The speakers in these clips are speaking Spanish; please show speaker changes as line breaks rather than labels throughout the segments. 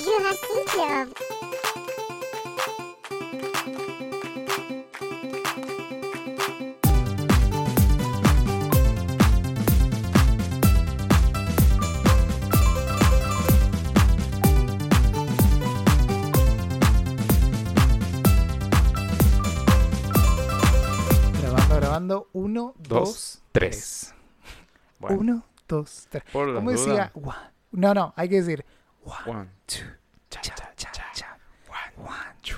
Jurassic.
Grabando, grabando. Uno,
Dos,
dos,
tres. Bueno,
Uno, dos, tres.
por las
¿Cómo decía?
dudas,
Gua- No, no, hay que decir. gua-
Juan.
two, cha, cha, cha, cha. One, two,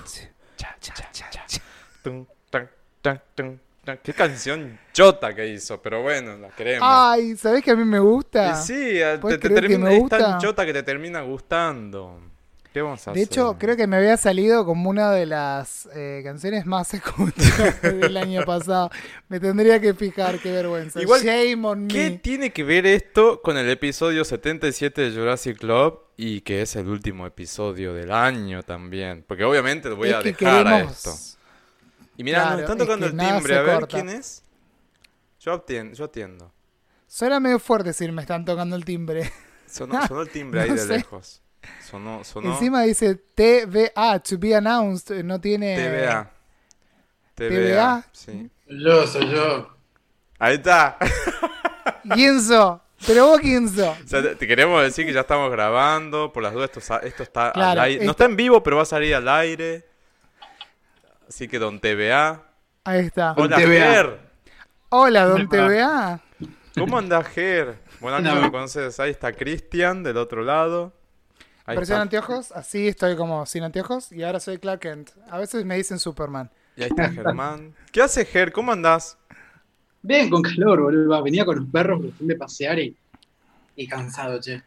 cha, cha, cha, cha.
Tun, tan, tan, tun, tan. Qué canción chota que hizo, pero bueno, la queremos.
Ay, ¿sabes que a mí me gusta?
Y sí, a- te,
¿Puedes
te
creer que
termina,
me
es tan
gusta?
chota que te termina gustando. ¿Qué vamos a
De
hacer?
hecho, creo que me había salido como una de las eh, canciones más escuchadas del año pasado. Me tendría que fijar, qué vergüenza.
Igual,
Shame on
¿Qué
me.
tiene que ver esto con el episodio 77 de Jurassic Club? Y que es el último episodio del año también. Porque obviamente lo voy
Es
a
que
dejar
queremos-
a esto. Y mira,
Claro,
nos están
es
tocando
que
el
nada
timbre.
se
A ver,
corta.
¿quién es? Yo atiendo. Yo atiendo.
Suena medio fuerte decir me están tocando el timbre.
Sonó, sonó el timbre ahí
No
de
sé.
lejos. Sonó, sonó.
Encima dice TVA, to be announced. No tiene.
TVA.
TVA.
Sí.
Yo, soy yo.
Ahí está.
Guinzo. Pero vos, Guinzo.
O sea, te- te queremos decir que ya estamos grabando. Por las dudas, esto, sa- esto está al
Claro,
aire.
esto-
No está en vivo, pero va a salir al aire. Así que don TVA.
Ahí está.
Don
Hola,
TVA.
Ger.
Hola, don
Hola.
TVA.
¿Cómo andás, Ger? Bueno, acá
No.
lo conoces. Ahí está Cristian del otro lado. Ahí
Versión
está.
anteojos. Así estoy como sin anteojos. Y ahora soy Clark Kent. A veces me dicen Superman.
Y ahí está Germán. ¿Qué hace Ger? ¿Cómo andás?
Bien, con calor, boludo. Venía con los perros, los fui de pasear y, y cansado, che.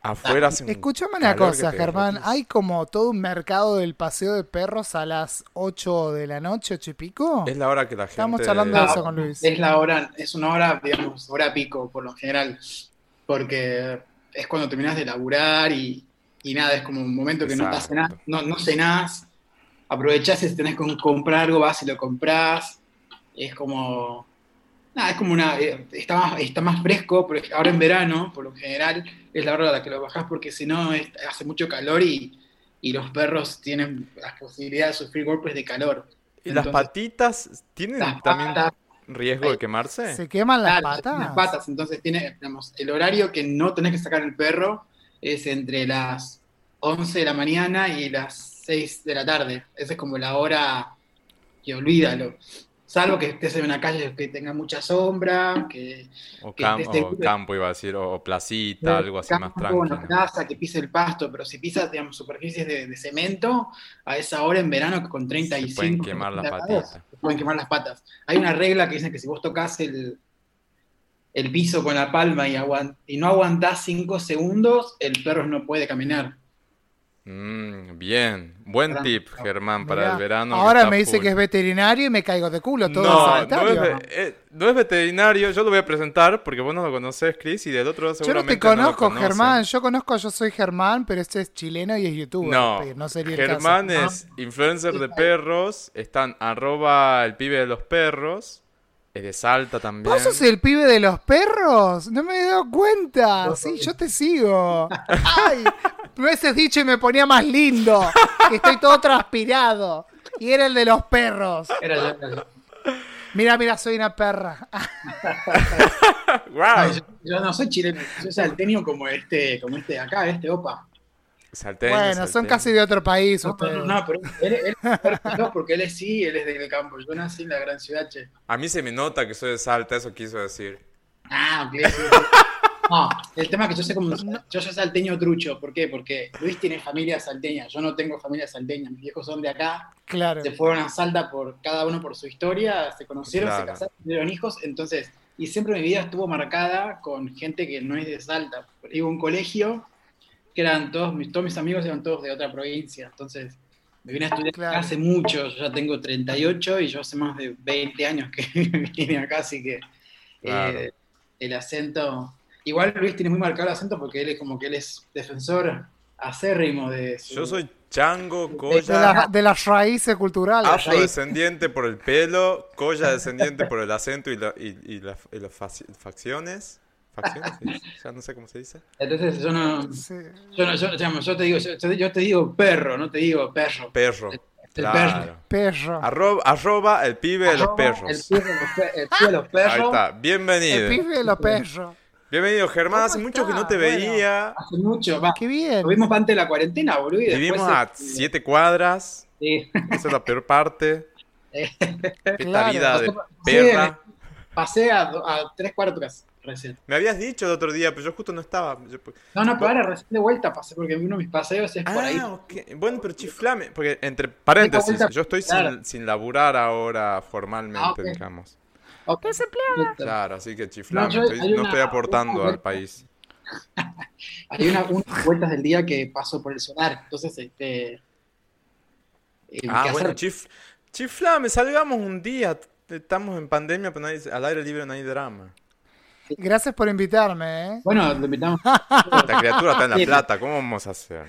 Ah,
Afuera hace un
Escuchame una
calor que
cosa,
te
Germán.
derretís.
Hay como todo un mercado del paseo de perros a las 8 de la noche, 8 y pico.
Es la hora que la gente...
Estamos charlando de eso con Luis.
Ah, Es la hora, es una hora, digamos, hora pico por lo general, porque es cuando terminás de laburar y, y nada, es como un momento que no
Exacto.
pasa nada, no, no cenás, aprovechás si tenés que comprar algo, vas y lo comprás, es como, nada, es como una, eh, está más, está más fresco, porque ahora en verano, por lo general, es la hora a la que lo bajás, porque si no, es- hace mucho calor y, y los perros tienen la posibilidad de sufrir golpes de calor.
¿Y las
Entonces,
patitas tienen
las
también
patas,
riesgo de quemarse?
¿Se queman las
Claro,
patas?
las patas, entonces tiene, digamos, el horario que no tenés que sacar el perro es entre las 11 de la mañana y las 6 de la tarde. Esa es como la hora que olvídalo. Salvo que estés en una calle que tenga mucha sombra, que
O,
que
cam-
esté-
o campo, iba a decir, o, o placita, algo así más
campo, una
tranquilo.
plaza, que pise el pasto, pero si pisas, digamos, superficies de, de cemento, a esa hora en verano que con 35
Se pueden quemar las
grados,
patitas.
te pueden quemar las patas. Hay una regla que dice que si vos tocas el, el piso con la palma y, aguan- y no aguantás 5 segundos, el perro no puede caminar.
Mm, bien. Buen
Para-
tip, Germán, para
Mirá,
el verano. que
Ahora
está
me dice
full.
que es veterinario y me caigo de culo todo el
no, no, es,
sanitario.
ve- eh, no es veterinario, yo lo voy a presentar porque vos no lo conocés, Chris, y del otro
Yo no te
seguramente lo
conozco,
conocen.
Germán. Yo conozco, yo soy Germán, pero este es chileno y es youtuber.
No,
pero no sería el caso.
Germán
Ah,
es influencer de perros, están arroba el pibe de los perros, es de Salta también.
¿Vos sos el pibe de los perros? No me he dado cuenta.
Vos
Sí,
sos-
yo te sigo. Ay, me hubieses dicho y me ponía más lindo. Que estoy todo transpirado. Y era el de los perros.
Era ya- era ya.
Mira, mira, soy una perra. Ah,
Guau. Ah.
Ay, yo, yo no soy chileno, yo soy salteño como este, como este de acá, este opa.
Salteño,
Bueno, son
salteño.
casi de otro país
No, no,
ustedes.
no, no, pero él, él- no, porque él es sí, él es del campo. Yo nací en la gran ciudad, che.
A mí se me nota que soy de Salta, eso quiso decir.
Ah, ok. sí, sí. No, el tema es que yo sé como yo soy salteño trucho, ¿por qué? Porque Luis tiene familia salteña, yo no tengo familia salteña, mis viejos son de acá,
Claro.
se fueron a Salta por cada uno por su historia, se conocieron,
Claro.
se casaron, tuvieron hijos, entonces, y siempre mi vida estuvo marcada con gente que no es de Salta. Iba a un colegio que eran todos mis, todos mis amigos eran todos de otra provincia, entonces me vine a
Ah,
estudiar acá
Claro.
hace mucho, yo ya tengo 38 y yo hace más de 20 años que vine acá, así que eh,
Claro.
el acento... Igual Luis tiene muy marcado el acento porque él es como que él es defensor acérrimo de su...
Yo soy chango,
De,
colla,
la- de las raíces culturales.
Ah. afrodescendiente por el pelo, colla descendiente por el acento y, la- y- y las- y las faci- facciones. satisfacción, ¿se dice? ya no sé cómo se dice.
Entonces yo no,
Sí.
yo, no- yo- digamos, yo te digo, yo, yo- yo te digo perro, no te digo perro.
Perro.
El
Claro.
Perro.
Arroba, arroba el pibe de los
Arroba El
perros.
pibe de los, pe- el pibe de los
Ahí
perros.
está.
El
Bienvenido.
pibe de los perros.
Bienvenido, Germán.
¿Cómo
Hace mucho que no
está?
te
Bueno. Ah,
veía.
Hace mucho, va.
Qué bien.
Lo vimos antes de la cuarentena, boludo. y después
Vivimos
se-
a siete cuadras.
Sí.
Esa es la peor parte. Esta
Claro.
vida de
Sí.
perra.
Pasé a, do- a tres cuartos recién.
Me habías dicho el otro día, pero yo justo no estaba. Yo-
No, no, pero ahora recién de vuelta pasé porque uno de mis paseos es por ahí.
Ah, ok. Bueno, pero chiflame. Porque entre paréntesis,
vuelta-
yo estoy sin,
claro.
sin laburar ahora formalmente,
Ah, ok.
digamos.
Ok.
Claro, así que chiflame.
yo-
estoy-
hay
no
una-
estoy aportando
una-
al país.
Hay una- unas vueltas del día que paso por el solar. Entonces, este. eh,
Ah,
¿qué
bueno,
hacer?
chif, chiflame, salgamos un día. Estamos en pandemia, pero no hay- al aire libre no hay drama.
Gracias por invitarme, ¿eh?
Bueno, lo invitamos.
Esta criatura está en La
Sí.
Plata, ¿cómo vamos a hacer?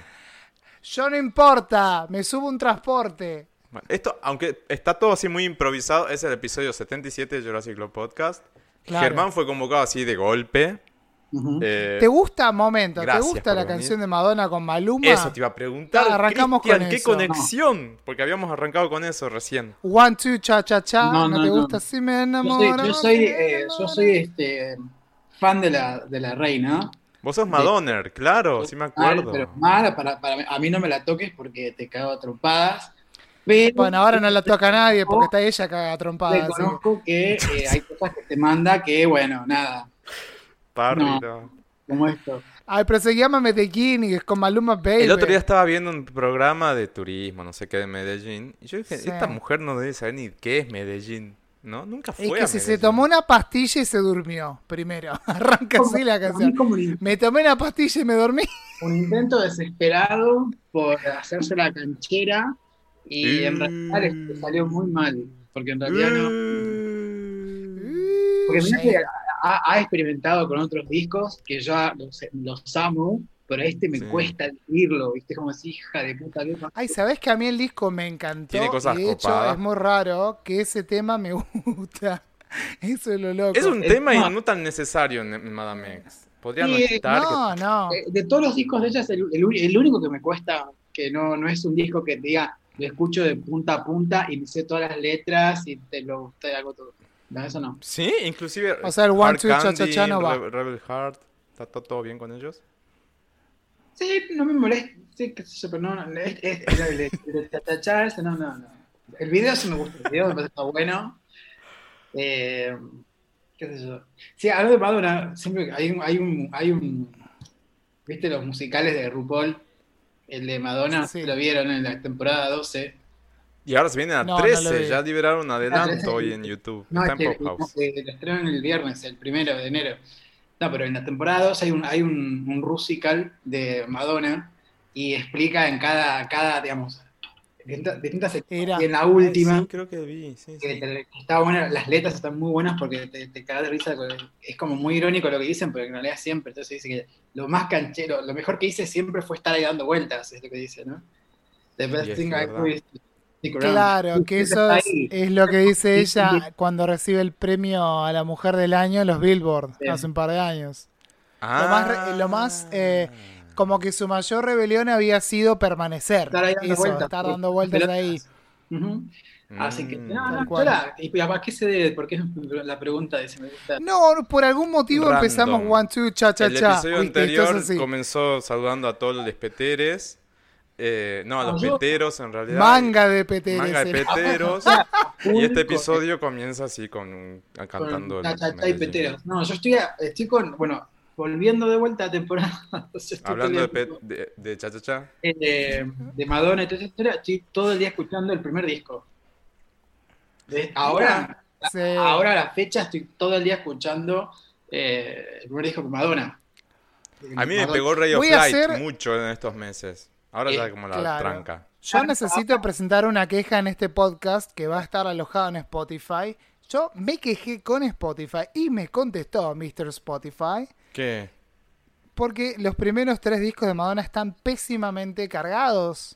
Yo no importa, me subo un transporte.
Bueno, esto, aunque está todo así muy improvisado, es el episodio 77 de Jurassic Club Podcast.
Claro.
Germán fue convocado así de golpe.
Ujú.
Eh,
¿Te gusta, momento, te
gracias
gusta
por
la
venir.
canción de Madonna con Maluma?
eso te iba a preguntar.
Ah, arrancamos
Cristian,
con
¿Qué
eso.
conexión? Porque habíamos arrancado con eso recién.
One, two, cha, cha, cha. No,
No, no,
te
no.
gusta si me
Yo soy,
enamoro.
yo soy,
si me
eh, yo
enamoro.
soy este, fan de la, de la reina.
Vos sos Madonner, claro, Oh, sí me
Mal,
acuerdo.
pero mal, para, para- a mí no me la toques porque te cago a trompadas. Pero
Bueno, ahora no la toca a nadie porque está ella caga
Oh,
trompada. así que-
reconozco que eh, hay cosas que te manda que, bueno, nada,
Parry,
no.
no.
como esto.
Ay, pero se llama Medellín y es con Maluma Baby.
El otro día estaba viendo un programa de turismo, no sé qué, de Medellín. Y yo dije,
Sí.
esta mujer no debe saber ni qué es Medellín, ¿no? Nunca fue
Es
a
que si se
Medellín.
tomó una pastilla y se durmió primero. Arranca así la
Para mí
canción.
como un,
Me tomé una pastilla y me dormí.
un intento desesperado por hacerse la canchera y en realidad
Mm.
este, salió muy mal, porque en realidad no. Porque mirá que ha, ha experimentado con otros discos que yo los, los amo, pero a este me
Sí.
cuesta vivirlo, ¿viste? Como si hija de puta, ¿qué pasó?
Ay, ¿sabés que a mí el disco me encantó?
Tiene cosas
y de hecho
copadas.
es muy raro que ese tema me gusta. Eso es lo loco.
Es un
Eh,
tema y
no.
no tan necesario en en Madame X. Podría no
Sí,
estar.
No, no.
Eh, De todos los discos de ella es el, el uni- el único que me cuesta, que no, no es un disco que te diga, lo escucho de punta a punta y me sé todas las letras y te lo te hago todo. No, eso no.
que- Sí, inclusive.
O sea, el One,
Hard
Two, Cha, Cha,
Candy,
Cha no va.
Re- Rebel Heart. ¿Está to- todo bien con ellos?
Sí, no me molesta. Sí, qué sé yo, pero no, no, es, es- el- el- el- el cha-cha-cha, ese no, no, no. El video sí me gusta, el video me parece que está bueno. Eh, qué sé yo. Sí, algo de Madonna, siempre hay un, hay un, hay un, viste los musicales de RuPaul, el de Madonna,
Sí.
lo vieron en la temporada 12.
Y ahora se vienen a
No, no lo
13.
vi.
ya liberaron adelanto hoy en YouTube.
No,
Está en
este,
Pophouse.
este, lo estrenan el viernes, el primero de enero. No, pero en la temporada 2 hay un, hay un, un rusical de Madonna y explica en cada, cada digamos, distintas, distintas secciones.
Era.
Y en la última,
Ah, Sí, creo que vi. Sí,
que
sí.
te- que está buena, las letras están muy buenas porque te, te cagas de risa. con- Es como muy irónico lo que dicen, pero en realidad siempre. Entonces dice que lo más canchero, lo mejor que hice siempre fue estar ahí dando vueltas, es lo que dice, ¿no? The best
Y es
thing I
verdad.
do is to stick around.
Claro, que eso
Está
es,
ahí.
es lo que dice
Sí,
ella cuando recibe el premio a la mujer del año en los Billboard
Sí.
hace un par de años.
Ah.
más re- lo más, eh, Como que su mayor rebelión había sido permanecer.
Estar ahí dando
Eso,
vueltas. pues.
estar dando vueltas
Pero-
ahí.
Ujú. Así Ah, que,
Mm.
no,
Tal
no,
cual.
llora. ¿Y a qué se debe? Porque es la pregunta de si me gusta.
No, por algún motivo
Random.
empezamos one, two, cha, cha,
el
cha.
episodio
Viste, esto es
anterior
así.
comenzó saludando a todos los peteres. Eh, no, a los
Ah, yo-
peteros en realidad.
Manga de PT.
Manga de peteros. y este episodio comienza así con un, cantando
Ah, Con
el
tachata y
Medellín.
peteros. No, yo estoy, a- estoy con, bueno, volviendo de vuelta a temporada. yo estoy
Hablando de,
todo el día-
pe- de, de cha cha cha.
eh, de, de Madonna, entonces estoy todo el día escuchando el primer disco. De- ahora,
Sí.
ahora a la fecha estoy todo el día escuchando eh, el primer disco con Madonna.
A mí me
Madonna.
pegó Radio
Voy a
Flight
hacer-
mucho en estos meses. Ahora ya
Eh,
como la
claro.
tranca.
Yo necesito presentar una queja en este podcast que va a estar alojado en Spotify. Yo me quejé con Spotify y me contestó Mr. Spotify
¿Qué?
porque los primeros tres discos de Madonna están pésimamente cargados.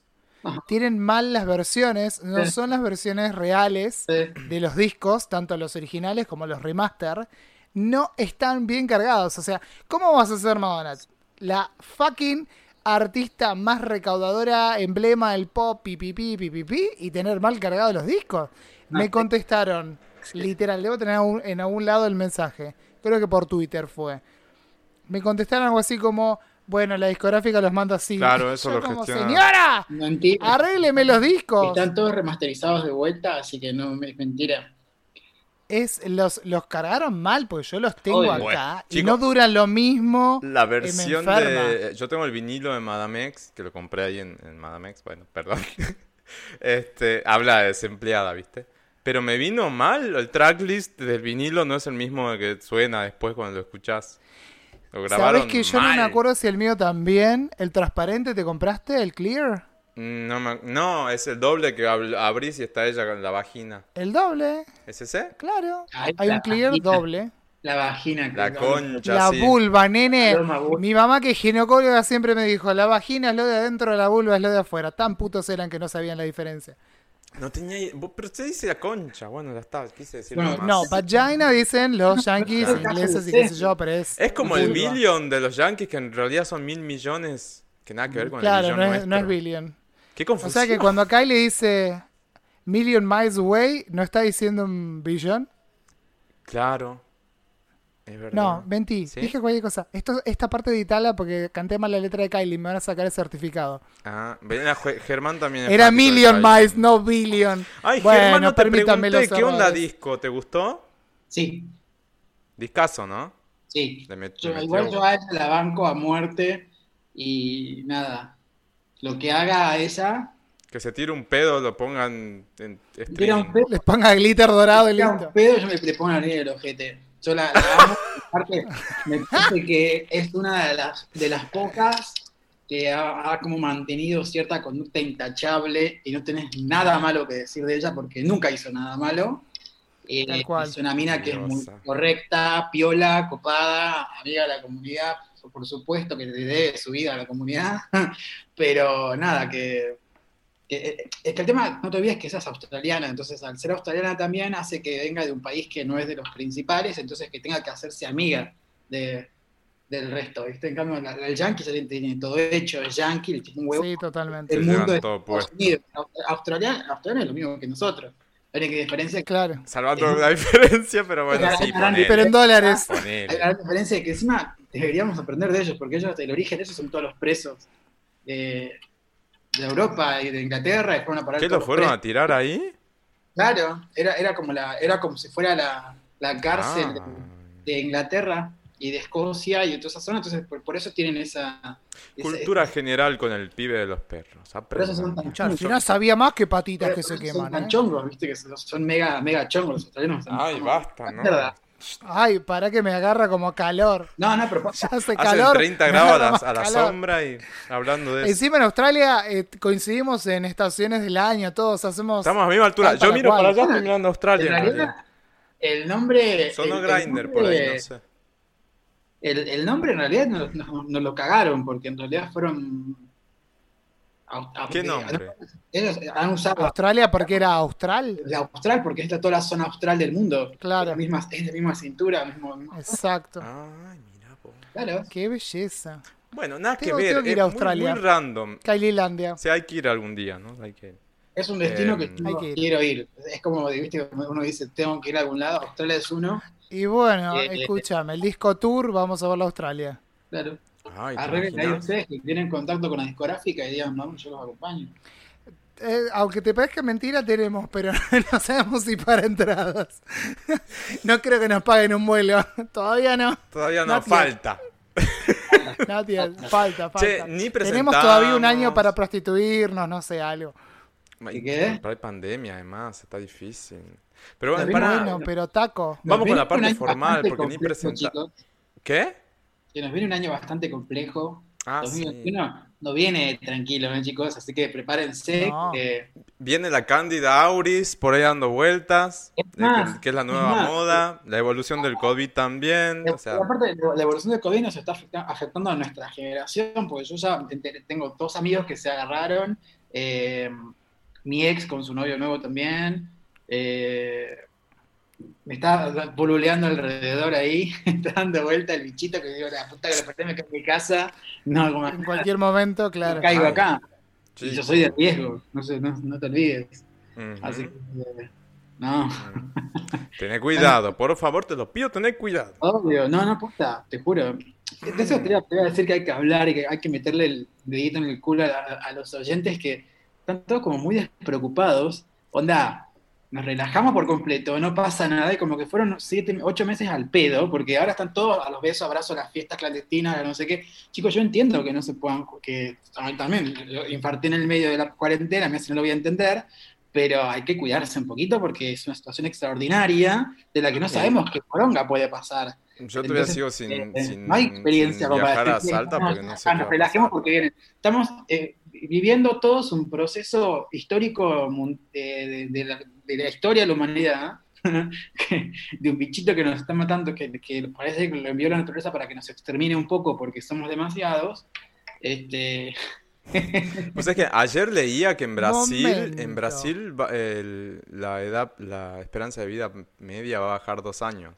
Tienen mal las versiones, no
Sí.
son las versiones reales
Sí.
de los discos, tanto los originales como los remaster. no están bien cargados. O sea, ¿cómo vas a hacer Madonna? La fucking artista más recaudadora, emblema del pop, pipipi, pipipi, y tener mal cargados los discos. Me contestaron, literal, debo tener aún- en algún lado el mensaje. Creo que por Twitter fue. Me contestaron algo así como, bueno, la discográfica los manda así.
Claro, eso
Yo
lo
como,
gestiona.
Señora,
Mentira.
arrégleme los discos.
Están todos remasterizados de vuelta, así que no es mentira.
Es, los, los cargaron mal, porque yo los tengo
Obvio.
acá
Bueno,
y
chicos,
no duran lo mismo.
La
me
versión
enferma.
de. Yo tengo el vinilo de Madame X, que lo compré ahí en, en Madame X, bueno, perdón. este, habla de desempleada, ¿viste? Pero me vino mal, el tracklist del vinilo no es el mismo que suena después cuando lo escuchás. Lo grabaron.
¿Sabes que yo no
mal.
me acuerdo si el mío también? ¿El transparente te compraste? ¿El clear?
Mm, No, me ac- no, es el doble que abl- abrís y está ella con la vagina.
El doble,
¿Es ese?
claro.
Ay,
Hay
la
un clear
vagina.
doble.
La vagina.
La
creo.
concha,
la
sí.
vulva, nene.
Toma, vos.
Mi mamá que es ginecóloga siempre me dijo, la vagina es lo de adentro, la vulva es lo de afuera. Tan putos eran que no sabían la diferencia.
No tenía. i- vos- Pero usted dice la concha. Bueno, ya está, quise decir
Bueno,
nomás.
No, vagina dicen los yankees,
Claro.
ingleses y qué sé yo, pero es...
Es como el
vulva.
billion de los Yankees, que en realidad son mil millones. Que nada que ver con el
Claro,
billón
no es, no es
nuestro.
billion.
Qué
O
confusión.
sea que cuando acá le dice million miles away, ¿no está diciendo un billón?
Claro. Es verdad.
No, mentí,
¿Sí?
dije cualquier cosa. Esto, esta parte de Itala porque canté mal la letra de Kylie, me van a sacar el certificado.
Ah, ven, era Ge- Germán también. es
Era
fanático de
million
Kylie.
miles, no billion.
Ay,
bueno,
Germán, no te
permítame
pregunté
los
qué onda
errores.
disco. ¿Te gustó?
Sí,
Discazo, ¿no?
sí.
Le met-
Yo-
le metió
igual yo
bola.
a ella la banco a muerte y nada. Lo que haga a ella,
Que se tire un pedo, lo pongan en streaming.
tira un pedo,
Les ponga glitter dorado y
tira un
listo.
pedo, yo me le pongo la línea del ojete. Yo la, la amo, aparte me parece que es una de las, de las pocas que ha, ha como mantenido cierta conducta intachable y no tenés nada malo que decir de ella porque nunca hizo nada malo. Eh,
Tal cual.
Es una mina que es muy
Hermosa.
correcta, piola, copada, amiga de la comunidad, por supuesto que le debe su vida a la comunidad, pero nada, que, que- Eh, es que el tema, no te olvides que esa es australiana, entonces al ser australiana también hace que venga de un país que no es de los principales, entonces que tenga que hacerse amiga de, del resto, ¿viste? En cambio, la- la- el yankee ya tiene- tiene todo hecho, el yankee, el tipo un huevo
Sí, totalmente.
Se
el
llevan
mundo de
todo pues.
Estados
puesto.
Unidos. Australia, Australia es lo mismo que nosotros. La única diferencia es que
Claro.
Salvando la diferencia, pero bueno,
Era-
sí,
era
ponele,
Pero en dólares.
hay
ponele.
la diferencia es que encima deberíamos aprender de ellos, porque ellos, el origen de ellos son todos los presos de, de Europa y de Inglaterra, y fueron a parar
¿Qué
todos
lo
los
fueron a
presos.
tirar ahí?
Claro, era, era como la, era como si fuera la, la cárcel
Ah.
de, de Inglaterra y de Escocia y de toda esa zona, entonces por, por eso tienen esa esa-
Cultura general con el pibe de los perros.
Por eso son tan
Aprendan.
Yo al final sabía más que patitas que se
son
queman.
tan
¿eh?
chongos, viste que son, son mega, mega chongos los australianos. son
Ay,
como-
basta, ¿no?
Mierda.
Ay, para que me agarra como calor.
No, no, pero
Ya hace
Hacen
calor.
30
me
grados a
agarra
la,
más
a la
calor.
sombra y hablando de eso.
Encima en Australia eh, coincidimos en estaciones del año, todos hacemos.
Estamos a la misma altura.
tal
Yo
para
miro
cual.
para allá, estoy mirando a
En
Australia. en
realidad,
realidad.
el nombre.
Sonó
el- el
Grinder
nombre-
por ahí, no sé.
El, el nombre en realidad nos, nos- nos lo cagaron, porque en realidad fueron. au- au-
¿Qué
eh,
nombre?
Ellos han usado
Australia porque era austral.
la austral, porque es la- toda la zona austral del mundo.
Claro.
Es la misma, es la misma cintura, mismo. mismo-
Exacto.
Ay, mira vos.
Claro.
Qué belleza.
Bueno, nada que
Tengo-
ver.
tengo que ir
es
a
muy-
Australia.
Muy, random.
Kylie
O sea, hay que ir algún día, ¿no? Hay que...
Es un destino
Em,
que yo
Hay que ir.
quiero ir. Es como, viste, uno dice, tengo que ir a algún lado. Australia es uno.
Y bueno,
Eh,
escúchame, el disco tour, vamos a verlo a Australia.
Claro.
Ay, ¿te
Arreglen ahí
imaginas?
ustedes que tienen contacto con la discográfica y digan, vamos, yo los acompaño.
Eh, aunque te parezca mentira, tenemos, pero no sabemos si para entradas. no creo que nos paguen un vuelo. Todavía no.
Todavía no,
Not yet.
falta.
No, tía, falta, falta.
Che, ni
tenemos todavía un año
presentamos.
para prostituirnos, no sé, algo.
¿Y qué?
Hay pandemia, además, está difícil. Pero bueno,
Está bien,
pará.
Bueno, pero taco.
Vamos con la
viene
parte
un año
formal,
bastante
porque ni
complejo,
presenta-
chicos.
¿Qué?
Que nos viene un año bastante complejo.
Ah, sí.
2021 no viene tranquilo, ¿no, chicos? Así que prepárense. eh,
No.
que-
Viene la Cándida Auris por ahí dando vueltas,
Es
eh,
más,
que, que es la
es
nueva
más. eh,
moda, la evolución del COVID también, o sea,
Y aparte, la evolución del COVID nos está afecta- afectando a nuestra generación, porque yo ya ente- tengo dos amigos que se agarraron, eh, mi ex con su novio nuevo también, eh, me está pululeando alrededor ahí, está dando vuelta el bichito que digo, la puta que lo perdí, me caigo en mi casa. No, como
En cualquier momento, claro.
caigo acá.
Sí.
Y yo soy de riesgo, no, sé, no, no te olvides.
Ujú.
Así que, eh, no,
Tené cuidado, por favor, te lo pido, tené cuidado.
obvio, no, no, posta, te juro. De eso te iba, te iba a decir que hay que hablar y que hay que meterle el dedito en el culo a, a los oyentes que están todos como muy despreocupados. Onda, nos relajamos por completo, no pasa nada, y como que fueron siete, ocho meses al pedo, porque ahora están todos a los besos, abrazos, las fiestas clandestinas, la no sé qué. Chicos, yo entiendo que no se puedan, que a mí también yo infarté en el medio de la cuarentena, me hace no lo voy a entender, pero hay que cuidarse un poquito porque es una situación extraordinaria de la que no sabemos qué poronga puede pasar.
Yo todavía
Entonces,
sigo sin,
eh,
sin-
no hay
sin
experiencia como para
viajar a
decir,
Salta
"Vamos,
porque no sé. qué
ah,
va
nos
a
relajemos
pasar.
porque vienen. Estamos eh, viviendo todos un proceso histórico mun- eh, de, de la, de la historia de la humanidad, ¿eh? que- de un bichito que nos está matando, que, que parece que lo envió la naturaleza para que nos extermine un poco porque somos demasiados. Este,
Pues es que ayer leía que en Brasil, en
Momento.
Brasil va- el- la edad, la esperanza de vida media va a bajar dos años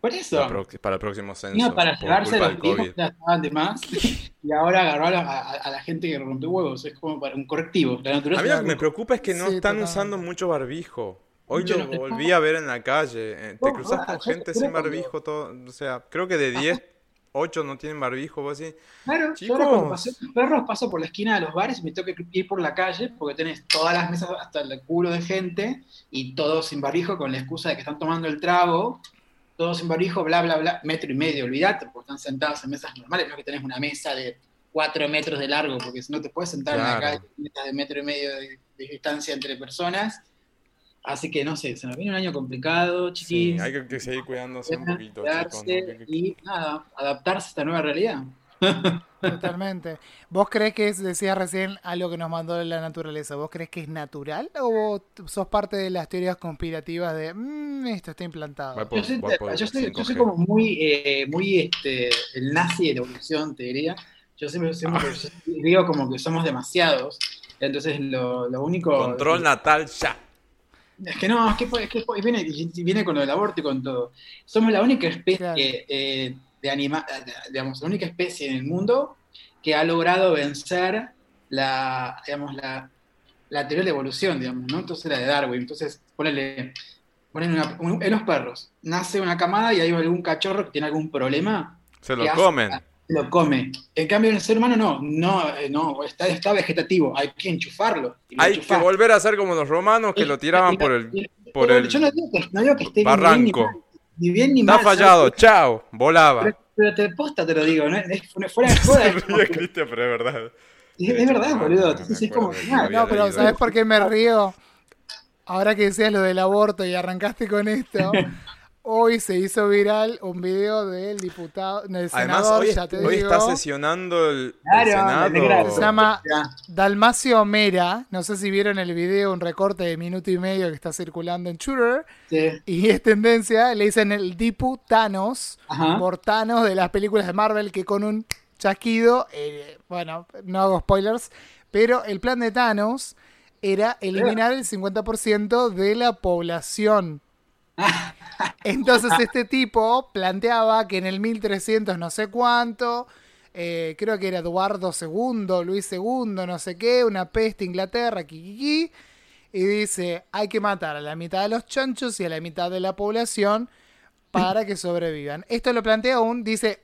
por
la
eso,
prox- para el próximo censo.
vino para
por
llevarse
culpa
a
del
los viejos que
COVID.
ya estaban de más y ahora agarró a la, a- a la gente que rompe huevos. Es como para un correctivo. La
A
naturaleza
mí lo
da
que me
un-
preocupa es que no
Sí,
están
totalmente.
usando mucho barbijo. Hoy
Yo
lo
no-
volví a ver en la calle. eh, Te
Oh,
No,
ah,
cruzas
no,
con
yo te
gente
juro
sin
cuando-
barbijo. Todo, o sea, creo que de 10, 8 no tienen barbijo. Vos así.
Claro, yo ahora cuando
Chicos.
paseo con los perros paso por la esquina de los bares y me tengo que ir por la calle porque tenés todas las mesas hasta el culo de gente y todos sin barbijo con la excusa de que están tomando el trago, todos sin barbijo, bla, bla, bla, metro y medio, olvidate, porque están sentados en mesas normales, no es que tenés una mesa de cuatro metros de largo, porque si no te puedes sentar en la
Claro.
calle con mesas de metro y medio de, de distancia entre personas. Así que no sé, se nos viene un año complicado,
Sí,
chiquis.
hay que, que seguir cuidándose un poquito, chicos.
cuidarse
¿no? Que- que-
y nada, adaptarse a esta nueva realidad.
Totalmente. ¿Vos crees que es, decías recién, algo que nos mandó la naturaleza? ¿Vos crees que es natural o vos t- sos parte de las teorías conspirativas de "Mm, esto está
Va
implantado?
por-
Yo soy,
va por
yo soy- yo
5G.
soy como muy, eh, muy este, el nazi de la evolución, te diría. Yo siempre, siempre digo como que somos demasiados. Entonces, lo, lo único.
Control natal ya.
Es que no, es que, fue- es que fue- viene, viene con lo del aborto y con todo. Somos la única especie
Claro.
eh, de anima, digamos, la única especie en el mundo que ha logrado vencer la, digamos, la, la teoría de la evolución, digamos, ¿no? Entonces la de Darwin. Entonces, ponele, ponele una- un- en los perros, nace una camada y hay algún cachorro que tiene algún problema,
Se lo
¿Qué hace?
comen.
lo come. En cambio, en el ser humano no, no, eh, no, está, está vegetativo, hay que enchufarlo. y lo
Hay que
enchufás.
volver a ser como los romanos que
Y-
lo tiraban
y-
por el...
y-
por
pero
el
yo no digo que, no digo que esté
barranco.
Ni bien ni mal. ni bien ni
Está
mal,
fallado,
¿sabes?
chao. Volaba.
Pero, pero te posta, te lo digo. ¿no? Es, es fuera de joda.
Se
Es, como
ríe
que-
Cristian, pero es verdad.
es- es verdad,
No,
boludo.
no,
Entonces
me
es como
acuerdo
que
que
nada.
lo
No, pero
leído.
¿sabés por qué me río? Ahora que decías lo del aborto y arrancaste con esto, hoy se hizo viral un video del diputado, del
Además,
senador,
hoy,
ya te
hoy
digo,
está sesionando el, el
Claro, la negra.
Senado.
se llama
Ya,
Dalmacio Mera, no sé si vieron el video, un recorte de minuto y medio que está circulando en Twitter,
sí,
y es tendencia, le dicen el Diputanos,
Ajá.
por Thanos de las películas de Marvel que con un chasquido, eh, bueno, no hago spoilers, pero el plan de Thanos era eliminar el 50% de la población. Entonces este tipo planteaba que en el 1300 no sé cuánto, eh, creo que era Eduardo II, Luis II, no sé qué, una peste Inglaterra, kikiki, y dice, hay que matar a la mitad de los chanchos y a la mitad de la población para que sobrevivan. Esto lo plantea un, dice,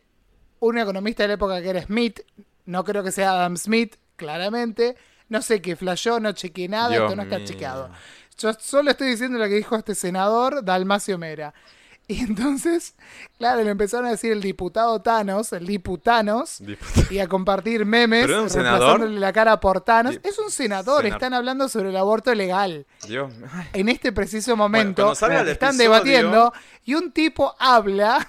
un economista de la época que era Smith, no creo que sea Adam Smith, claramente, no sé qué flasheó, no chequeé nada,
Dios
esto no está
mío.
chequeado. Yo solo estoy diciendo lo que dijo este senador Dalmacio Mera. Y entonces, claro, le empezaron a decir el diputado Thanos, el diputanos,
Diputado.
y a compartir memes,
¿Pero era un senador?
reemplazándole la cara por Thanos.
Di-
Es un senador,
Senar-
están hablando sobre el aborto legal
Dios. ay,
en este preciso momento
cuando salga el
están
episodio-
debatiendo y un tipo habla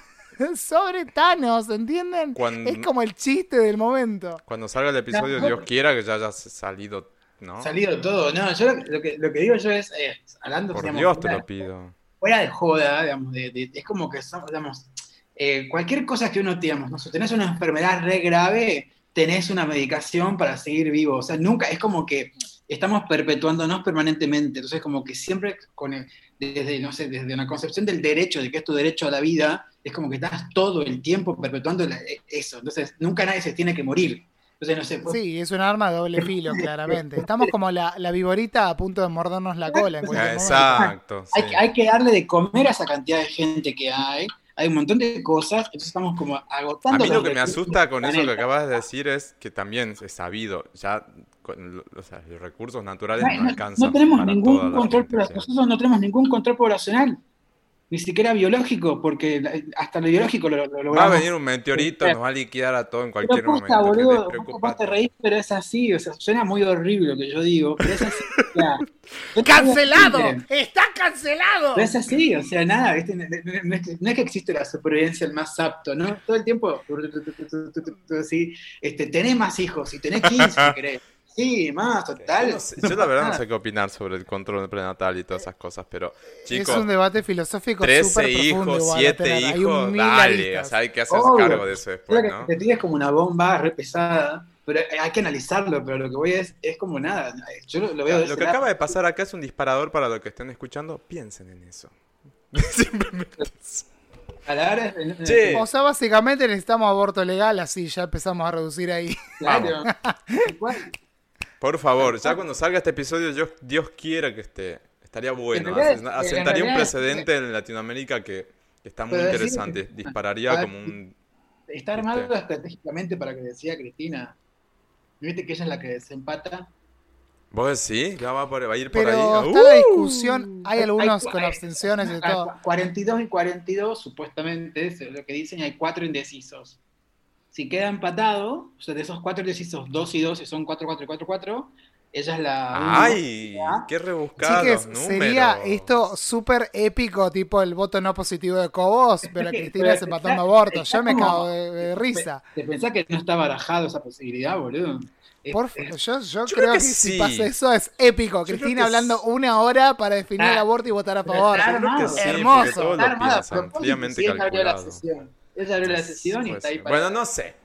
sobre Thanos, ¿entienden?
Cuando-
Es como el chiste del momento.
Cuando salga el episodio,
Claro.
Dios quiera que ya haya salido, ¿no?
Salido todo. No, yo lo, lo que, lo que digo yo es, eh, hablando
Por
digamos,
Dios te
fuera-
lo pido.
fuera de joda, digamos, de- de- es como que somos, digamos, eh, cualquier cosa que uno, digamos, no sé, tenés una enfermedad re grave, tenés una medicación para seguir vivo. O sea, nunca, es como que estamos perpetuándonos permanentemente. Entonces, como que siempre con el- desde, no sé, desde una concepción del derecho, de que es tu derecho a la vida, es como que estás todo el tiempo perpetuando la- e, eso. Entonces, nunca nadie se tiene que morir. Entonces, no sé, pues,
Sí, es un arma de doble filo, claramente. Estamos como la, la viborita a punto de mordernos la cola. En cualquier
Ah,
momento.
Exacto.
Pues hay,
sí.
que- hay que darle de comer a esa cantidad de gente que hay. Hay un montón de cosas, entonces estamos como agotando.
A mí lo
los
que me
recursos
asusta
del
con eso que
planeta.
acabas de decir es que también es sabido, ya con lo- o sea, los recursos naturales
No,
no
no-
alcanzan.
no tenemos
para toda
ningún
la
control
gente,
por
sí.
nosotros no tenemos ningún control poblacional, ni siquiera biológico, porque la- hasta lo biológico lo, lo
Va a
logramos.
venir un meteorito, nos va a liquear a todo en cualquier
pero posta,
momento. que
boludo, vos
despreocupate.
capaz te reís, pero es así, o sea, suena muy horrible lo que yo digo, pero es así. o sea, yo te digo
¡Cancelado!
siempre,
¡Está cancelado!
Pero es así, o sea, nada, ¿viste? No, no- no es que, no es que existe la supervivencia el más apto, ¿no? Todo el tiempo, así, este, tenés más hijos, y tenés 15, si querés. Sí, más,
Yo,
total. Ah.
no sé- yo la verdad no sé qué opinar sobre el control prenatal y todas esas cosas, pero chicos,
es un debate filosófico súper
13
profundo.
hijos,
igual a
7
tener. Hay un
hijos,
mil
dale, o
aristas.
sea, hay que hacerse
Obvio.
cargo de eso después,
Claro que
¿no?
te tiras como una bomba re pesada, pero hay que analizarlo, pero lo que voy es, es como nada. Yo lo, lo veo de
Lo
ese
que
lado.
acaba de pasar acá es un disparador para los que estén escuchando, piensen en eso. Simplemente eso.
A la hora de-
Che.
O sea, básicamente necesitamos aborto legal, así ya empezamos a reducir ahí.
Claro. Igual,
Por favor, ya cuando salga este episodio, yo, Dios quiera que esté. Estaría bueno.
En realidad,
asen-
en
Asentaría un
realidad,
precedente en Latinoamérica que, que está muy
Pero decime-
interesante.
a
Dispararía
ver,
como un.
Está armado
Este.
estratégicamente para que decía Cristina. Viste que ella es la que desempata.
¿Vos decís? Ya va, por- va a ir por
Pero
ahí.
está
¡Uh!
la discusión, hay algunos
Hay-
con
hay-
abstenciones y
Ah,
todo.
cu- 42 y 42, supuestamente, es lo que dicen, hay cuatro indecisos. Si queda empatado, o sea, de esos cuatro indecisos, 2 y 2, si son 4, 4 y 4, 4, ella es la.
¡Ay! ¡Qué rebuscados
Chiques,
números!
sería esto súper épico, tipo el voto no positivo de Cobos, pero Cristina
Pero
es empatando
está-
aborto.
está
Yo me
como- eh,
cago de, de risa.
¿Te pensás que no está barajado esa posibilidad, boludo? Es-
Por,
es-
yo, yo, creo,
creo
que,
que
si
sí.
pasa eso es épico.
creo
Cristina
que
hablando
sí.
una hora para definir el
Ah,
aborto y votar a
pero
favor.
está
Creo que
armado.
sí, porque
Hermoso.
todos
está
lo
armada a
piensan,
propósito,
fríamente
sí, ella abrió la
calculado.
sesión. Ella abrió la sesión y
Puede
está ahí
ser. Pues, Bueno, no sé.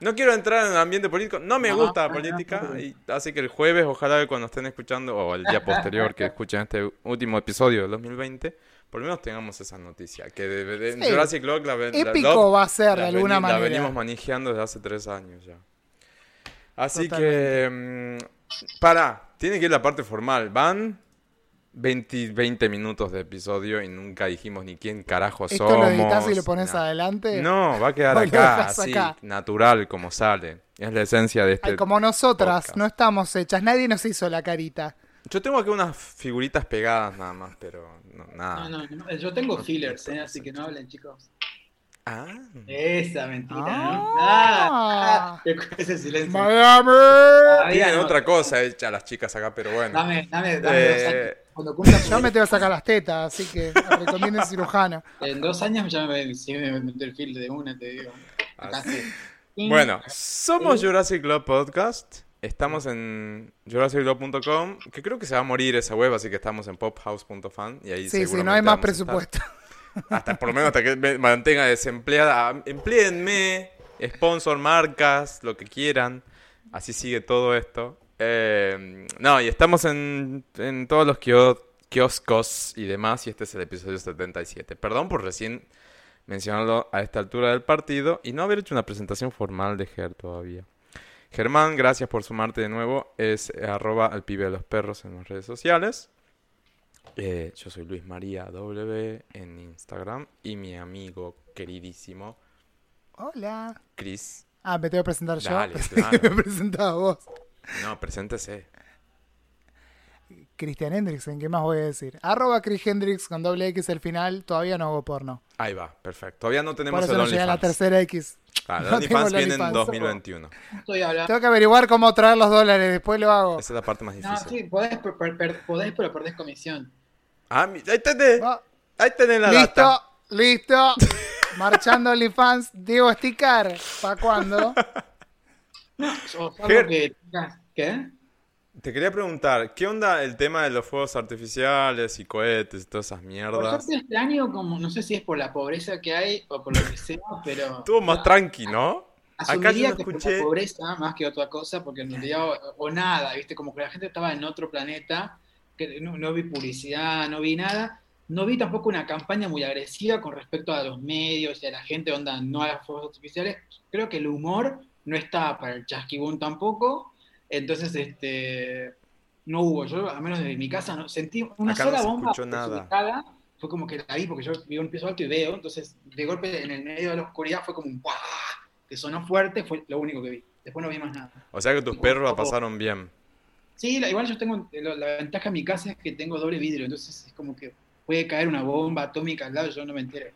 No quiero entrar en el ambiente político. No me
No,
gusta la
no, no,
política.
no.
y- así que el jueves, ojalá que cuando estén escuchando, o el día posterior que escuchen este último episodio del 2020, por lo menos tengamos esa noticia. Que de, de- de
Sí.
Jurassic Lodge la, ve- la-
Épico
Lodge
va a ser de
la
alguna
veni- La venimos
manera.
manejeando desde hace tres años ya. Así
Totalmente.
que. mm, pará, tiene que ir la parte formal. Van 20, 20 minutos de episodio y nunca dijimos ni quién carajo
Esto
somos.
lo editas y lo pones
nada.
adelante.
No, va a quedar
O lo
acá,
dejas
así,
acá.
natural como sale. Es la esencia de este.
Ay, como nosotras,
podcast.
no estamos hechas. Nadie nos hizo la carita.
Yo tengo aquí unas figuritas pegadas nada más, pero no, nada.
No, no, no, yo tengo fillers, eh, así que no hablen, chicos.
Ah,
Esa mentira, ¿no?
Ah.
Ah, ah, ese silencio.
Miami.
Todavía
tienen
no.
otra cosa hecha las chicas acá, pero bueno.
Dame, dame, dame dos
Eh,
años. Cuando cumpla
Yo me tengo que sacar las tetas, así que recomiendo el cirujano.
En dos años ya me, sí me meto el fil de una, te digo.
Así.
Sí.
Ah, Bueno, somos Jurassic Love Podcast. Estamos en jurassiclove.com, que creo que se va a morir esa web, así que estamos en pophouse.fan y ahí
Sí, sí, no
seguramente
hay más
vamos a estar.
presupuesto.
Hasta por lo menos hasta que me mantenga desempleada. Ah, Empleenme, sponsor, marcas, lo que quieran. Así sigue todo esto. Eh, no, y estamos en, en todos los kio- kioscos y demás. Y este es el episodio 77. Perdón por recién mencionarlo a esta altura del partido y no haber hecho una presentación formal de Ger todavía. Germán, gracias por sumarte de nuevo. Es eh, arroba al pibe de los perros en las redes sociales. Eh, yo soy Luis María W en Instagram y mi amigo queridísimo
Hola.
Chris.
Ah, me tengo que presentar yo.
Dale,
Pensé
claro.
que me presentaba vos.
No, preséntese.
Cristian Hendrickson, ¿qué más voy a decir? Arroba Chris Hendrix con doble X al final, todavía no hago porno.
Ahí va, perfecto. Todavía no
Por
tenemos
eso
el
no llegué a la
OnlyFans.
tercera X.
Ah,
No
el
tengo
OnlyFans
el
viene en
OnlyFans.
2021.
Estoy hablando.
Tengo que averiguar cómo traer los dólares, después lo hago.
Esa es la parte más
No,
difícil.
sí, podés, per- per- per- podés, pero perdés comisión.
Ah, mi- ahí tenés.
Va.
Ahí tenés la
Oh, Listo,
data.
listo. Marchando OnlyFans, Diego Esticar. ¿Para cuándo?
O salvo
Ger-
que tengas- ¿Qué?
Te quería preguntar, ¿qué onda el tema de los fuegos artificiales y cohetes y todas esas
Por
mierdas?
suerte este año, como, no sé si es por la pobreza que hay o por lo que sea, pero...
Estuvo más tranqui, ¿no? yo
Asumiría
no
que por
escuché-
la pobreza más que otra cosa, porque en realidad, o, o nada, ¿viste? Como que la gente estaba en otro planeta, que no, no vi publicidad, no vi nada. No vi tampoco una campaña muy agresiva con respecto a los medios y a la gente, onda, no a las fuegos artificiales. Creo que el humor no estaba para el chasquibún tampoco. Entonces, este, no hubo. Yo, al menos desde mi casa, no, sentí una
Acá no
sola
se
bomba
escuchó nada.
desubicada. Fue como que la vi, porque yo vivo en un piso alto y veo. Entonces, de golpe, en el medio de la oscuridad, fue como un ¡guau! que sonó fuerte, fue lo único que vi. Después no vi más nada.
O sea que tus perros la pasaron bien.
Sí, la- igual yo tengo, eh, lo- la ventaja en mi casa es que tengo doble vidrio, entonces es como que puede caer una bomba atómica al lado, yo no me entero.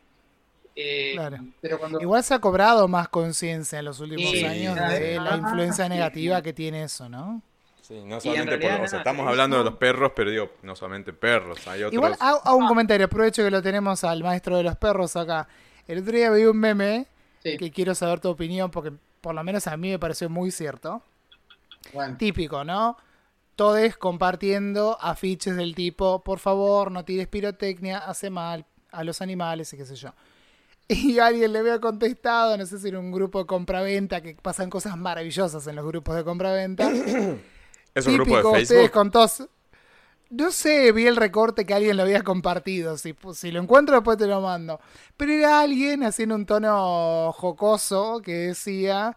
Eh,
Claro.
Pero cuando...
Igual se ha cobrado más conciencia en los últimos
Sí.
años de la
Ah,
influencia
sí.
negativa que tiene eso, ¿no?
Sí, no
Y en
solamente por.
realidad
O sea,
nada,
estamos
eso-
hablando de los perros, pero digo, no solamente perros, hay otros.
Igual hago, hago
Ah.
un comentario, aprovecho que lo tenemos al maestro de los perros acá. El otro día vi un meme
sí,
que quiero saber tu opinión porque por lo menos a mí me pareció muy cierto.
bueno,
Típico, ¿no? Todes compartiendo afiches del tipo, por favor, no tires pirotecnia, hace mal a los animales y qué sé yo. Y alguien le había contestado, no sé si en un grupo de compraventa, que pasan cosas maravillosas en los grupos de compraventa.
¿Es un
típico
grupo de
ustedes
Facebook?
con todos. No sé, vi el recorte que alguien lo había compartido. Si, si lo encuentro, después te lo mando. Pero era alguien haciendo un tono jocoso que decía: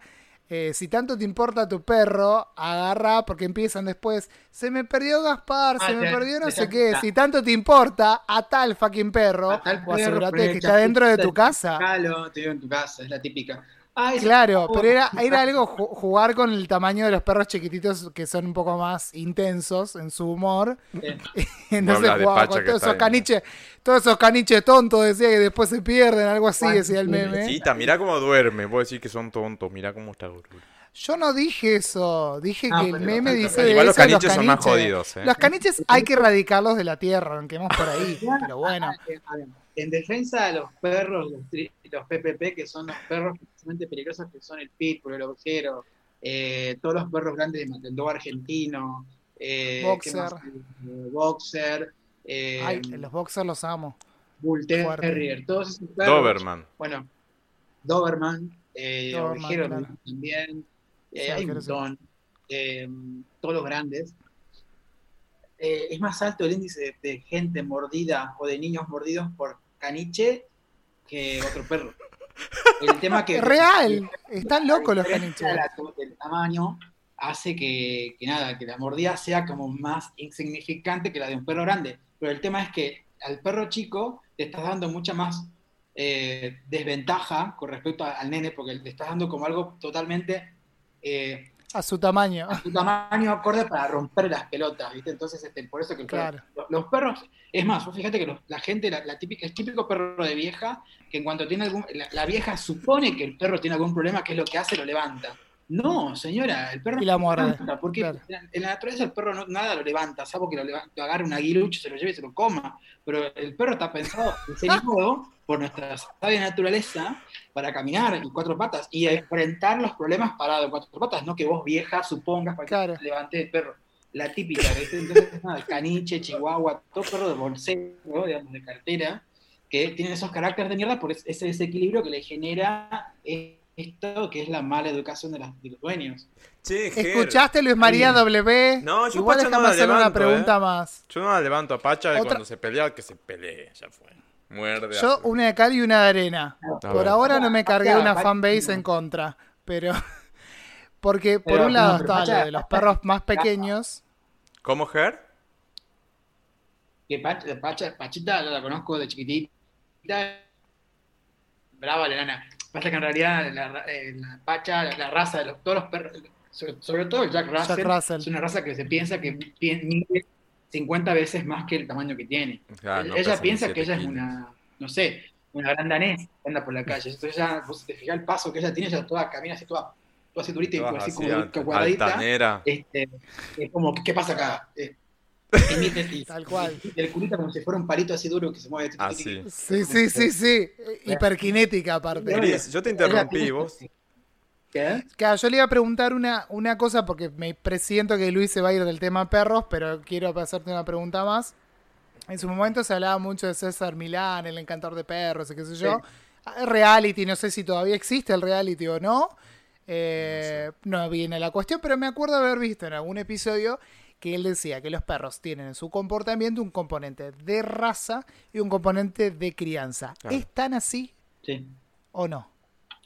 eh, Si tanto te importa tu perro, agarra, porque empiezan después. Se me perdió Gaspar,
Ah,
se me
ya,
perdió no
ya
sé
está.
qué. Si tanto te importa, ata al fucking perro.
a tal
o
perro,
asegúrate
poner
que está dentro de tu
chapita,
casa.
Calo, te digo en tu casa, es la típica. Ah, Ay, sí,
Claro,
por
pero era,
favor.
era algo ju- jugar con el tamaño de los perros chiquititos que son un poco más intensos en su humor.
Eh,
Entonces
hablas de
jugaba
Pacha
con
que
todos
está
esos
ahí, ¿no?
caniches, todos esos caniches tontos decía que después se pierden, algo así
Juan,
decía el
sí,
meme.
Chita, mirá cómo duerme. Vos decís que son tontos, mirá cómo está gordura.
Yo no dije eso, dije
Ah,
que el
pero-
meme
pero-
dice de
Igual los
eso de
caniches son más jodidos, ¿eh?
Los caniches hay que erradicarlos de la tierra, arranquemos por ahí, pero bueno.
eh, a ver, En defensa de los perros, los, tri- los PPP, que son los perros precisamente peligrosos, que son el pitbull, el boxero, eh, todos los perros grandes de- del dogo argentino, eh,
Boxer.
¿qué más? Eh, boxer, eh,
Ay, los boxers los amo.
Bull
fuerte.
Terrier, todos esos perros.
Doberman.
Bueno, Doberman, eh,
Doberman,
ovejero
claro.
también, eh,
Sí,
hay un
ovejero, sí.
montón, eh, todos los grandes. Eh, es más alto el índice de, de gente mordida o de niños mordidos por caniche que otro perro. El tema que
Es
eh,
real, están locos los
la diferencia
caniches.
de la- del tamaño hace que, que nada, que la mordida sea como más insignificante que la de un perro grande. Pero el tema es que al perro chico le estás dando mucha más eh, desventaja con respecto a- al nene, porque le estás dando como algo totalmente eh,
A su tamaño.
a su tamaño acorde para romper las pelotas, ¿viste? Entonces, este, por eso que el perro-
Claro.
lo- los perros, es más, vos fíjate que los- la gente, la, la típica, el típico perro de vieja, que en cuanto tiene algún, la, la vieja supone que el perro tiene algún problema, que es lo que hace, lo levanta. No, señora, el perro
Y la
no
muerde,
levanta, porque
claro.
en la naturaleza el perro no- nada lo levanta, salvo que lo, leva- lo agarre un aguilucho, se lo lleve y se lo coma, pero el perro está pensado en ser modo por nuestra sabia naturaleza para caminar en cuatro patas y enfrentar los problemas parado en cuatro patas, no que vos vieja supongas para
Claro.
que levante el perro. La típica, ¿viste? Entonces, nada, caniche, chihuahua, todo perro de bolsero, digamos, de cartera, que tienen esos caracteres de mierda por es- ese desequilibrio que le genera esto que es la mala educación de, las- de los dueños.
Che, Ger,
¿Escuchaste Luis María W?
No, yo
Igual
Pacha no
déjame
la
hacer una
levanto,
pregunta
eh.
más.
Yo no la levanto a Pacha y
Otra-
cuando se pelea, que se pelee. Ya fue. Muerde.
Yo
hace-
una de cal y una de arena.
A
Por
ver.
ahora no me cargué
Pacha,
una
Pacha,
fanbase
no.
en contra, pero porque por
Pero,
un lado
no, pero
está
Pacha-
lo de los perros más pequeños.
¿Cómo, Ger?
Que Pacha, Pacha- Pachita yo la conozco de chiquitita. Brava la nana. Pasa que en realidad la, ra- eh, la Pacha, la, la raza de los, todos los perros, sobre, sobre todo el Jack Russell,
Jack Russell.
es una raza que se piensa que pi- mide 50 veces más que el tamaño que tiene.
Ah,
Él-
no,
ella
pesa
piensa
17
que ella es
kilos.
una, no sé, una gran danés que anda por la calle. Entonces ella, vos te fijas el paso que ella tiene, ella toda camina así, toda, toda cinturita y
Todas
así
así,
como
alt-
cuadradita.
altanera.
Este, es como, ¿qué pasa acá? Eh, emite- y-
Tal cual.
y El culito como si fuera un palito así duro que se mueve.
Así.
Sí, sí, sí, sí. Hiperkinética aparte.
Gris, yo te interrumpí, vos.
¿Qué?
Claro, yo le iba a preguntar una, una cosa porque me presiento que Luis se va a ir del tema perros, pero quiero hacerte una pregunta más. En su momento se hablaba mucho de César Milán, el encantador de perros y qué sé yo. Ah, Reality, no sé si todavía existe el reality o no. Eh, no viene la cuestión, pero me acuerdo haber visto en algún episodio que él decía que los perros tienen en su comportamiento un componente de raza y un componente de crianza.
Claro.
¿Es tan así
Sí.
o no?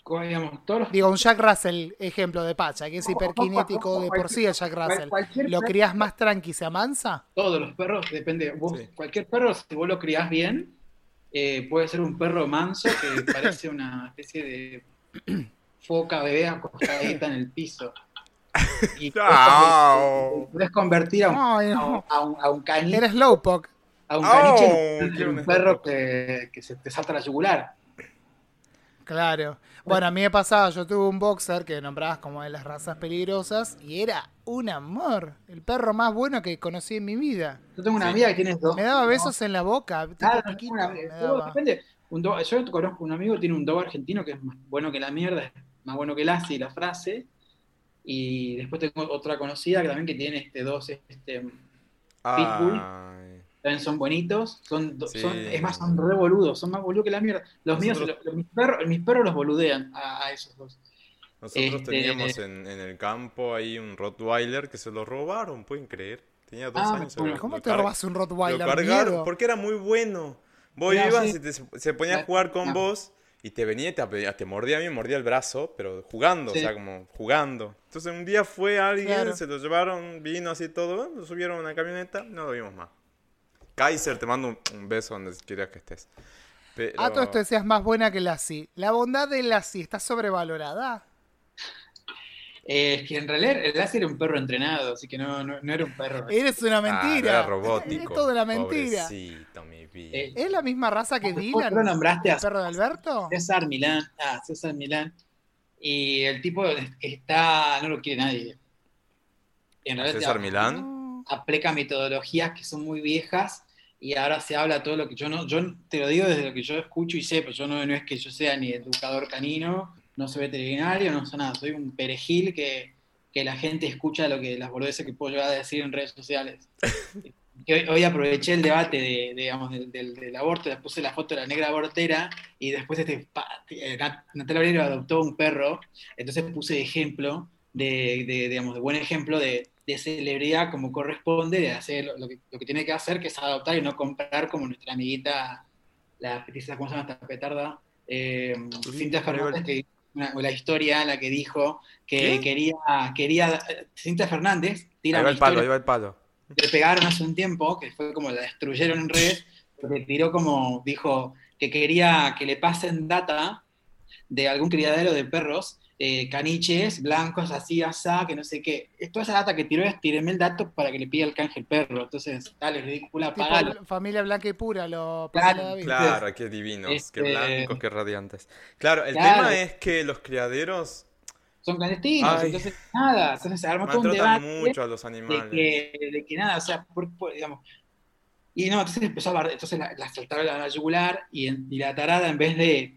Como digamos, todos los
Digo, un Jack Russell, ejemplo de Pacha, que es hiperkinético de por sí el Jack Russell.
Cualquier
¿Lo
perro-
crías más tranqui, se amansa?
Todos los perros, depende. Vos,
Sí.
Cualquier perro, si vos lo criás bien, eh, puede ser un perro manso que parece una especie de foca bebé acostadita en el piso. Y
Au.
puedes convertir a un,
Ay,
a un,
no.
a un- a un cani-
Eres Lowpoke.
a un
Au,
caniche en
qué
un
bueno.
perro que, que se te salta la yugular.
Claro. Bueno, a mí me pasaba, yo tuve un boxer que nombrabas como de las razas peligrosas y era un amor. El perro más bueno que conocí en mi vida.
Yo tengo una amiga que tiene dos.
Me daba besos en la boca. tipo
Claro,
piquito,
una-
me
todo
daba.
Uh, depende. Un do- yo conozco un amigo que tiene un dogo argentino que es más bueno que la mierda, es más bueno que la y la frase. Y después tengo otra conocida que también que tiene este dos, este,
Ay.
también son bonitos, son, do-
Sí.
son- es más, son re boludos, son más boludos que la mierda. Los míos,
Nosotros-
lo- lo- mis, perros, mis perros los boludean a, a esos dos.
Nosotros
Este-
teníamos en, en el campo ahí un Rottweiler que se lo robaron, pueden creer. Tenía dos
Ah,
años. se
bueno,
lo-
¿Cómo
lo
te
car-
robas un Rottweiler?
Lo cargaron
Miedo.
porque era muy bueno. Vos
Mirá,
ibas
sí.
y te- se ponía a
Claro,
jugar con
no.
vos y te venía y te, ape- te mordía a mí, me mordía el brazo, pero jugando,
Sí.
o sea, como jugando. Entonces un día fue alguien,
Claro.
se lo llevaron, vino así todo, lo subieron a una camioneta, no lo vimos más. Kaiser, te mando un, un beso donde quieras que estés. Pero-
A Ah, todo esto decías más buena que Lassie. La bondad de Lassie está sobrevalorada.
Eh, es que en realidad el Lassie era un perro entrenado, así que no, no, no era un perro.
Eres una
Ah,
mentira.
era robótico.
Es toda una mentira.
Pobrecito, mi vida.
Eh,
¿Es la misma raza que
Vos lo
Dylan?
nombraste
¿El
a
perro de Alberto?
César Milán, ah, César Milán. Y el tipo está, no lo quiere nadie. Y en
¿A
realidad
César
a-
Milán.
No.
aplica metodologías que son muy viejas y ahora se habla todo lo que yo no, yo te lo digo desde lo que yo escucho y sé, pero yo no, no es que yo sea ni educador canino, no soy veterinario, no soy nada, soy un perejil que, que la gente escucha lo que las boludeces que puedo llegar a decir en redes sociales. Que hoy, hoy aproveché el debate de, digamos, del, del- del aborto, les puse la foto de la negra abortera y después este, pa, eh, Nat- Natalia Oreiro adoptó un perro, entonces puse ejemplo de, de, digamos, de buen ejemplo de, de celebridad como corresponde, de hacer lo, lo que, lo que tiene que hacer, que es adoptar y no comprar como nuestra amiguita, la petiza, ¿cómo se llama esta petarda? Eh, Cintia Fernández, que, una- la historia en la que dijo que
¿Qué?
quería, quería, eh, Cintia Fernández, tira
Ahí va
una
el palo, ahí
historia
va el palo.
le pegaron hace un tiempo, que fue como la destruyeron en redes, porque tiró como, dijo que quería que le pasen data de algún criadero de perros, eh, caniches, blancos, así, asá, que no sé qué. Es Toda esa data que tiró es, tireme el dato para que le pida el canje el perro. Entonces, dale, ridícula,
Tipo,
pagalo.
familia blanca y pura, lo
Claro,
Pamela Davis.
Claro, qué divinos,
Este-
qué blancos, qué radiantes. Claro, el
Claro.
tema es que los criaderos
Son clandestinos,
Ay.
entonces nada, entonces se armó todo un
maltratan
debate.
mucho a los
de
animales.
que, de que nada, o sea, por- por- digamos. Y no, entonces empezó a hablar, entonces la, la saltaron a la yugular y, en- y la tarada en vez de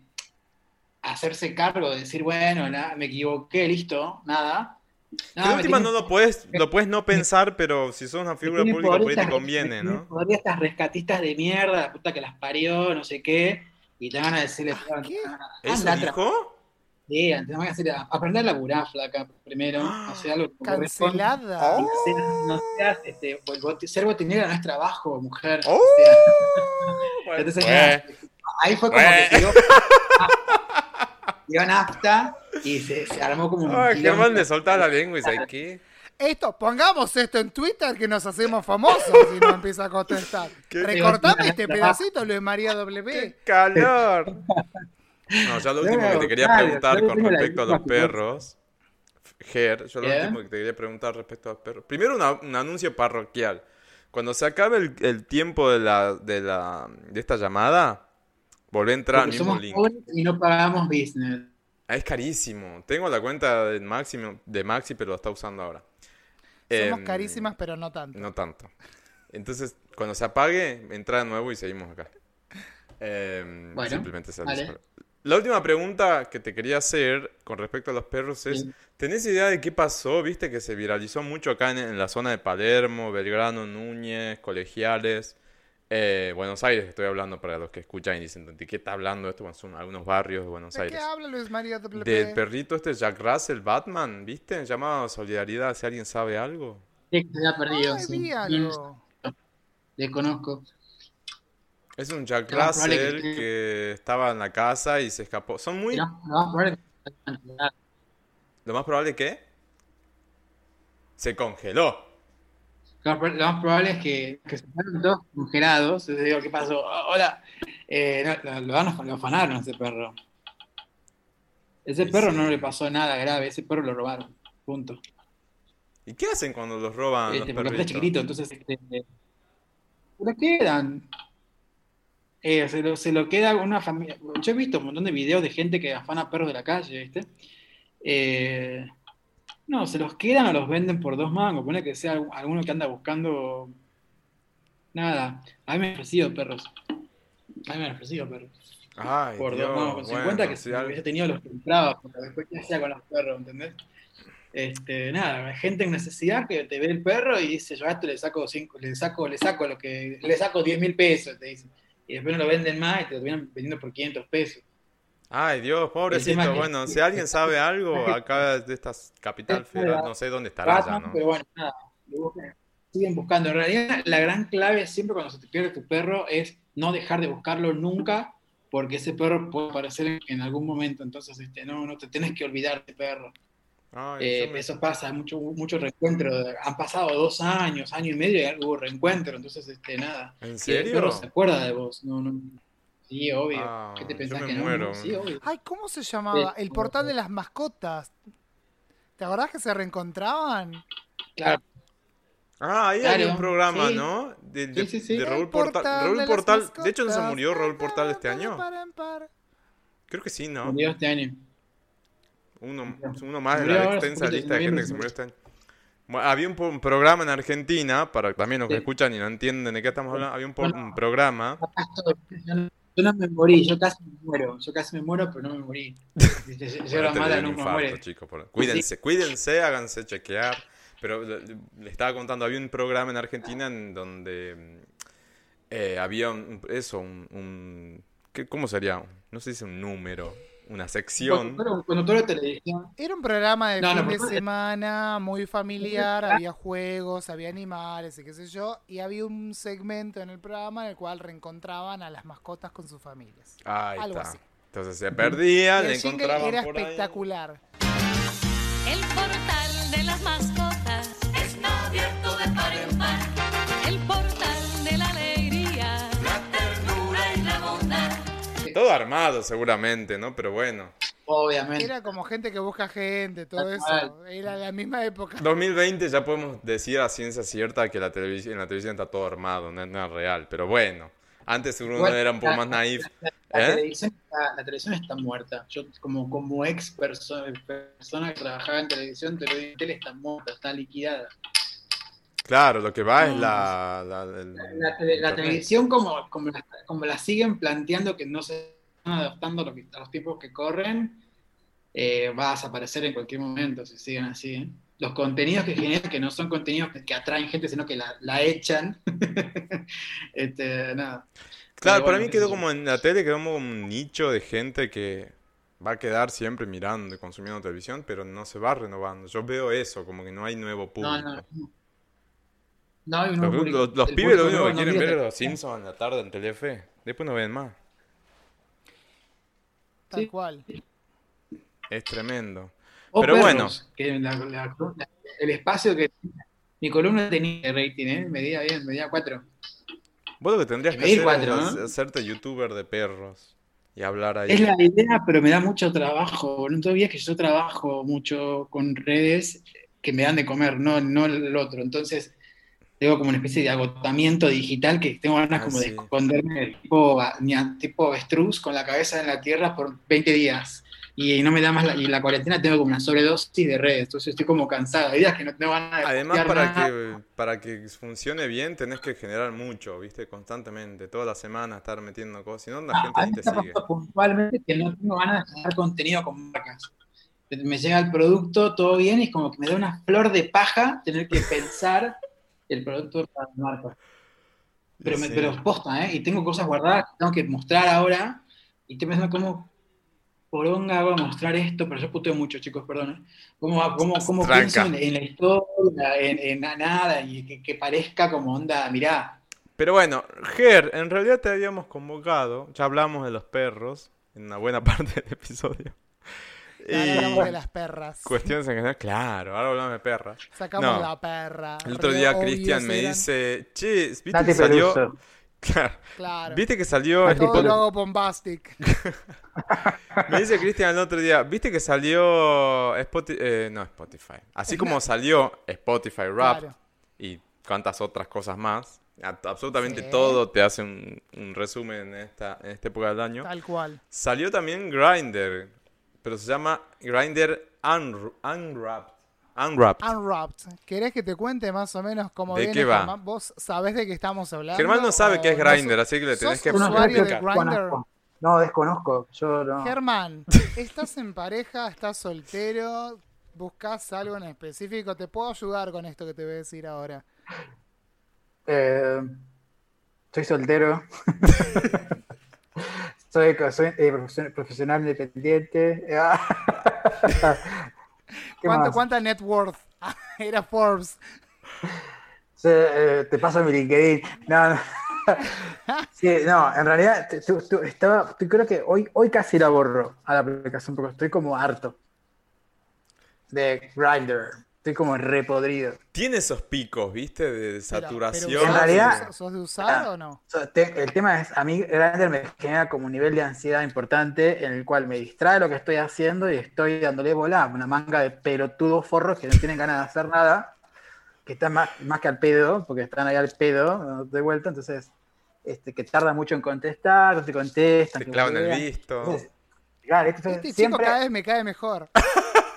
hacerse cargo, de decir, bueno, na- me equivoqué, listo, nada.
Que de
me
última
tienen-
no lo puedes, lo puedes no pensar, pero si sos una
me
figura
tienen
pública
por
por ahí te
estas-
conviene,
me
¿no?
tienen por ahí estas rescatistas de mierda, la puta que las parió, no sé qué, y te van a decirle,
¿qué?
Ah,
¿Eso dijo?
Tía, te van a hacer a- aprender a laburar, flaca, primero. Hacer algo que corresponde.
Oh.
Cancelada.
Y ser- no seas, este, bol- bot- ser botinera no es trabajo, mujer.
¡Oh!
O sea,
Bueno,
entonces, este,
bueno.
ahí fue como
Bueno.
que tiró, tiró nafta y se, se armó como un
Ay,
quilombo.
Germán le soltaba la lengua y ¿sabes qué?
Esto, pongamos esto en Twitter que nos hacemos famosos si no empieza a contestar.
Qué-
Recortame este pedacito, Luis María W.
¡Qué calor! No, ya lo
Luego,
último que te quería
claro,
preguntar
luego
con
tengo la
respecto a
misma
los perros, Ger, yo lo
¿Qué?
último que te quería preguntar respecto a los perros. Primero, una- un anuncio parroquial. Cuando se acabe el, el tiempo de, la, de, la, de esta llamada, volvé a entrar al
Porque
mismo
somos
link.
pobres y no pagamos business.
Ah, es carísimo. Tengo la cuenta de Maxi, de Maxi pero lo está usando ahora.
Somos
Em,
carísimas, pero no tanto.
no tanto. Entonces, cuando se apague, entra de nuevo y seguimos acá. Eh,
Bueno,
simplemente se
vale.
avisó. La última pregunta que te quería hacer con respecto a los perros es,
Sí.
¿tenés idea de qué pasó? Viste que se viralizó mucho acá en, en la zona de Palermo, Belgrano, Núñez, Colegiales, Eh, Buenos Aires, estoy hablando para los que escuchan y dicen, ¿de qué está hablando esto? Bueno, son algunos barrios de Buenos
¿De
Aires.
qué habla Luis María W?
Del perrito este Jack Russell, Batman, ¿viste? Llamado Solidaridad, si alguien sabe algo.
Sí, que se había perdido.
Ay,
sí.
vi algo.
Desconozco.
Es un Jack
Lo más probable que
Russell
esté-
que estaba en la casa y se escapó. Son muy...
Mirá, lo vas a poner en la-
Lo más probable que... Se congeló.
Lo más- lo más probable es que, que se fueron todos congelados. Yo digo, ¿qué pasó? Ah, Hola. Eh, no, lo, lo van a- lo afanaron a ese perro. Ese
Y
perro
sí.
no le pasó nada grave, ese perro lo robaron. Punto.
¿Y qué hacen cuando los roban
Este,
los
porque aparte es
perritos?
chiquitito, entonces este, se lo quedan. Eh, se, lo, se lo queda una familia. Yo he visto un montón de videos de gente que afana perros de la calle, ¿viste? Eh, no, se los quedan o los venden por dos mangos. Pone que sea algu- alguno que anda buscando. Nada. A mí me han ofrecido perros. A mí me han ofrecido perros.
Ay,
Por
Dios,
dos mangos. Con 50
bueno,
que
si
si
al-
hubiese tenido los compraba. Porque después, ¿qué hacía con los perros, entendés? Este, nada, hay gente en necesidad que te ve el perro y dice, yo a esto le saco cinco, le saco, le saco lo que, le saco 10 mil pesos, te dicen. Y después no lo venden más y te lo terminan vendiendo por 500 pesos.
Ay, Dios, pobrecito.
que-
Bueno, si alguien sabe algo acá de esta capital
Es
federal,
verdad.
no sé dónde estará ya,
Batman,
¿no?
pero bueno, nada, lo buscan, siguen buscando. En realidad, la gran clave siempre cuando se te pierde tu perro es no dejar de buscarlo nunca, porque ese perro puede aparecer en, en algún momento. Entonces, este, no, no te tienes que olvidar de perro.
Ay,
Eh,
yo me-
Eso pasa, mucho, mucho reencuentro. Han pasado dos años, año y medio y hubo reencuentro. Entonces, este, nada.
¿En
Y el
serio?
perro se acuerda de vos. No, no. Sí, obvio.
Ah,
¿Qué te
yo
pensás
me
que no?
muero.
Sí, obvio.
Ay, ¿cómo se llamaba?
Sí.
El portal de las mascotas. ¿Te acordás que se reencontraban?
Claro,
Ah, ahí hay
Claro,
un programa,
sí.
¿no? De, de-
Sí, sí, sí.
de Raúl
El
Portal. Raúl
las
Portal, de hecho, ¿no se
mascotas.
murió Raúl Portal este año?
Para, para, para.
Creo que sí, ¿no?
murió este año.
Uno,
Murió.
uno más de
Murió
la
ahora,
extensa
supuestamente,
lista de
en
gente
noviembre
que se murió
murió.
este año. Bueno, había un, po- un programa en Argentina, para también los que
Sí.
escuchan y no entienden de qué estamos hablando, había un, po-
Bueno.
un programa.
Acá estoy. Yo no, yo no me morí, yo casi me muero. Yo casi me muero, pero no me morí. Yo- Yo yo
Bueno,
era
te
mala,
dio un
nunca me
infarto,
muere.
chicos, por- Cuídense, cuídense, háganse chequear. Pero le, le estaba contando, había un programa en Argentina en donde mm, eh, había un, un- eso, un, un- ¿qué- ¿cómo sería? No sé si es un número, una sección.
Cuando conductor de televisión,
Era un programa de
No,
fin
no,
de
pero-
semana muy familiar, había juegos, había animales y qué sé yo, y había un segmento en el programa en el cual reencontraban a las mascotas con sus familias.
Ahí
Algo
está.
así.
Entonces se perdía,
Y
Ah, le
el jingle
encontraban
era
por ahí.
espectacular.
El portal de las mascotas está abierto de par en par. El portal de la alegría, la ternura y la bondad.
Todo armado seguramente, ¿no? Pero bueno.
obviamente.
Era como gente que busca gente, todo
Tal
eso. Era la misma época.
2020 ya podemos decir a ciencia cierta que la televisión, en la televisión está todo armado, no es nada real. Pero bueno, antes seguro
Igual,
era un poco
la-
más naif.
La,
¿Eh?
televisión está, la televisión está muerta. Yo, como, como ex perso- persona que trabajaba en televisión, te lo digo, la tele está muerta, está liquidada.
Claro, lo que va es
No,
la... la- el-
La, la tele- la
internet.
televisión, como, como, la, como la siguen planteando, que no se están adaptando a lo que- a los tiempos que corren, eh, va a desaparecer en cualquier momento si siguen así. ¿eh? Los contenidos que generan, que no son contenidos que, que atraen gente, sino que la, la echan. este, nada.
Claro,
Pero
para
bueno,
mí
qué sé
quedó
yo.
como en la tele, quedó como un nicho de gente que va a quedar siempre mirando y consumiendo televisión, pero no se va renovando. Yo veo eso, como que no hay nuevo
No,
público.
no. no. No hay un
Los,
nuevo público.
los- los
El
pibes lo
público
único
nuevo
que
no
quieren
mira
ver es
tele-
los Simpsons en la tarde en Telefe. Después no ven más.
Tal
Sí.
cual.
Es tremendo.
O
Pero
perros, que la- la- la- el espacio que mi columna tenía de rating, ¿eh? medía bien, medía 4.
Vos lo que tendrías que
Medir
hacer
cuatro,
es
¿no?
hacerte youtuber de perros y hablar ahí.
Es la idea, pero me da mucho trabajo. boludo. Todavía es que yo trabajo mucho con redes que me dan de comer, no, no el otro. Entonces, tengo como una especie de agotamiento digital que tengo ganas
Ah,
como
sí.
de esconderme tipo, a- ni a- tipo avestruz con la cabeza en la tierra por 20 días. Y no me da más la, y la cuarentena tengo como una sobredosis de redes, entonces estoy como cansada. Hay días que no tengo ganas de
Además,
postear
para
nada.
que, para que funcione bien, tenés que generar mucho, ¿viste? Constantemente, toda la semana estar metiendo cosas. Si no, la gente
A
Ah,
ni
mí
te
me Ah, está
sigue.
pasando puntualmente que no tengo ganas de generar contenido con marcas. Me llega el producto, todo bien, y es como que me da una flor de paja tener que pensar el producto para la marca.
Pero, me,
Sí.
pero posta, ¿eh? Y tengo cosas guardadas que tengo que mostrar ahora. Y estoy pensando cómo poronga voy a mostrar esto, pero yo puteo mucho, chicos, perdón. ¿eh? ¿Cómo, va- cómo, cómo
Tranca.
pienso en, en la historia, en, en na- nada, y que, que parezca como onda, mirá,
Pero bueno, Ger, en realidad te habíamos convocado. Ya hablamos de los perros en una buena parte del episodio.
Ahora hablamos de
Y
las perras.
cuestiones en general, claro, ahora hablamos de perras.
Sacamos
No.
la perra.
El otro
Re
día
obvios
Cristian me
Ah, eran.
dice, che, ¿viste
Nati
que salió?
Peluso.
Claro,
Claro.
¿Viste que salió
Nati
este
Todo
Peluso.
lo hago bombastic.
Me dice Cristian el otro día, ¿viste que salió Spotify? no, Spotify. Así como salió Spotify Rap
Claro.
y cuantas otras cosas más, a- absolutamente
Sí.
todo te hace un, un resumen en esta, en esta época del año.
Tal cual.
Salió también Grinder, pero se llama Grinder Unwrapped. Unwrapped.
Ah, Unwrapped. ¿Querés que te cuente más o menos cómo
¿De
viene?
qué va?
Germán? ¿Vos sabés de qué estamos hablando?
Germán no sabe
o
qué es
no
Grindr,
su-
así que le
sos
tenés que
unos usuario de
explicar.
Grindr.
Conozco. No, desconozco. Yo no.
Germán, ¿estás en pareja? ¿Estás soltero? ¿Buscas algo en específico? ¿Te puedo ayudar con esto que te voy a decir ahora?
Eh, soy soltero. soy soy, eh, profesio- profesional independiente. ¿Qué
¿Cuánto,
más?
¿Cuánta net worth? Era Forbes.
Sí, eh, te paso mi LinkedIn. No, no. Sí, no, en realidad te- tú- tú- estaba, tú- creo que hoy, hoy casi la borro a la aplicación porque estoy como harto de Grindr. Estoy como repodrido.
Tiene esos picos, ¿viste? De
Pero- pero
saturación.
¿usás-
En realidad-
¿Sos de usar o no?
O sea, te- el tema es, a mí Grindr me genera como un nivel de ansiedad importante en el cual me distrae lo que estoy haciendo y estoy dándole bola a una manga de pelotudos forros que no tienen ganas de hacer nada, que están más, más que al pedo, porque están ahí al pedo de vuelta, entonces este, que tarda mucho en contestar, no te contestan.
Te
que
clavan el
boludean.
visto.
Entonces, claro, esto es-
Este chico
eh, siempre,
cada vez me cae mejor.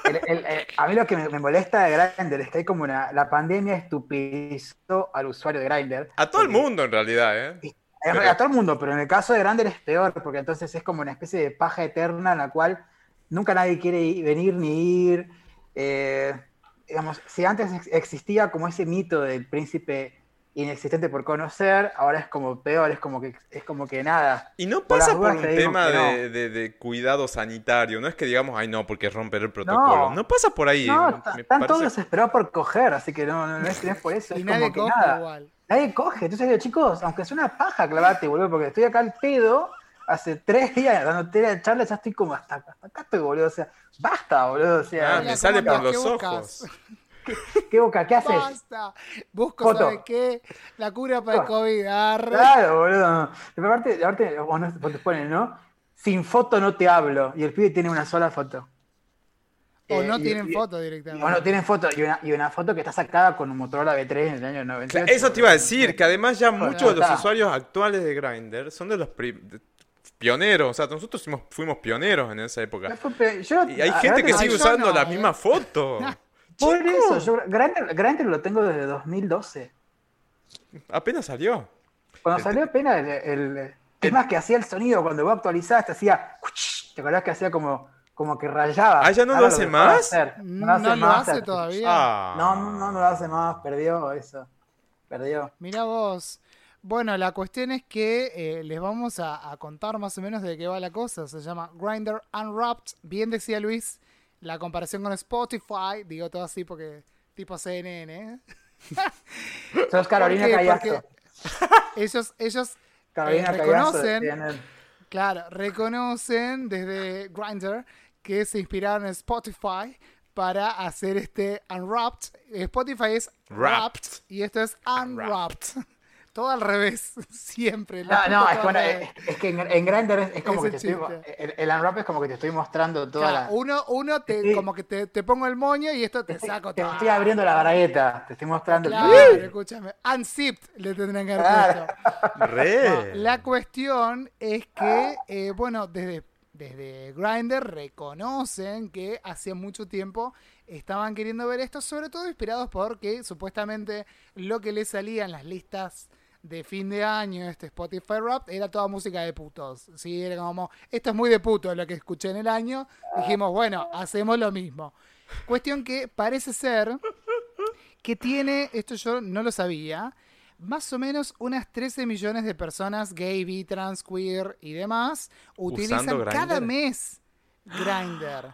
el- el- el- a mí lo que me, me molesta de Grindr es que hay como una, la pandemia estupidizó al usuario de Grindr.
A todo el
porque-
mundo, en realidad, ¿eh?
a-
Pero-
A todo el mundo, pero en el caso de Grander es peor, porque entonces es como una especie de paja eterna en la cual nunca nadie quiere i- venir ni ir. Eh, digamos, si antes ex- existía como ese mito del príncipe inexistente por conocer, ahora es como peor, es como que, es como que nada.
Y no
Por las
pasa por
dudas
un
te digo
tema
que no.
de, de- de cuidado sanitario. No es que digamos, ay, no, porque es romper el protocolo. No,
No.
pasa por ahí.
No,
Me
está- están
parece-
todos desesperados por coger, así que no, no, no es, no es por eso.
Y
es
nadie
como que
coge
nada.
igual.
Nadie coge. Entonces digo, chicos, aunque es una paja clavate, boludo, porque estoy acá al pedo hace tres días dándote la charla, ya estoy como hasta, hasta acá estoy, boludo. O sea, basta, boludo. O sea,
Ah,
Mira,
me sale
¿cómo
por
no?
los
¿Qué buscas?
ojos.
¿qué boca? ¿Qué haces?
Basta. Busco,
Foto. Ah,
¿sabes qué? La cura para el COVID. Arre.
Claro, boludo. Pero aparte, aparte vos no, vos te ponen, ¿no? Sin foto no te hablo. Y el pibe tiene una sola foto.
O
Eh,
no
y-
tienen
y-
foto
y-
directamente.
O no tienen foto. Y una, y una foto que está sacada con un Motorola V3 en el año
Cla-
90.
Eso te iba a decir, que además ya muchos de los
está.
usuarios actuales de Grindr son de los pri- de- pioneros. O sea, nosotros fuimos, fuimos pioneros en esa época.
Yo,
Y hay gente que
no,
sigue
yo
usando
no,
la
¿eh?
misma foto.
Por
Chicos,
eso, yo Grindr, Grindr lo tengo desde 2012.
Apenas salió.
Cuando
Este,
salió apenas el, el- Es más, que hacía el sonido cuando vos actualizabas, te hacía. ¿Te acordás que hacía como, como que rayaba?
Ah, ¿ya no lo
Ahora
hace
dejó de
más?
hacer.
Mm, No,
lo hace
lo
más.
hace todavía.
Ah.
No, no, no, no lo hace más. Perdió eso. Perdió.
Mirá vos. Bueno, la cuestión es que eh, les vamos a, a contar más o menos de qué va la cosa. Se llama Grinder Unwrapped. Bien decía Luis, la comparación con Spotify. Digo todo así porque tipo CNN. ¿eh?
Sos Carolina
¿Por qué?
Callazo.
Porque Ellos, ellos
Carolina
eh,
Callazo.
reconocen-
tiene-
Claro, reconocen desde Grindr que se inspiraron en Spotify para hacer este Unwrapped. Spotify es Wrapped
Wrapped.
y esto es Unwrapped. Todo al revés, siempre. la puta
No, no, es,
todo
bueno, eh,
al
es,
revés.
es que en, en Grindr es, es como
Es
que
el
te estoy. El, el unwrap es como que te estoy mostrando toda
Claro,
la.
uno, uno te,
Sí.
como que te, te pongo el moño y esto te saco
Te
todo.
estoy abriendo la bragueta. Te estoy mostrando.
Claro, escúchame. Unzipped le tendrían que haber
Claro.
puesto.
Re.
La cuestión es que, eh, bueno, desde, desde Grindr reconocen que hace mucho tiempo estaban queriendo ver esto, sobre todo inspirados porque supuestamente lo que les salía en las listas de fin de año, este Spotify Rap, era toda música de putos. ¿sí? Era como, esto es muy de puto lo que escuché en el año. Dijimos, bueno, hacemos lo mismo. Cuestión que parece ser que tiene, esto yo no lo sabía, más o menos unas 13 millones de personas gay, bi, trans, queer y demás utilizan
¿Usando
cada
Grindr?
mes Grinder,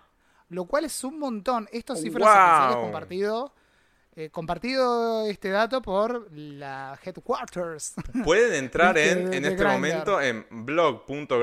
lo cual es un montón. Estas cifras
Oh, ¡Wow!
oficiales compartido, eh, compartido este dato por la headquarters.
Pueden entrar
Viste,
en,
de-
en
de
este
Grindr.
momento en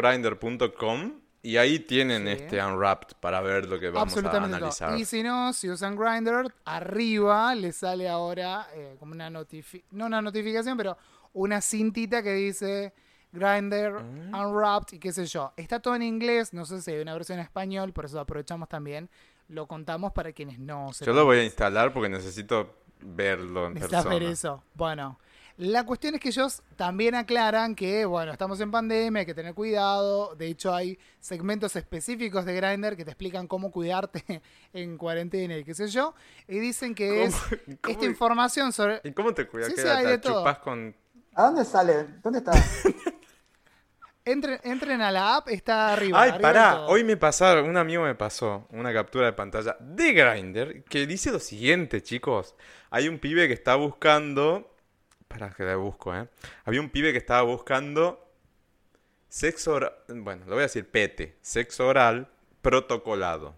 blog.grinder.com y ahí tienen
Sí.
este unwrapped para ver lo que vamos a
Absolutamente todo.
analizar.
Y si no, si usan Grinder, arriba le sale ahora eh, como una notificación, no una notificación, pero una cintita que dice Grinder
Ah.
Unwrapped y qué sé yo. Está todo en inglés, no sé si hay una versión en español, por eso aprovechamos también. Lo contamos para quienes no se
Yo lo voy a instalar porque necesito verlo en
Necesitas ver
persona.
eso. Bueno, la cuestión es que ellos también aclaran que, bueno, estamos en pandemia, hay que tener cuidado. De hecho, hay segmentos específicos de Grindr que te explican cómo cuidarte en cuarentena y qué sé yo. Y dicen que es
¿Cómo- cómo-
esta información sobre.
¿Y cómo te cuidas?
Sí,
¿Qué
sí,
la-
hay
la
de todo.
chupás con
¿A dónde sale? ¿Dónde está?
Entren, entren a la app, está arriba.
Ay,
arriba de
pará,
todo.
hoy me pasaron, un amigo me pasó una captura de pantalla de Grinder que dice lo siguiente, chicos. Hay un pibe que está buscando. Pará, que la busco, ¿eh? Había un pibe que estaba buscando sexo oral. Bueno, lo voy a decir pete. Sexo oral protocolado.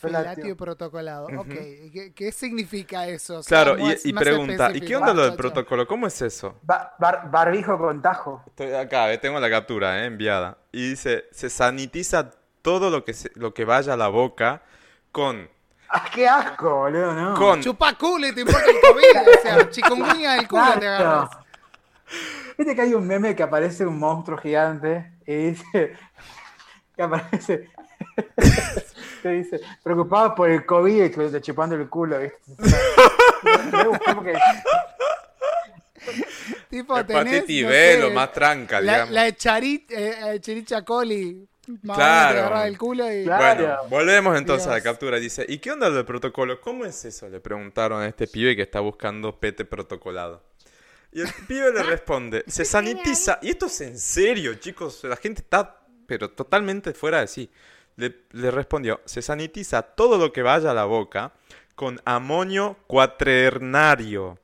Felatio protocolado. Ok, ¿Qué, qué significa eso? O sea,
Claro, y,
más-
y
más
pregunta, ¿y
específico, Ah,
qué onda lo del
muchacho.
protocolo? ¿Cómo es eso?
Ba- bar- barbijo con tajo.
Estoy acá, eh, tengo la captura eh, enviada. Y dice, se sanitiza todo lo que, se- lo que vaya a la boca con...
Ah, ¡Qué asco, boludo! No.
con
Chupá culo y te importa el COVID. o sea, chikungunya del culo te agarras.
Exacto. Viste que hay un meme que aparece un monstruo gigante y dice que aparece que dice preocupado por el COVID y te chupando el culo, ¿viste? Lo voy a buscar porque-
Tipo, tenés,
hepatitis
no
B,
sé,
lo más tranca,
la,
digamos.
la de chari- eh, eh, chiricha coli. Más o menos
Claro.
te agarraba el culo y...
Claro.
Bueno, volvemos entonces a la
Dios.
captura. Dice, ¿y qué onda lo del protocolo? ¿Cómo es eso? Le preguntaron a este pibe que está buscando pete protocolado. Y el pibe le responde, se sanitiza. Y esto es en serio, chicos. La gente está, pero totalmente fuera de sí. Le, le respondió, se sanitiza todo lo que vaya a la boca con amonio cuaternario,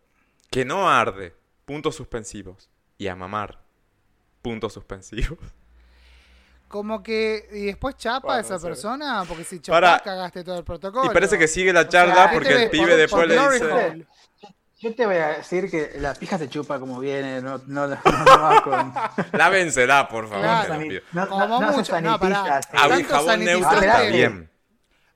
que no arde. Puntos suspensivos. Y a mamar. Puntos suspensivos.
Como que... Y después chapa a
Bueno,
esa
en serio.
persona, porque si chapa
Para.
cagaste todo el protocolo.
Y parece que sigue la
O sea,
charla
este
porque el
ves
pibe
por-
después
por
le
Glory
dice...
Hole.
Yo te voy a decir que la pija se chupa como viene, no, no, no, no va con.
Lávensela, por favor.
Claro.
te lo pido.
No,
Como
no, no se
mucho, no,
sanitiza,
pará.
sí.
Ah,
Agua y
Tanto
jabón neutro
sanitizante.
está bien.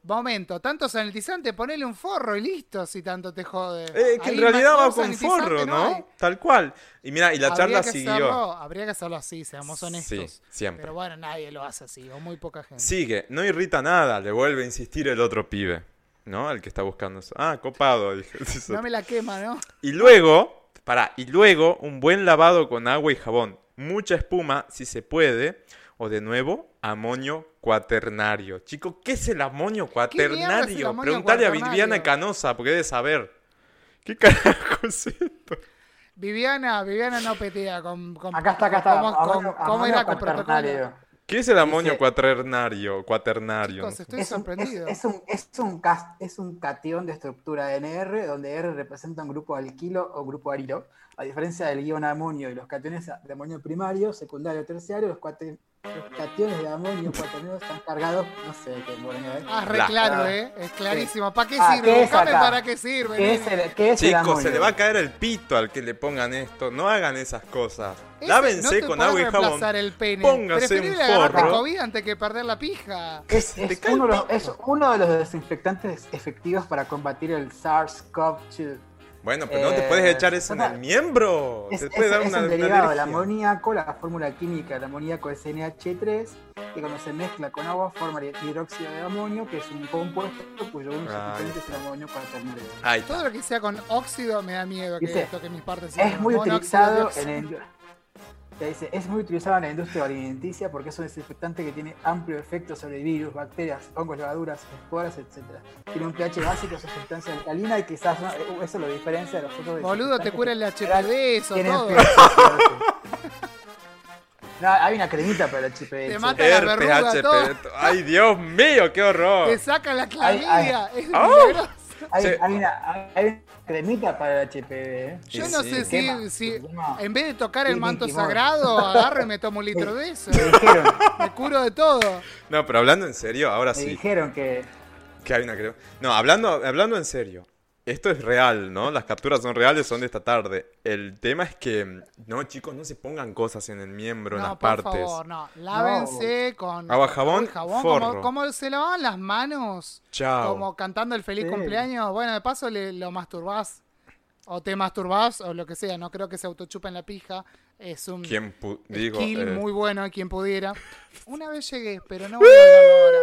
Momento, tanto sanitizante, ponele un forro y listo, si tanto te jode.
Eh, que en
Ahí
realidad
más-
va
más
con
sanitizante
forro, ¿no?
hay.
Tal cual. Y mira, y la charla
habría que
siguió.
hacerlo- habría que hacerlo así, seamos honestos.
Sí, siempre.
Pero bueno, nadie lo hace así, o muy poca gente.
Sigue, no irrita nada, le vuelve a insistir el otro pibe, ¿no? El que está buscando eso. Ah, copado, dijo.
No me la quema, ¿no?
Y luego, para, y luego un buen lavado con agua y jabón, mucha espuma si se puede, o de nuevo, amonio cuaternario. Chico, ¿qué es el amonio
mierda es el
cuaternario?
amonio
Preguntale a
cuaternario?
Viviana Canosa, porque debe saber. ¿Qué carajo es esto?
Viviana, Viviana no petea con, con-
Acá está, acá está.
¿Cómo, cómo-
Amonio-
cómo era con
amonio
protocolo?
cuaternario.
¿Qué es el amonio
Dice-
cuaternario? Cuaternario.
Chicos,
no sé.
estoy
Es un-
sorprendido.
Es, es un, es, un cas- es un cation de estructura NR, donde R representa un grupo alquilo o grupo arilo. A diferencia del guión amonio y los cationes de amonio primario, secundario, terciario, los, cuate- los cationes de amonio cuaternario están cargados, no sé de qué ¿eh? moronga es.
Ah, re
Bla.
claro,
Ah.
¿eh? Es clarísimo. ¿Para qué
Ah,
sirve?
¿qué es
Buscame
acá?
para qué sirve.
¿Qué es
nene.
el, qué es el
Chicos,
amonio?
se le va a caer el pito al que le pongan esto. No hagan esas cosas.
Ese no
Lávense
te
con
podés
agua y jabón.
reemplazar el pene.
Póngase
Preferible
un
agarrarte
forro.
COVID antes que perder la pija.
Es,
te
es
cae
uno de
el
los, es uno de los desinfectantes efectivos para combatir el SARS-CoV-2.
Bueno, pero no te
Eh,
puedes echar eso en
total.
el miembro.
Es,
te puede
es-
dar
es
una,
un
una
derivado del
alergia.
amoníaco, la fórmula química del amoníaco es NH3, que cuando se mezcla con agua forma hidróxido de amonio, que es un compuesto cuyo único
Ah,
sustituyente
ahí
es el amonio cuaternario.
Ahí está.
Todo lo que sea con óxido me da miedo que
Dice,
toque mis partes.
Es muy
Monóxido de
utilizado en
óxido.
el- te dice, es muy utilizado en la industria alimenticia porque es un desinfectante que tiene amplio efecto sobre virus, bacterias, hongos, levaduras, esporas, etc. Tiene un pH básico, es sustancia alcalina y quizás no- Eh, eso lo diferencia de los otros
Boludo, te
desinfectantes
cura el
que-
HPV, eso
Tienen
todo.
pH, sí. No, hay una cremita para el HPV.
Te
sí.
mata la
Herpes,
verruga, todo.
HP. Ay, Dios mío, qué horror.
Te saca la clamidia. Es
¡Oh!
milagroso.
Hay,
Sí.
hay una, hay una cremita para el HPV. ¿eh?
Yo
Sí,
no
sí.
sé si,
Quema,
si
quema.
Ah. en vez de tocar el
Sí,
manto
Mickey Mouse.
sagrado, agarro y me tomo un litro de eso.
Me dijeron,
Me curo de todo.
No, pero hablando en serio, ahora
me
Ah, sí.
dijeron que
Que hay una crema. No, hablando, hablando en serio. Esto es real, ¿no? Las capturas son reales, son de esta tarde. El tema es que, no, chicos, no se pongan cosas en el miembro, en las
No, por
partes.
favor, no. Lávense con
Agua, jabón,
con jabón
forro.
como, como se lavaban las manos,
Chao.
como cantando el feliz
Sí.
cumpleaños. Bueno, de paso le, lo masturbás. O te masturbás o lo que sea. No creo que se autochupen la pija. Es un
¿Quién pu- digo?
skill
eh,
muy bueno, quien pudiera. Una vez llegué, pero no voy a hablar ahora.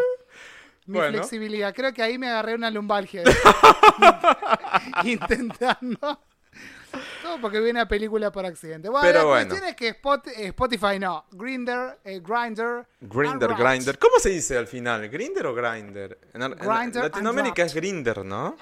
Mi
Bueno.
flexibilidad. Creo que ahí me agarré una lumbalgia. ¿eh? Intentando. Todo porque vi una película por accidente. Bueno,
Pero
la
bueno.
cuestión es que Spot- eh, Spotify no. Grinder, eh, Grinder.
Grinder, Grinder. ¿Cómo se dice al final? ¿Grinder o Grinder? En, Ar- en
Grindr
Latinoamérica es
Unwrapped.
Grinder, ¿no?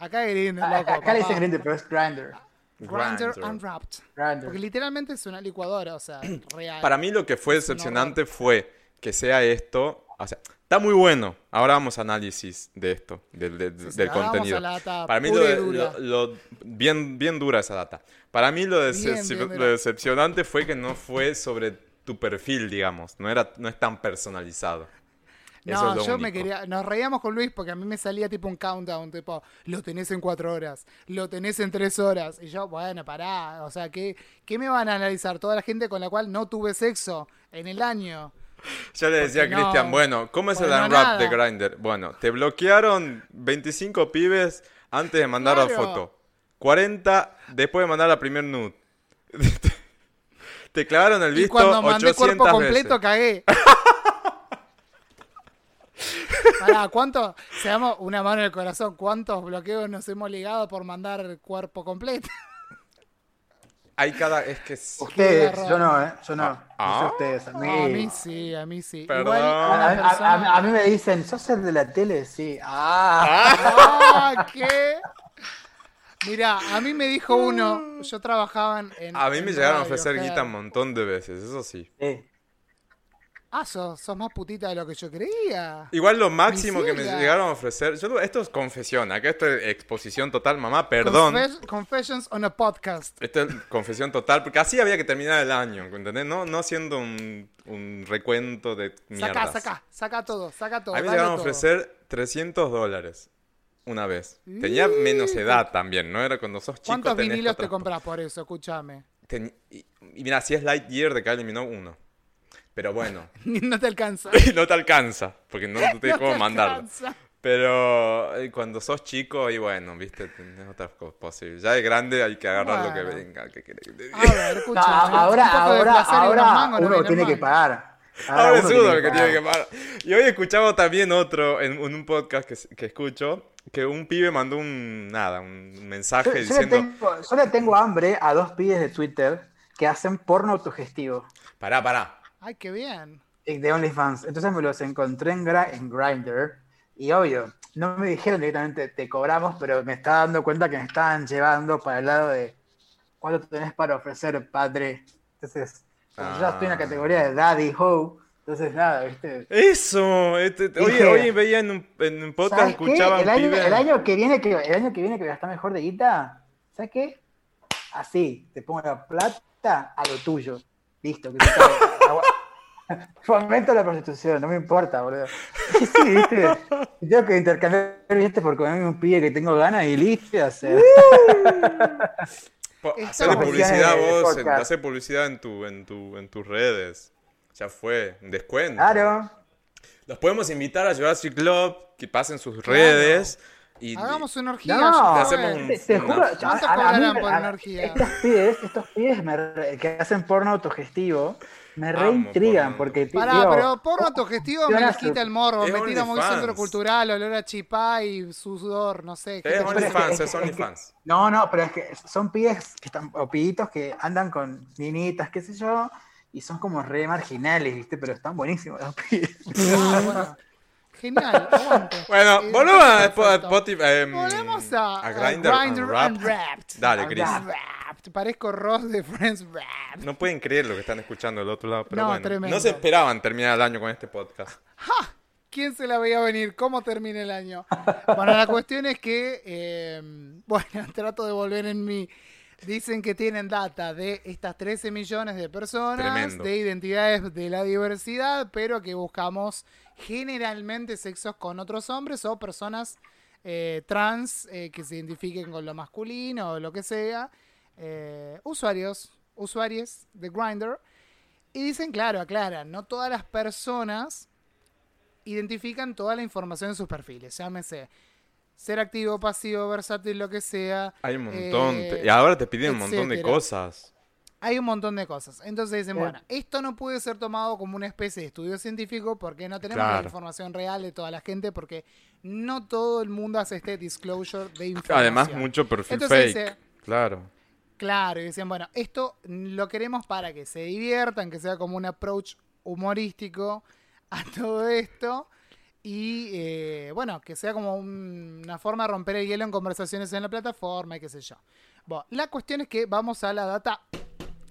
Acá es Grinder.
a- Ah, acá le dicen Grindr, pero es Grindr.
Grinder
Grindr.
Unwrapped.
Grindr.
Porque literalmente es una licuadora, o sea, real.
Para mí lo que fue decepcionante fue que sea esto, o sea, está muy bueno. Ahora vamos a análisis de esto, del, del-
Sí, sí,
del
ahora vamos
contenido.
a la data
Para mí
pura y
lo,
dura.
lo- lo- bien, bien dura esa data. Para mí lo,
Bien,
decep-
bien dura.
lo decepcionante fue que no fue sobre tu perfil, digamos. No era, no es tan personalizado. Eso
No,
es lo
yo me
único.
quería. Nos reíamos con Luis porque a mí me salía tipo un countdown, tipo, lo tenés en cuatro horas, lo tenés en tres horas. Y yo, bueno, pará. O sea, ¿qué, qué me van a analizar? Toda la gente con la cual no tuve sexo en el año.
Yo le decía a
Porque
Cristian,
no,
bueno, ¿cómo es el
porque no
unwrap de
nada.
Grindr? Bueno, te bloquearon 25 pibes antes de mandar la
Claro.
foto. 40 después de mandar la primer nude. te clavaron el
Y
visto
cuando
800
mandé cuerpo completo,
veces.
cagué. Pará, ¿cuántos? Seamos una mano en el corazón. ¿Cuántos bloqueos nos hemos ligado por mandar cuerpo completo?
Hay cada... Es que... es-
Ustedes,
garrón.
yo no, ¿eh? Yo no.
Ah.
No sé ustedes, a mí.
No, a mí sí, a mí sí.
Perdón.
Igual,
A,
una
a-
persona-
a- a mí me dicen, ¿sos el de la tele? Sí. Ah.
Ah, ¿qué? Mira, a mí me dijo uno, yo trabajaba en... en-
A mí
en
me llegaron a
radio,
ofrecer
Ger.
guita un montón de veces, eso sí.
Sí.
Ah, sos, sos más putita de lo que yo creía.
Igual lo máximo que me
Misilas.
llegaron a ofrecer... yo- esto es confesión, acá esto es exposición total, mamá, perdón.
Confes- confessions on a podcast.
Esta es confesión total, porque así había que terminar el año, ¿entendés? No, no haciendo un, un recuento de
Saca,
mierdas.
saca, saca todo, saca todo.
A mí me
dame
llegaron a
todo.
ofrecer 300 dólares una vez. Tenía menos edad también, ¿no? Era cuando sos chico.
Mm. ¿Cuántos
tenés
vinilos te
otras-
compras por eso? Escúchame.
Ten- Y, y mira, si es Lightyear de acá eliminó uno. Pero bueno,
No te alcanza.
no te alcanza, porque no, no te
No
cómo
te
mandarlo.
alcanza.
Pero eh, cuando sos chico, y bueno, viste, tenés otras cosas posibles. Ya de grande hay que agarrar lo que
Bueno.
venga. que querés que te diga.
A ver,
No,
escúchame. un
Ah, ahora,
poco de
ahora,
placer y unos mangos
ahora
no
uno
vienen
tiene que
mal.
pagar.
Ahora es
Ah, uno
uno el que tiene que pagar. Y hoy escuchaba también otro en un un podcast que, que escucho, que un pibe mandó un nada, un mensaje
Yo, yo le
diciendo,
tengo, yo le tengo hambre a dos pibes de Twitter que hacen porno autogestivo
pará, pará.
Ay, qué bien.
eh, de OnlyFans. Entonces me los encontré en, Gra- en Grindr y obvio, no me dijeron directamente te cobramos, pero me estaba dando cuenta que me estaban llevando para el lado de ¿cuánto tenés para ofrecer, padre? Entonces, como yo ya estoy en
Ah.
la categoría de Daddy Ho, entonces nada, ¿viste?
Eso, este, te- oye,
Dije-
hoy veía en un, en un podcast,
¿Sabes qué?
escuchaba a un
el, año,
pibe.
el año que viene que el año que viene que voy a estar mejor de guita, ¿sabes qué? Así, te pongo la plata a lo tuyo. Listo, que se acabe. Agua- Fomento la prostitución, no me importa, boludo. Sí, sí, viste. Y Tengo que intercambiar billetes por comerme un pibe que tengo ganas y listo. o sea.
Uh. Po-
Esta
Hacele publicidad
publicidad de- de
vos, en,
podcast.
hacé publicidad en, tu, en, tu, en tus redes. Ya fue, un descuento.
Claro.
Los podemos invitar a Jurassic Club, que pasen sus redes. Y,
Hagamos una orgía.
No,
yo
te
creo
hacemos
que-
un-
Te, te juro,
¿Cuánto
a- a- a mí
cobrarán
me-
por
a-
una orgía?
Estos pibes, estos pibes me re- que hacen porno autogestivo me
Amo porno
reintrigan porque
Pará,
digo, oh,
pero porno autogestivo me
funciona
les quita
su-
el morbo,
Es
me tira muy
OnlyFans.
centro cultural, olor a chipá y sudor, no sé.
Es
gente-
Pero
OnlyFans,
es
es
que- es que-
OnlyFans.
No, no, pero es que son pibes que están, o pibitos que andan con ninitas, qué sé yo, y son como re marginales, ¿viste? Pero están buenísimos los pibes.
Ah, bueno. Genial, aguante.
Bueno,
Eh,
volvemos a
perfecto.
Spo- Spotify. em,
Volvemos a,
a
a
Grindr
Grindr
Unwrapped.
Unwrapped.
Dale, Cris.
Unwrapped. Parezco Ross de Friends Wrapped.
No pueden creer lo que están escuchando del otro lado, pero
No,
bueno.
tremendo.
No se esperaban terminar el año con este podcast.
¿Quién se la veía venir? ¿Cómo termina el año? Bueno, la cuestión es que, eh, bueno, trato de volver en mí. Dicen que tienen data de estas 13 millones de personas,
Tremendo.
de identidades de la diversidad, pero que buscamos generalmente sexos con otros hombres o personas eh, trans eh, que se identifiquen con lo masculino o lo que sea. eh, usuarios, usuarios de Grindr. Y dicen, claro, aclaran, no todas las personas identifican toda la información en sus perfiles, llámese ser activo, pasivo, versátil, lo que sea.
Hay un montón.
eh,
te- y ahora te piden un montón de
etcétera.
cosas.
Hay un montón de cosas. Entonces dicen,
Eh.
bueno, esto no puede ser tomado como una especie de estudio científico porque no tenemos la
Claro.
información real de toda la gente porque no todo el mundo hace este disclosure de información.
Además, mucho perfil
Entonces eh,
fake.
dice-
Claro.
Claro, y decían, bueno, esto lo queremos para que se diviertan, que sea como un approach humorístico a todo esto. Y eh, bueno, que sea como un- una forma de romper el hielo en conversaciones en la plataforma y qué sé yo. Bueno, la cuestión es que vamos a la data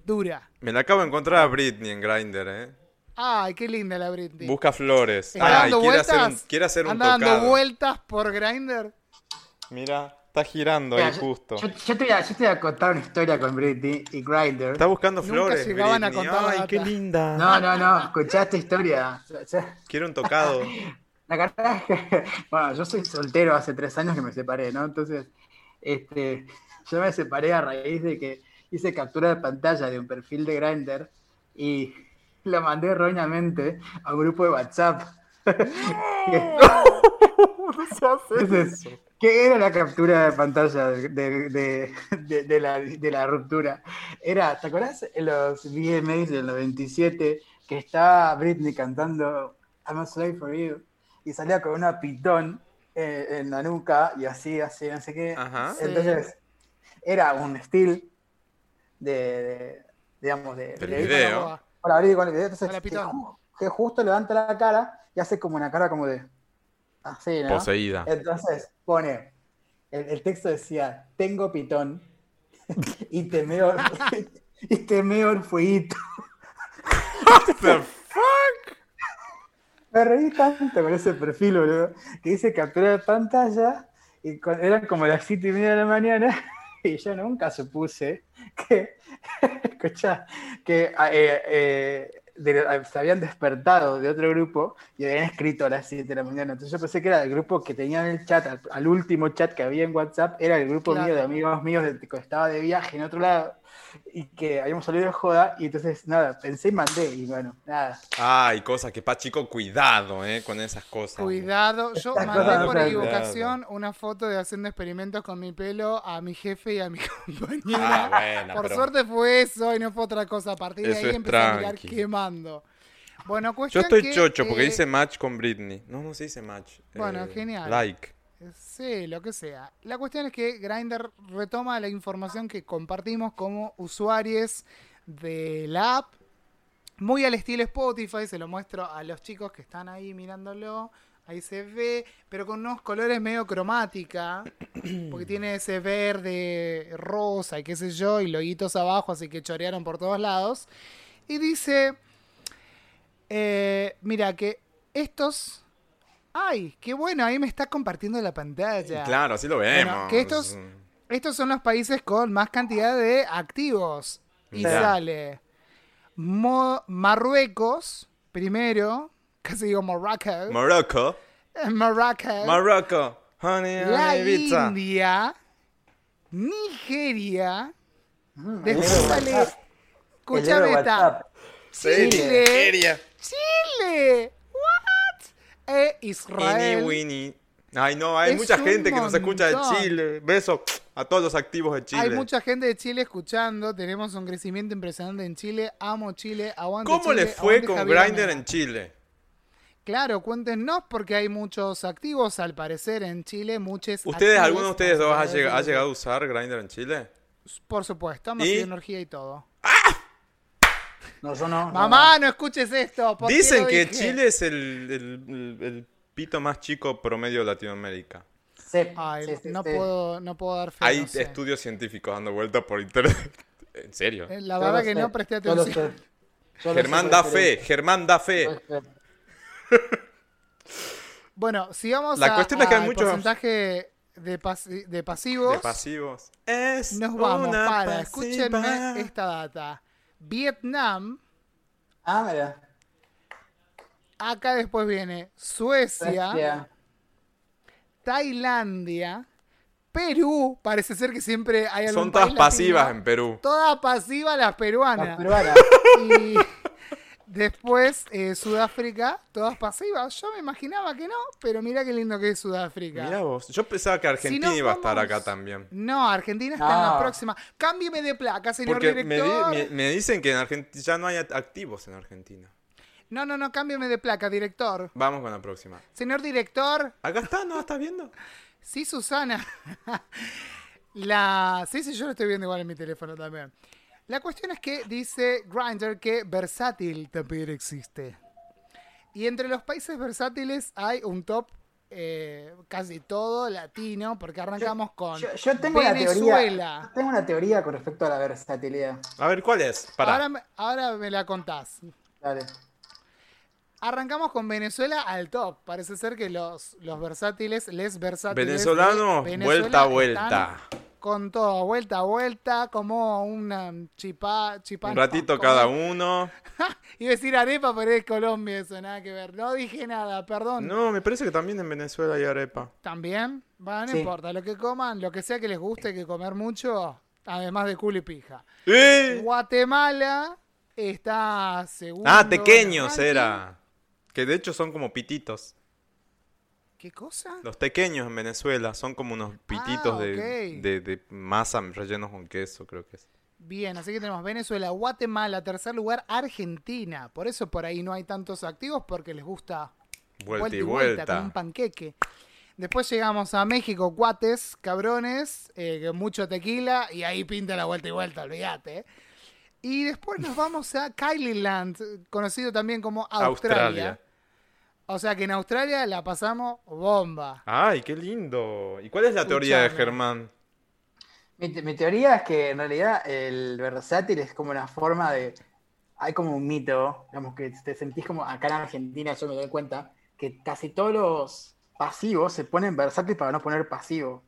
dura.
Me la acabo de encontrar a Britney en Grindr, ¿eh?
Ay, qué linda la Britney.
Busca flores.
¿Está
Ah,
dando
quiere
vueltas?
hacer un, quiere hacer un
Anda dando
tocado.
vueltas por Grindr.
Mira, está girando
Mira,
ahí
yo-
justo.
Yo, yo te voy a, yo te voy a contar una historia con Britney y Grindr.
Está buscando
Nunca
flores.
llegaban a
Britney.
contar la
Ay, qué
data.
linda.
No, no, no, escuchá esta historia. O sea,
Quiero un tocado.
La carta es que, bueno, yo soy soltero hace tres años que me separé, ¿no? Entonces, este, yo me separé a raíz de que hice captura de pantalla de un perfil de Grindr y la mandé erróneamente a un grupo de WhatsApp. Entonces, ¿Qué era la captura de pantalla de, de- de- de- de la, de la ruptura? Era, ¿te acuerdas en los VMAs del 97 que estaba Britney cantando I'm a slave for you? y salía con una pitón eh, en la nuca y así, así, no sé qué.
Ajá.
Entonces, era un estilo de, de- digamos, de,
Del
de-
video.
para abrir con el video. Entonces,
Con la
que,
pitón.
ju- que justo levanta la cara y hace como una cara como de. Así, ¿no?
Poseída.
Entonces, pone. El, el texto decía: Tengo pitón y te meo. y te meo el fueguito. Me reí tanto con ese perfil, boludo, que hice captura de pantalla y con- eran como las 7 y media de la mañana y yo nunca supuse que, escuchá, que ah, eh, eh, de- ah, se habían despertado de otro grupo y habían escrito a las 7 de la mañana. Entonces yo pensé que era el grupo que tenía en el chat, al, al último chat que había en WhatsApp, era el grupo
Claro.
mío de amigos míos de, que estaba de viaje en otro lado y que habíamos salido de joda y entonces nada, pensé y mandé y bueno, nada.
Ay, cosas que pa chico, cuidado, eh, con esas cosas.
Cuidado, yo
Estas
mandé
cosas
por
no se
equivocación una foto de haciendo experimentos con mi pelo a mi jefe y a mi compañera.
Ah, bueno,
por
pero
suerte fue eso y no fue otra cosa. A partir de
Eso
ahí
es
empecé a mirar
tranqui.
quemando. Bueno,
Yo
cuestión
estoy
que,
chocho porque
eh,
hice match con Britney. No, no se dice match.
Bueno,
eh,
genial.
Like.
Sí, lo que sea. La cuestión es que Grindr retoma la información que compartimos como usuarios de la app. Muy al estilo Spotify, se lo muestro a los chicos que están ahí mirándolo. Ahí se ve, pero con unos colores medio cromática, porque tiene ese verde, rosa y qué sé yo, y loguitos abajo, así que chorearon por todos lados. Y dice, eh, mira que estos... ¡Ay, qué bueno! Ahí me está compartiendo la pantalla.
Claro, así lo vemos. Mm.
que estos- Estos son los países con más cantidad de activos. Y
Mirá.
sale Mo- Marruecos, primero, casi digo Morocco.
Morocco.
Morocco.
Morocco. Honey,
Eh. la
honey, pizza.
India, Nigeria,
Mm,
después
el negro
sale,
WhatsApp, el negro
escúchame esta,
WhatsApp.
Sí,
Chile.
Nigeria.
Chile, what? E
Ini,
Israel,
Winnie. Ay, no, hay
Es
mucha
un
gente que nos escucha de
montón.
Chile. Besos a todos los activos de Chile.
Hay mucha gente de Chile escuchando. Tenemos un crecimiento impresionante en Chile. Amo Chile. Aguante
¿Cómo
Chile,
le fue
aguante
con
Javier
Grindr
Amena.
en Chile?
Claro, cuéntenos porque hay muchos activos al parecer en Chile. Muchos.
¿Ustedes,
activos.
alguno de ustedes dos ha
Vamos a ver
llegado, ha
si-
llegado a usar Grindr en Chile?
Por supuesto, hemos
¿Y?
sido energía y todo.
No, yo no. no.
Mamá, no escuches esto. ¿por qué
Dicen
lo
que
dije?
Chile es el, el- el- el pito más chico promedio de Latinoamérica.
Sí,
Ay,
sí, sí,
no,
sí.
Puedo, no puedo dar fe.
Hay
Ah, no sé.
estudios científicos dando vueltas por internet. ¿En serio?
Eh, La
Yo
verdad
lo
que
sé,
no presté
yo lo
atención.
sé. Yo lo
Germán
sé,
da
pero-
fe, Germán da fe.
yo lo sé.
Bueno, sigamos
La
a-
cuestión es que hay
al
muchos-
porcentaje de, pasi- de pasivos.
De pasivos. Es
Nos vamos
una
para,
pasiva.
escúchenme esta data. Vietnam,
Ah, mira.
acá después viene Suecia,
Suecia.
Tailandia, Perú, parece ser que siempre hay algún
Son todas
país latino.
pasivas en Perú.
Todas pasivas las
Las
peruanas.
peruanas.
Y después eh, Sudáfrica, todas pasivas. Yo me imaginaba que no, pero mira qué lindo que es Sudáfrica.
Mirá vos. Yo pensaba que Argentina
nos
iba a estar
vamos-
acá también.
No, Argentina está en la
Ah.
próxima. Cámbieme de placa, señor
Porque me, di-
director.
me- me dicen que en Argentina ya no hay act- activos en Argentina.
No, no, no, cámbieme de placa, director.
Vamos con la próxima.
Señor director,
Acá está, ¿no? ¿Estás viendo?
sí, Susana. la. Sí, sí, yo lo estoy viendo igual en mi teléfono también. La cuestión es que dice Grindr que versátil también existe. Y entre los países versátiles hay un top eh, casi todo latino, porque arrancamos con
Yo, yo tengo una
Venezuela.
teoría. yo Tengo una teoría con respecto a la versatilidad.
A ver, ¿cuál es? Pará.
Ahora, me- ahora me la contás.
Dale.
Arrancamos con Venezuela al top. Parece ser que los, los versátiles, les versátiles.
Venezolanos,
de
vuelta
Venezuela
a vuelta.
están Con todo, vuelta a vuelta, como una chipá, chipá.
Un ratito
como-
cada uno.
Iba a decir arepa, pero es Colombia eso, nada que ver. No dije nada, perdón.
No, me parece que también en Venezuela hay arepa.
También, va, no
Sí.
importa. Lo que coman, lo que sea que les guste, que comer mucho, además de culo y pija.
¡Eh!
Guatemala está segundo.
Ah,
en el
tequeños
ranking.
era. Que de hecho son como pititos.
¿Qué cosa?
Los tequeños en Venezuela son como unos pititos de-
ok.
de, de masa rellenos con queso, creo que es.
Bien, así que tenemos Venezuela, Guatemala, tercer lugar, Argentina. Por eso por ahí no hay tantos activos porque les gusta
Vuelta, y
como un
vuelta.
panqueque. Después llegamos a México, cuates, cabrones, eh, que mucho tequila y ahí pinta la vuelta y vuelta, olvídate. eh. Y después nos vamos a Kyliland, conocido también como Australia.
Australia.
O sea que en Australia la pasamos bomba.
Ay, qué lindo. ¿Y cuál es la teoría de
Escuchame.
Germán?
Mi, te- mi teoría es que en realidad el versátil es como una forma de. Hay como un mito, digamos, que te sentís como acá en Argentina, yo me doy cuenta, que casi todos los pasivos se ponen versátil para no poner pasivo.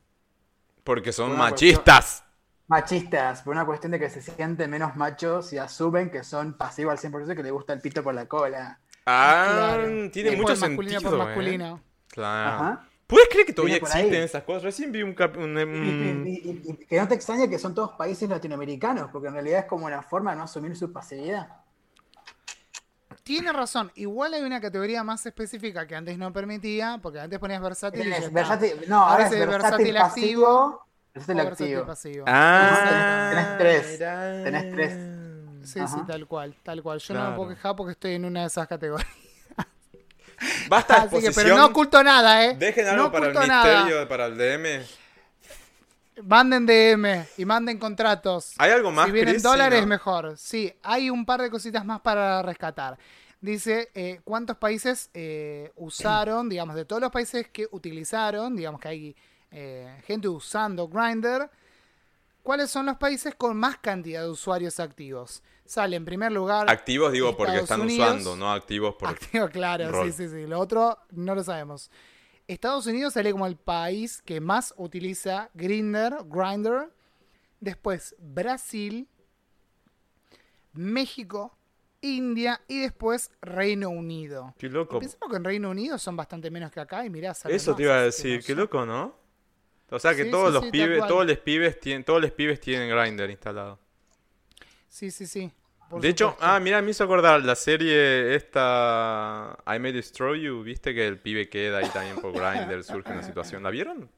Porque son
Una
machistas.
Machistas, por una cuestión de que se sienten menos machos y asumen que son pasivos al 100% y que le gusta el pito por la cola.
Ah,
Claro.
tiene
Después
mucho
masculino
sentido.
por
¿eh?
masculino.
Claro.
Ajá.
¿Puedes creer que todavía
Viene por ahí.
existen esas cosas? Recién vi un, cap- un- em,
Y-
un-
Y, y- y que no te extraña que son todos países latinoamericanos, porque en realidad es como una forma de no asumir su pasividad.
Tiene razón. Igual hay una categoría más específica que antes no permitía, porque antes ponías versátil. y ya
Es
está.
versátil- no,
Ahora
ahora
es
es
versátil
versátil pasivo. Versátil
O versátil
activo.
pasivo.
Ah,
Tenés tres.
mirá.
Tenés tres.
Sí, sí,
Ajá.
tal cual, tal cual. Yo no me
Claro.
puedo quejar porque estoy en una de esas categorías.
Basta
Así que,
exposición.
Ah, pero no oculto nada, ¿eh?
Dejen algo
no
para el
oculto nada.
misterio, para el DM.
Manden DM y manden contratos.
¿Hay algo más,
Si vienen
Cris? Sí,
dólares,
¿no?
mejor. Sí, hay un par de cositas más para rescatar. Dice eh, cuántos países eh, usaron, digamos, de todos los países que utilizaron, digamos que hay eh, gente usando Grindr. ¿Cuáles son los países con más cantidad de usuarios activos? Sale en primer lugar.
Activos, digo, porque
Estados
están
Unidos.
usando, no activos por.
Activo, claro,
rol.
sí, sí, sí. Lo otro no lo sabemos. Estados Unidos sale como el país que más utiliza Grindr, Grindr. Después Brasil, México, India y después Reino Unido.
Qué loco.
Pensamos que en Reino Unido son bastante menos que acá y mirá, salen
Eso
más,
te iba a
así que
decir,
no
qué
sé.
loco, ¿no? O sea que
Sí,
todos
sí,
los
sí, tal
pibes,
cual.
todos los pibes tienen, todos los pibes tienen Grindr instalado.
Sí, sí, sí. por
De hecho,
supuesto.
ah, mira, me hizo acordar la serie esta I May Destroy You, viste que el pibe queda y también por Grindr surge una situación. ¿La vieron?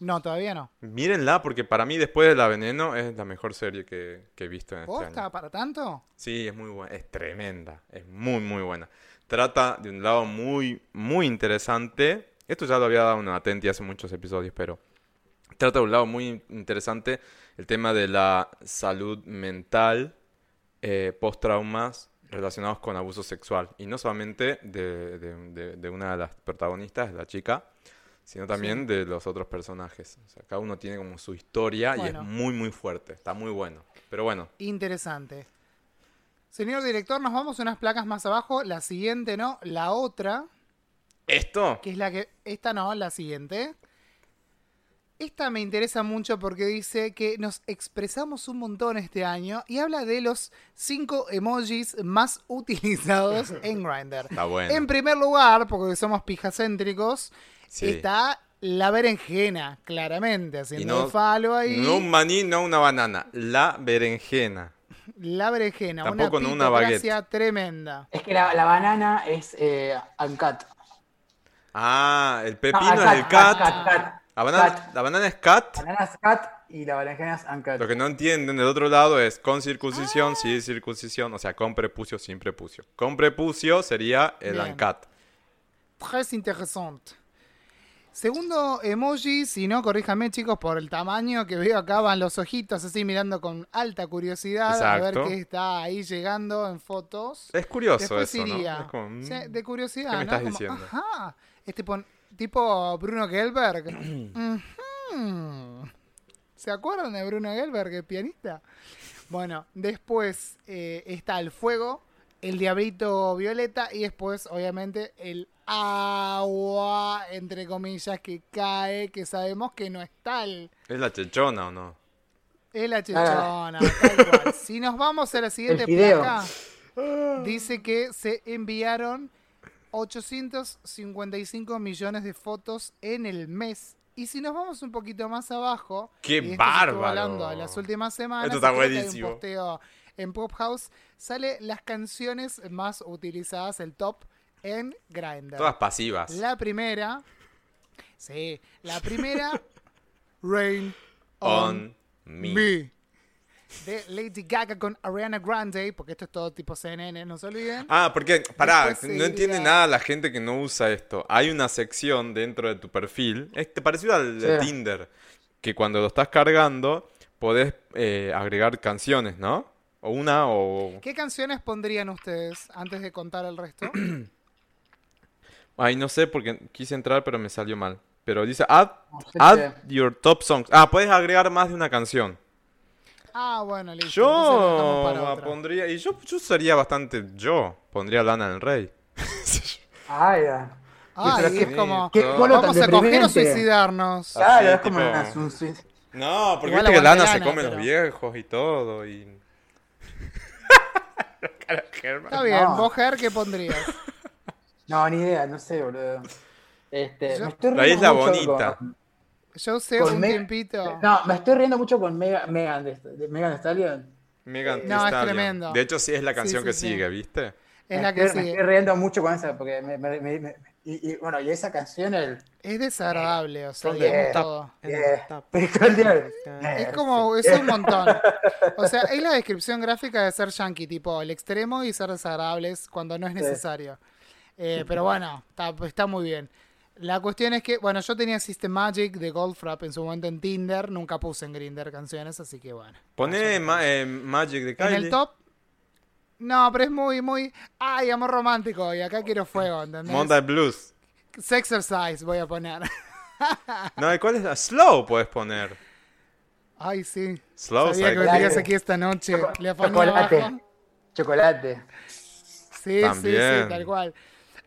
No, todavía no.
Mírenla porque para mí después de La Veneno es la mejor serie que, que he visto en este año.
¿Posta para tanto?
Sí, es muy buena, es tremenda, es muy muy buena. Trata de un lado muy muy interesante. Esto ya lo había dado una atenti hace muchos episodios, pero trata de un lado muy interesante el tema de la salud mental eh, post-traumas relacionados con abuso sexual. Y no solamente de, de- de- de una de las protagonistas, la chica, sino también de los otros personajes. O sea, cada uno tiene como su historia y
Bueno.
es muy muy fuerte, está muy bueno. Pero bueno,
Interesante. Señor director, nos vamos unas placas más abajo. La siguiente, ¿no? La otra
Esto.
que es la que. Esta no, la siguiente. Esta me interesa mucho porque dice que nos expresamos un montón este año y habla de los cinco emojis más utilizados en Grindr.
Está bueno.
En primer lugar, porque somos pijacéntricos,
Sí.
está la berenjena, claramente, haciendo
no-
un falo ahí.
No un maní, no una banana. La berenjena.
La berenjena,
Tampoco no
una
una baguette.
pitocracia tremenda.
Es que la, la banana es eh, uncut.
Ah, el
No,
pepino es
uncut,
el cat.
uncut, cat.
La banana,
Cat.
la banana es ah, cat.
Banana es cat y la berenjena es uncut.
Lo que no entienden del otro lado es con
Ah.
circuncisión, sin circuncisión, o sea, con prepucio, sin prepucio. Con prepucio sería el
Bien.
ancat.
Tres interesante. Segundo emoji, si no, corríjame chicos por el tamaño que veo acá, van los ojitos así mirando con alta curiosidad a
Exacto.
ver qué está ahí llegando en fotos.
Es curioso
Después
eso,
iría.
¿no? Es como, mm,
Sí, de curiosidad,
¿qué me
¿no?
estás
Como,
diciendo?
Ajá. Es tipo, tipo Bruno Gelberg. Ujú. ¿Se acuerdan de Bruno Gelberg, el pianista? Bueno, después eh, está el fuego, el diablito violeta y después, obviamente, el agua, entre comillas, que cae, que sabemos que no es tal.
¿Es la chechona o no?
Es la chichona, tal cual. Si nos vamos a la siguiente
El fideo.
placa, dice que se enviaron 855 millones de fotos en el mes. Y si nos vamos un poquito más abajo,
¡Qué
y esto se estuvo
bárbaro!
hablando en las últimas semanas,
Esto está
y creo que hay un
buenísimo.
posteo en Pop House sale las canciones más utilizadas, el top en Grindr.
Todas pasivas.
La primera, sí, la primera, Rain
On me.
Me. De Lady Gaga con Ariana Grande, porque esto es todo tipo CNN, no se olviden.
Ah, porque, pará,
Después
no entiende
sería-
nada la gente que no usa esto. Hay una sección dentro de tu perfil, este, parecido al de
Sí.
Tinder, que cuando lo estás cargando podés eh, agregar canciones, ¿no? O una o...
¿Qué canciones pondrían ustedes antes de contar el resto?
Ay, no sé, porque quise entrar pero me salió mal. Pero dice, add,
sé
add your top songs. Ah, puedes agregar más de una canción.
Ah, bueno, listo. entonces lo dejamos
Yo
para
la
otra.
pondría, y yo, yo sería bastante yo, pondría Lana del Rey.
Ay, ya.
Ay,
Pero
es
qué-
como,
qué
no.
bolo tan
vamos a coger o
deprimente.
suicidarnos.
Ah,
Claro,
sí,
es como
tipo-
una su- su-
No, porque
Igual
viste que
aguante
Lana se
Lana,
come los
pero-
viejos y todo, y... La cara de Germán.
Está bien,
No.
vos, Ger, ¿qué pondrías?
No, ni idea, no sé, boludo. Este,
Yo-
me estoy
La
riendo
isla
mucho
bonita.
con-
Yo sé
Con
un
Meg-
tiempito.
No, me estoy riendo mucho con Mega- Megan de, de Megan Thee Stallion.
Megan Thee
No, es
Stallion.
tremendo.
Eh, De hecho, sí es la canción
sí,
que
sí. Ah,
sigue, ¿viste?
Es
Me
la que
estoy- Me
sigue.
estoy riendo mucho con esa, porque me, me- me- me- y, y, bueno, y esa canción, el...
Es desagradable, o sea,
¿Dónde?
digamos
Está-
todo.
eh, todo el día, eh,
Es como, es un montón. O sea, es la descripción gráfica de ser yankee, tipo el extremo y ser desagradables cuando no es necesario. Eh, pero bueno, está, está muy bien. La cuestión es que, bueno, yo tenía System Magic de Goldfrapp en su momento en Tinder, nunca puse en Grinder canciones, así que bueno.
Poné ma- eh, Magic de
En
Kylie.
el top, no, pero es muy, muy, ay, amor romántico, y acá quiero fuego, ¿entendés?
Monday Blues.
Sexercise voy a poner.
No, ¿y ¿cuál es la? Slow puedes poner.
Ay, sí.
Slow
Sabía que
Cycle.
me tenías
Dale.
aquí esta noche. Le afané abajo.
Chocolate. Chocolate.
Sí, sí, sí,
También.
tal cual.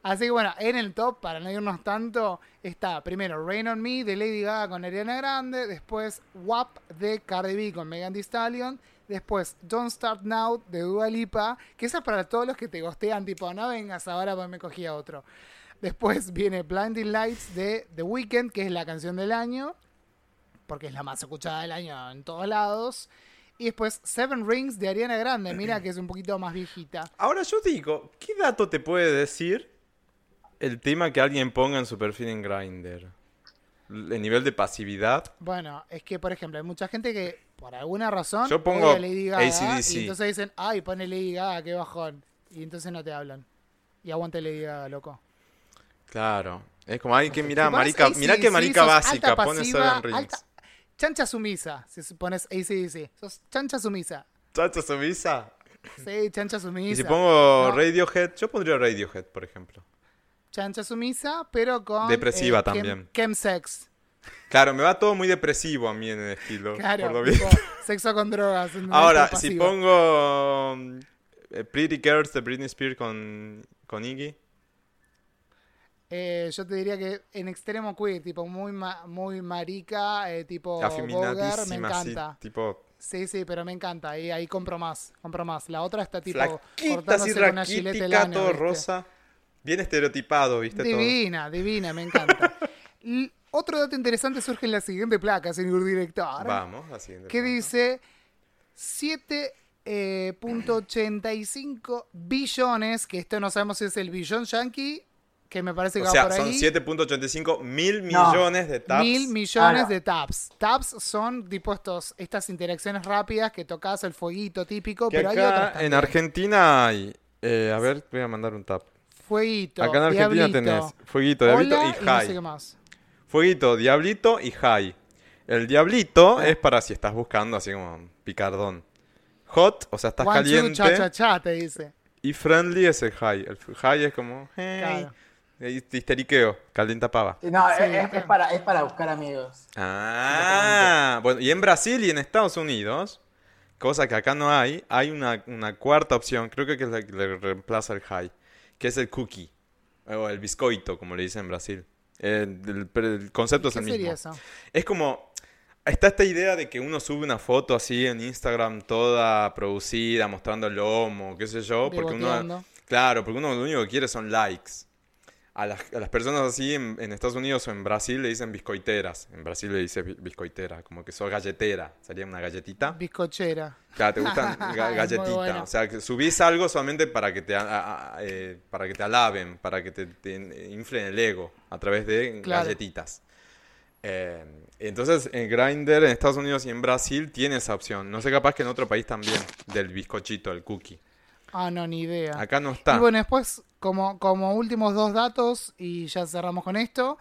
Así que bueno, en el top, para no irnos tanto, está primero Rain on Me de Lady Gaga con Ariana Grande, después WAP de Cardi B con Megan Thee Stallion, después Don't Start Now de Dua Lipa, que esa es para todos los que te gostean, tipo, no vengas ahora porque me cogí a otro. Después viene Blinding Lights de The Weeknd, que es la canción del año, porque es la más escuchada del año en todos lados. Y después Seven Rings de Ariana Grande, mira que es un poquito más viejita.
Ahora yo digo, ¿qué dato te puede decir el tema que alguien ponga en su perfil en Grindr? L- El nivel de pasividad.
Bueno, es que, por ejemplo, hay mucha gente que por alguna razón
Yo pongo
odia Lady Gaga,
AC/DC.
y entonces dicen, ay, pone Lady Gaga, qué bajón. Y entonces no te hablan. Y aguante Lady Gaga, loco.
Claro. Es como, ay, que mirá,
Si pones
marica,
AC/DC,
mirá que marica
sos
básica,
alta
pone
pasiva,
Seven
alta-
Rings.
Chancha sumisa, si pones ACDC. Sos chancha sumisa.
¿Chacho Sumisa?
Sí, chancha sumisa.
Y si pongo
No.
Radiohead, yo pondría Radiohead, por ejemplo.
Chancha sumisa, pero con...
Depresiva
chem-
también.
Chemsex.
Claro, me va todo muy depresivo a mí en el estilo. por
Claro,
lo visto.
tipo, sexo con drogas. ¿entendés?
Ahora,
Pero
si
pasivo.
pongo mm, eh, Pretty Girls de Britney Spears con, con Iggy.
eh, yo te diría que en extremo queer, tipo muy, ma- muy marica, eh, tipo vulgar, me
Afeminadísima, así,
encanta.
tipo...
Sí, sí, pero me encanta. Ahí, ahí compro más, compro más. La otra está tipo
Flaquita,
cortándose
así
con una gilete
raquítica,
lana,
todo
¿viste?
rosa. Bien estereotipado, viste, todo.
Divina, divina, me encanta. L- Otro dato interesante surge en la siguiente placa, señor director.
Vamos, la siguiente
que
pregunta.
dice eh, 7.85 billones, que esto no sabemos si es el billón yankee, que me parece que
O
va
sea,
por
son
ahí.
7.85 mil
No.
millones de tabs.
Mil millones
Ah, no.
de taps. Taps son tipo estos, estas interacciones rápidas que tocas el fueguito típico,
Que
pero hay
acá
otras
en
también.
Argentina hay... eh, a ver, voy a mandar un tap.
Fueguito,
Acá en Argentina
diablito,
tenés Fueguito, Diablito
hola,
y
no
High.
sé qué más.
Fueguito, Diablito y High. El Diablito
Ah.
es para si estás buscando así como picardón. Hot, o sea, estás
One, two,
caliente.
cha, cha, cha, te dice.
Y friendly es el high. El f- high es como, hey,
Claro.
y te histeriqueo, calienta pava.
No,
Sí,
es, es
claro.
para, es para buscar amigos.
Ah, bueno, y en Brasil y en Estados Unidos, cosa que acá no hay, hay una, una cuarta opción, creo que es la que le reemplaza el high, que es el cookie, o el bizcoito, como le dicen en Brasil. El, el- pero el concepto es
¿Qué
el mismo.
sería eso?
Es como. Está esta idea de que uno sube una foto así en Instagram toda producida, mostrando el lomo, qué sé yo, Oh, porque uno.
Beboteando.
Claro, porque uno lo único que quiere son likes. A las, a las personas así en, en Estados Unidos o en Brasil le dicen biscoiteras. En Brasil le dice bi- biscoitera, como que sos galletera. Sería una galletita.
Bizcochera.
Claro, te gustan ga-
Muy
galletita.
bueno.
O sea, que subís algo solamente para que te, a- a- a- eh, para que te alaben, para que te, te inflen el ego a través de
Claro.
galletitas. Eh, entonces, en Grindr, en Estados Unidos y en Brasil tiene esa opción. No sé, capaz que en otro país también, del bizcochito, el cookie.
Ah, no, ni idea.
Acá no está.
Y bueno, después, como, como últimos dos datos, y ya cerramos con esto,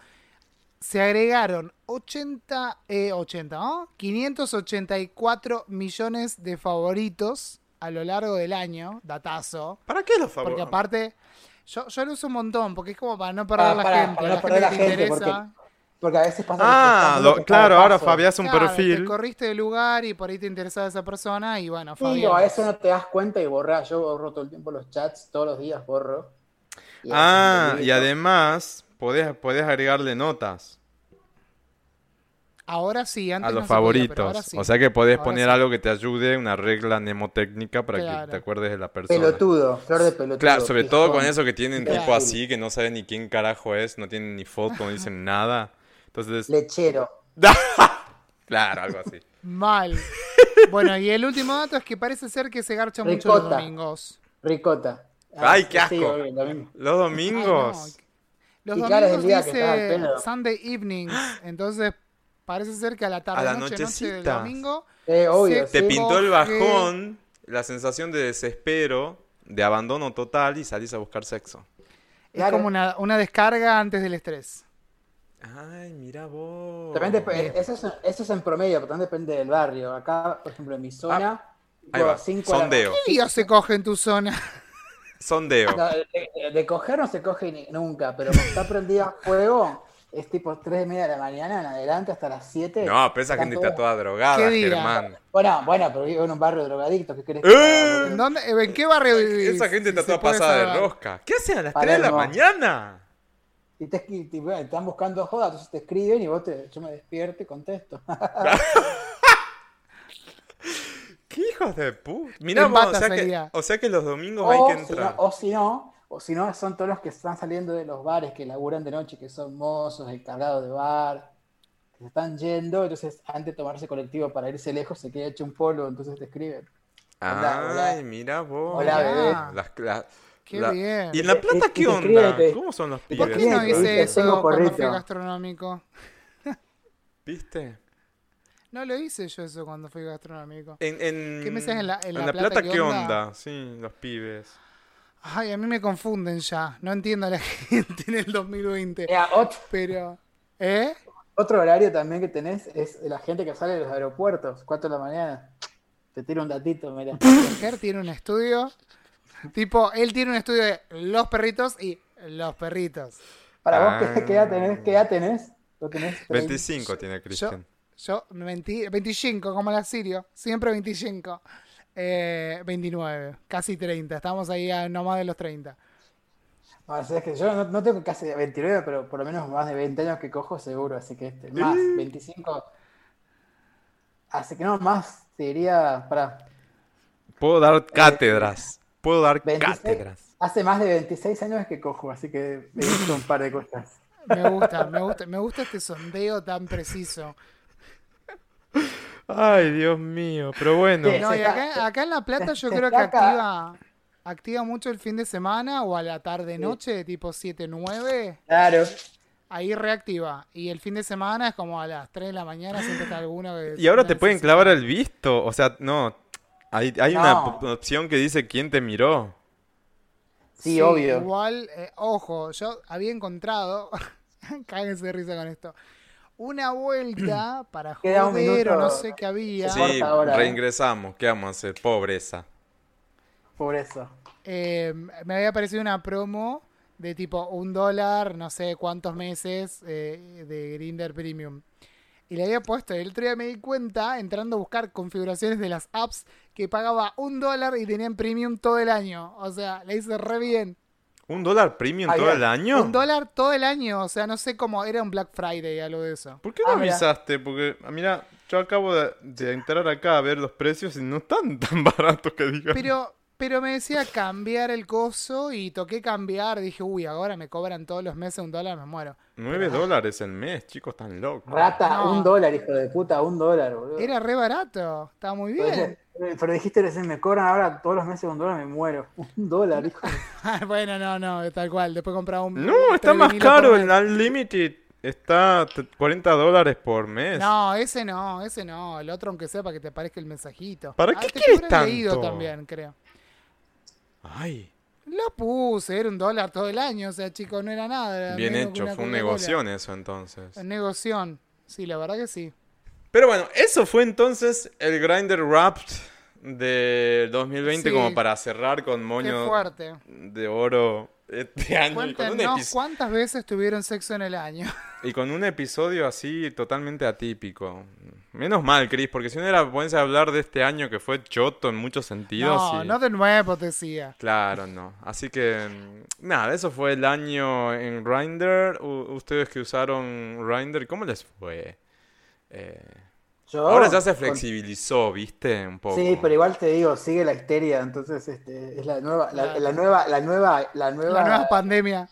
se agregaron 80, eh, 80, ¿no? 584 millones de favoritos a lo largo del año, datazo.
¿Para qué los
Porque
favoritos?
aparte, yo, yo lo uso un montón, porque es como para no perder
Para,
la
para-
gente.
Ah, para
la
no perder
gente
la
te
gente,
interesa.
porque, porque a veces pasa.
Ah,
que-
lo-
que
claro,
cada
ahora
paso.
Fabiás un
Claro, te
perfil.
corriste de lugar y por ahí te interesaba esa persona y bueno,
Sí,
Fabián.
o a veces no te das cuenta y borras. Yo borro todo el tiempo los chats, todos los días borro. Y
Ah,
así,
y además podés, podés agregarle notas
Ahora sí, antes
a
no
los
se podía, pero ahora
favoritos.
sí.
O sea que podés
Ahora
poner
sí.
algo que te ayude, una regla mnemotécnica para que
Claro.
te acuerdes de la persona.
Pelotudo, flor de pelotudo.
Claro, sobre todo con
pijón.
eso que tienen
Claro.
tipo así, que no saben ni quién carajo es, no tienen ni foto, no dicen nada. Entonces,
Lechero.
claro, algo así.
Mal. Bueno, y el último dato es que parece ser que se garcha mucho los
Ricota.
domingos.
Ricota. Ah,
Ay, qué
sí,
asco.
obvio, lo mismo.
Los domingos.
Ay, no. Los
Y
domingos
claro, es el día que estás al
dice
pedo.
Sunday evenings, entonces parece ser que a la tarde,
la
noche, noche del
nochecita.
domingo.
Eh, obvio,
Se
Te
sí.
pintó
Coge.
el bajón, la sensación de desespero, de abandono total y salís a buscar sexo.
Es
Claro.
como una, una descarga antes del estrés.
Ay, mira vos.
También dep- eso, es, eso es en promedio, pero también depende del barrio. Acá, por ejemplo, en mi zona,
Ah, Ahí
tipo,
va,
cinco de la
sondeo.
¿Qué Dios se coge en tu zona?
Sondeo.
No, de, de coger no se coge ni- nunca, pero como está prendida a fuego, es tipo 3 y media de la mañana en adelante hasta las 7.
No, pero esa
Están
gente está
todos-
toda drogada,
¿Qué dirá?
Germán.
Bueno, bueno, pero vivo en un barrio drogadicto, ¿qué crees?
¡Eh!
¿En,
Que
dónde, eh, ¿En qué barrio vivís?
Esa gente
Si
está
se
toda
puede
pasada de
saber.
rosca. ¿Qué hacen a las 3 de la
Palermo.
mañana?
y te, esqui- te- bueno, están buscando joda, entonces te escriben y vos te, yo me despierto y contesto.
¿Qué hijos de puta? Mirá
En
vos, o
bata
sea, que,
sería. Oh,
o sea que los domingos
o,
hay que
si no,
entrar.
o si no, o si no, son todos los que están saliendo de los bares, que laburan de noche, que son mozos, encargados de bar, que se están yendo, entonces antes de tomarse colectivo para irse lejos se queda hecho un polo, entonces te escriben. Hola,
Ay,
hola.
mira vos.
Hola,
bebé. Eh,
Las- la-
Qué
la-
bien.
¿Y en La Plata
Y-
qué
y te
onda?
escribe, te-
¿Cómo son los pibes?
¿Por qué no
Bien,
hice
bien,
eso
tengo
cuando fui
porrito.
gastronómico?
¿Viste?
No lo hice yo eso cuando fui gastronómico.
En, en,
¿Qué me decías en La- en La
Plata,
Plata
qué
qué
onda?
onda? Eh,
Sí, los pibes.
Ay, a mí me confunden ya. No entiendo a la gente en el 2020.
Mira, ot-
Pero, ¿eh?
Otro horario también que tenés es la gente que sale de los aeropuertos, 4 de la mañana. Te tiro un datito, mira.
Ger tiene un estudio. Tipo, él tiene un estudio de los perritos y los perritos.
Para vos,
Ah.
¿qué, qué edad tenés? ¿Qué edad tenés? ¿Lo tenés
25 tiene
Yo,
Cristian.
yo 20 25, como la Sirio. Siempre 25. Eh, 29, casi 30. Estamos ahí a nomás de los 30.
O sea, es que yo no, no tengo casi 29, pero por lo menos más de 20 años que cojo seguro, así que este, más 25. Así que no, más te diría, para
Puedo
Eh,
dar cátedras. Puedo dar
26.
cátedras.
Hace más de 26 años que cojo, así que me hizo un par de cosas.
Me gusta, me gusta, me gusta este sondeo tan preciso.
Ay, Dios mío. Pero bueno.
Sí.
No, y
Se
acá,
saca-
acá en La Plata yo
se
creo que
saca-
activa, activa mucho el fin de semana o a la tarde-noche, tipo 7-9,
Claro.
ahí reactiva. Y el fin de semana es como a las 3 de la mañana, siempre está alguno que...
Y ahora
la
te pueden
necesita.
clavar el visto. O sea, no. Hay, hay una
No.
p- opción que dice quién te miró.
Sí, obvio.
Igual, eh, ojo, yo había encontrado, cáguense de risa con esto, una vuelta para
Queda un
joder o no
minuto.
sé qué había.
Sí.
Sí,
Corta ahora, ¿eh?
reingresamos. ¿Qué vamos a hacer? Pobreza.
Por eso.
Eh, me había aparecido una promo de tipo un dólar, no sé cuántos meses eh, de Grinder Premium. Y le había puesto, el otro día me di cuenta, entrando a buscar configuraciones de las apps, que pagaba un dólar y tenían premium todo el año. O sea, le hice re bien.
¿Un dólar premium
Ah,
todo
ya.
el año?
Un dólar todo el año. O sea, no sé cómo era un Black Friday, algo de eso.
¿Por qué no
Ah, mirá.
avisaste? Porque, ah, mira, yo acabo de, de entrar acá a ver los precios y no están tan baratos que digan.
Pero, pero me decía cambiar el coso y toqué cambiar. Dije, uy, ahora me cobran todos los meses un dólar, me muero.
9 dólares el mes, chicos, están locos.
Rata,
No.
un dólar, hijo de puta, un dólar, boludo.
Era re barato. Estaba muy
Pero
bien.
dijiste- Pero dijiste recién, me cobran ahora todos los meses un dólar, me muero. Un dólar, hijo de
Ah, bueno, no, no, tal cual. Después compraba un.
No, está
tres
más
vinilos
caro
por
el
mes.
Unlimited. Está t- 40 dólares por mes.
No, ese no, ese no. El otro, aunque sea para que te aparezca el mensajito. Ah,
¿Para qué
te
quieres
habrás leído
tanto?
también, creo.
Ay,
Lo puse, era un dólar todo el año. O sea, chicos, no era nada. era
bien
menos que
hecho,
una
fue un
Coca-Cola.
negocio eso entonces.
Un negoción. Sí, la verdad que sí.
Pero bueno, eso fue entonces el Grinder Wrapped de 2020
Sí.
como para cerrar con
Qué
moño
fuerte.
de oro este año y con, un
Cuéntenos
epi-
cuántas veces tuvieron sexo en el año.
y con un episodio así totalmente atípico. Menos mal, Chris, porque si no era ponerse a hablar de este año que fue choto en muchos sentidos.
No,
y-
no de nuevo, te decía.
Claro, no. Así que, mm, nada, eso fue el año en Grindr. U- ustedes que usaron Grindr, ¿cómo les fue? Eh,
Yo,
ahora ya se
Oh, con-
flexibilizó, ¿viste? Un poco.
Sí, pero igual te digo, sigue la histeria, entonces este, es la nueva, la, la nueva, la nueva, la nueva,
La nueva pandemia.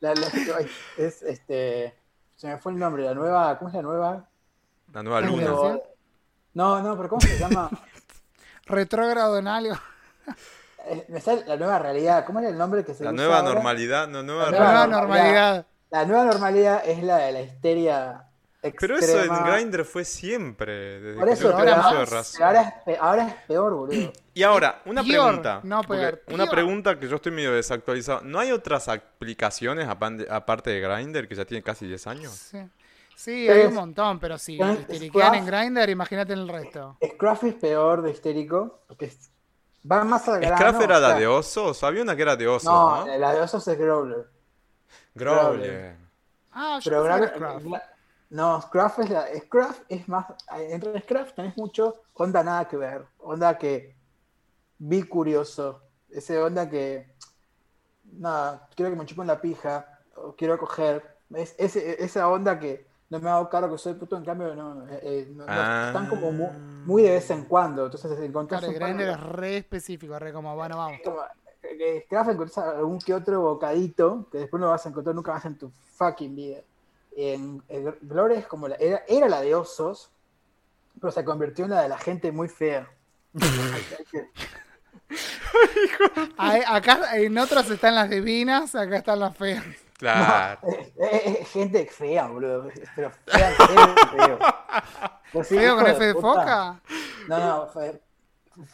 la- la- ay, es este, se me fue el nombre, la nueva, ¿cómo es la nueva?
La nueva
Pero-
luna.
¿Tendencia?
No, no, pero ¿cómo se llama?
Retrógrado en algo.
Eh, Me sale la nueva realidad, ¿cómo era el nombre que se
La
usa
nueva
ahora?
normalidad. No, nueva
La
La
Claro,
realidad.
nueva
claro.
normalidad.
La nueva normalidad es la de la histeria
Pero
extrema.
eso en Grindr fue siempre. Desde
Por
que
eso,
yo
pero
tengo uso de
ahora,
razón.
pero ahora es pe- ahora es peor, boludo.
Y ahora, una
Peor,
pregunta.
no
porque
peor,
Una
peor.
pregunta que yo estoy medio desactualizado. ¿No hay otras aplicaciones apan- aparte de Grindr que ya tiene casi 10 años?
Sí, Sí, hay un
Es-
montón, pero si
es-
histeriquean en
es-
Grindr, imagínate en el resto.
Scruff es peor de histérico, porque es- va más al grano.
¿Scraff era
o
la
sea,
de osos? Había una que era de osos,
No,
¿no?
la de osos es Growler.
Growler.
Ah, yo
Pero
pensé que
Growler-
era Craft.
Gra- No, Scruff es la. Scruff es más. Dentro de Scruff tenés mucho onda nada que ver. Onda que. Vi curioso. Ese onda que. Nada, quiero que me chupen la pija. O quiero coger. Es, ese- esa onda que no me hago cargo que soy puto, en cambio, no. no, eh, eh, no- no,
Ah.
Están como mu- muy, de vez en cuando. Entonces encontrás
Claro,
un par de-
Grindr es re específico, re como, bueno, vamos.
como, eh, Scruff encontrás algún que otro bocadito que después no vas a encontrar nunca más en tu fucking vida. En, en Gloria es como la, era, era la de osos, pero se convirtió en la de la gente muy fea.
Ahí- acá en otras están las divinas, acá están las feas.
Claro.
Eh, eh, eh, gente fea, boludo. Pero fea, fea, feo. Vos sí,
¿Feo
hijo
con
de
F de
puta.
foca?
No, no, fue-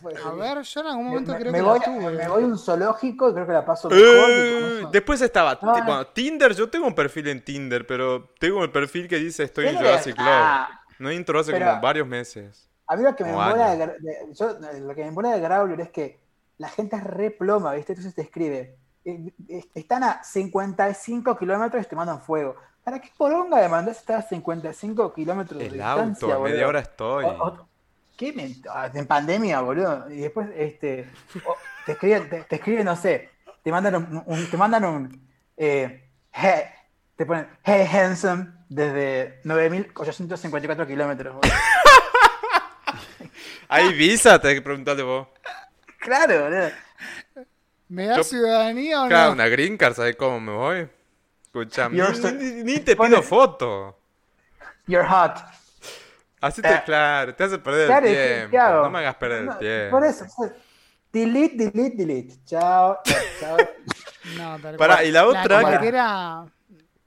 fue-
A ver, yo en algún
me,
momento
me-
creo
me
que
voy,
la tuve.
me voy a un zoológico y creo que la paso mejor. que con
Eh,
eso.
después estaba
No, eh.
ti-
no.
bueno, Tinder. Yo tengo un perfil en Tinder, pero tengo el perfil que dice estoy en
Pero-
Jurassic
ah.
Club. No entro hace
Pero-
como varios meses.
A mí lo que me
Como
mola
años.
de, Gra- de- yo- eh, lo que me mola de Growler es que la gente es re ploma, ¿viste? Entonces te escribe. eh, eh, Están a 55 kilómetros y te mandan fuego. ¿Para qué poronga de mandar estar a 55 kilómetros de
El
distancia,
auto, en
boludo?
media hora estoy.
O- o- ¿Qué ment- ah, En pandemia, boludo. Y después este, o- te, escriben, te, te escriben, no sé, te Te mandan un, un- te mandan un eh, hey, te ponen Hey Handsome desde 9.854 kilómetros. boludo.
Hay visa, te preguntaste vos.
Claro, boludo.
¿Me da
Yo-
ciudadanía o
Claro,
no?
una green card, ¿sabes cómo me voy? Escuchame.
You're
ni-
so-
Ni, ni te
Pone-
pido foto.
You're hot.
Así te,
Eh,
claro, te hace perder
Claro,
el
¿y qué-
tiempo.
qué hago?
No me hagas perder
No,
el tiempo.
Por eso, o sea, delete, delete, delete. Chao, chao.
No, tal
Pará,
cual.
y la otra
La,
que-
que era,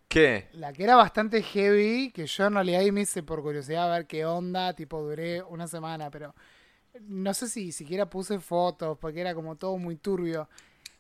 ¿Qué?
la que era bastante heavy, que yo en realidad ahí me hice por curiosidad a ver qué onda, tipo duré una semana, pero no sé si siquiera puse fotos, porque era como todo muy turbio.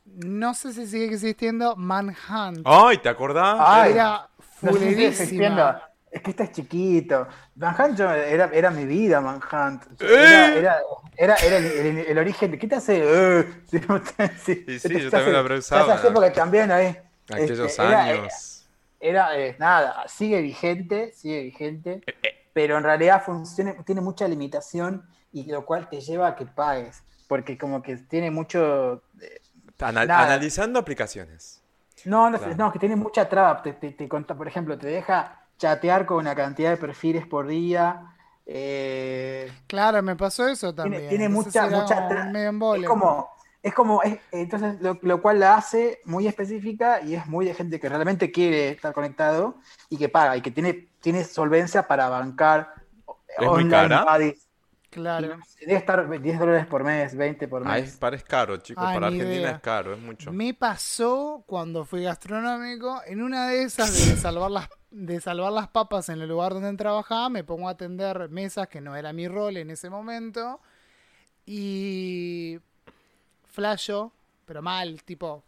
No sé si sigue existiendo Manhunt.
Ay, ¿te acordás?
Ah, Ay,
era
No sé si sigue existiendo.
fulerísima.
Es que estás chiquito. Manhunt yo- era, era mi vida, Manhunt. Yo-
¡Eh!
Era, era, era- era el, el- el origen. ¿Qué te hace? eh? Si no te- si-
Y sí,
si te
yo
estás-
también lo habré usado,
Estás
¿no?
época también ahí.
Aquellos
Este, era-
años.
Era, eh, nada, sigue vigente, sigue vigente,
Eh,
pero en realidad funciona, tiene mucha limitación y lo cual te lleva a que pagues, porque como que tiene mucho... eh,
Ana-
nada.
analizando aplicaciones.
No, no,
Claro.
no, que tiene mucha traba, te, te- te conta- por ejemplo, te deja chatear con una cantidad de perfiles por día, eh,
Claro, me pasó eso
tiene,
también.
tiene
Entonces
mucha,
era
mucha
como
tra-
medio
Es
embole.
como, es como, es- entonces lo, lo cual la hace muy específica y es muy de gente que realmente quiere estar conectado y que paga y que tiene, tiene solvencia para bancar
¿Es muy cara?
buddies.
Claro.
Y Debe estar 10 dólares por mes, 20 por
Ay,
mes.
para es caro, chicos.
Ay,
para
ni
Argentina
idea.
es caro, es mucho.
Me pasó cuando fui gastronómico, en una de esas de salvar las de salvar las papas en el lugar donde trabajaba, me pongo a atender mesas que no era mi rol en ese momento y flasho, pero mal, tipo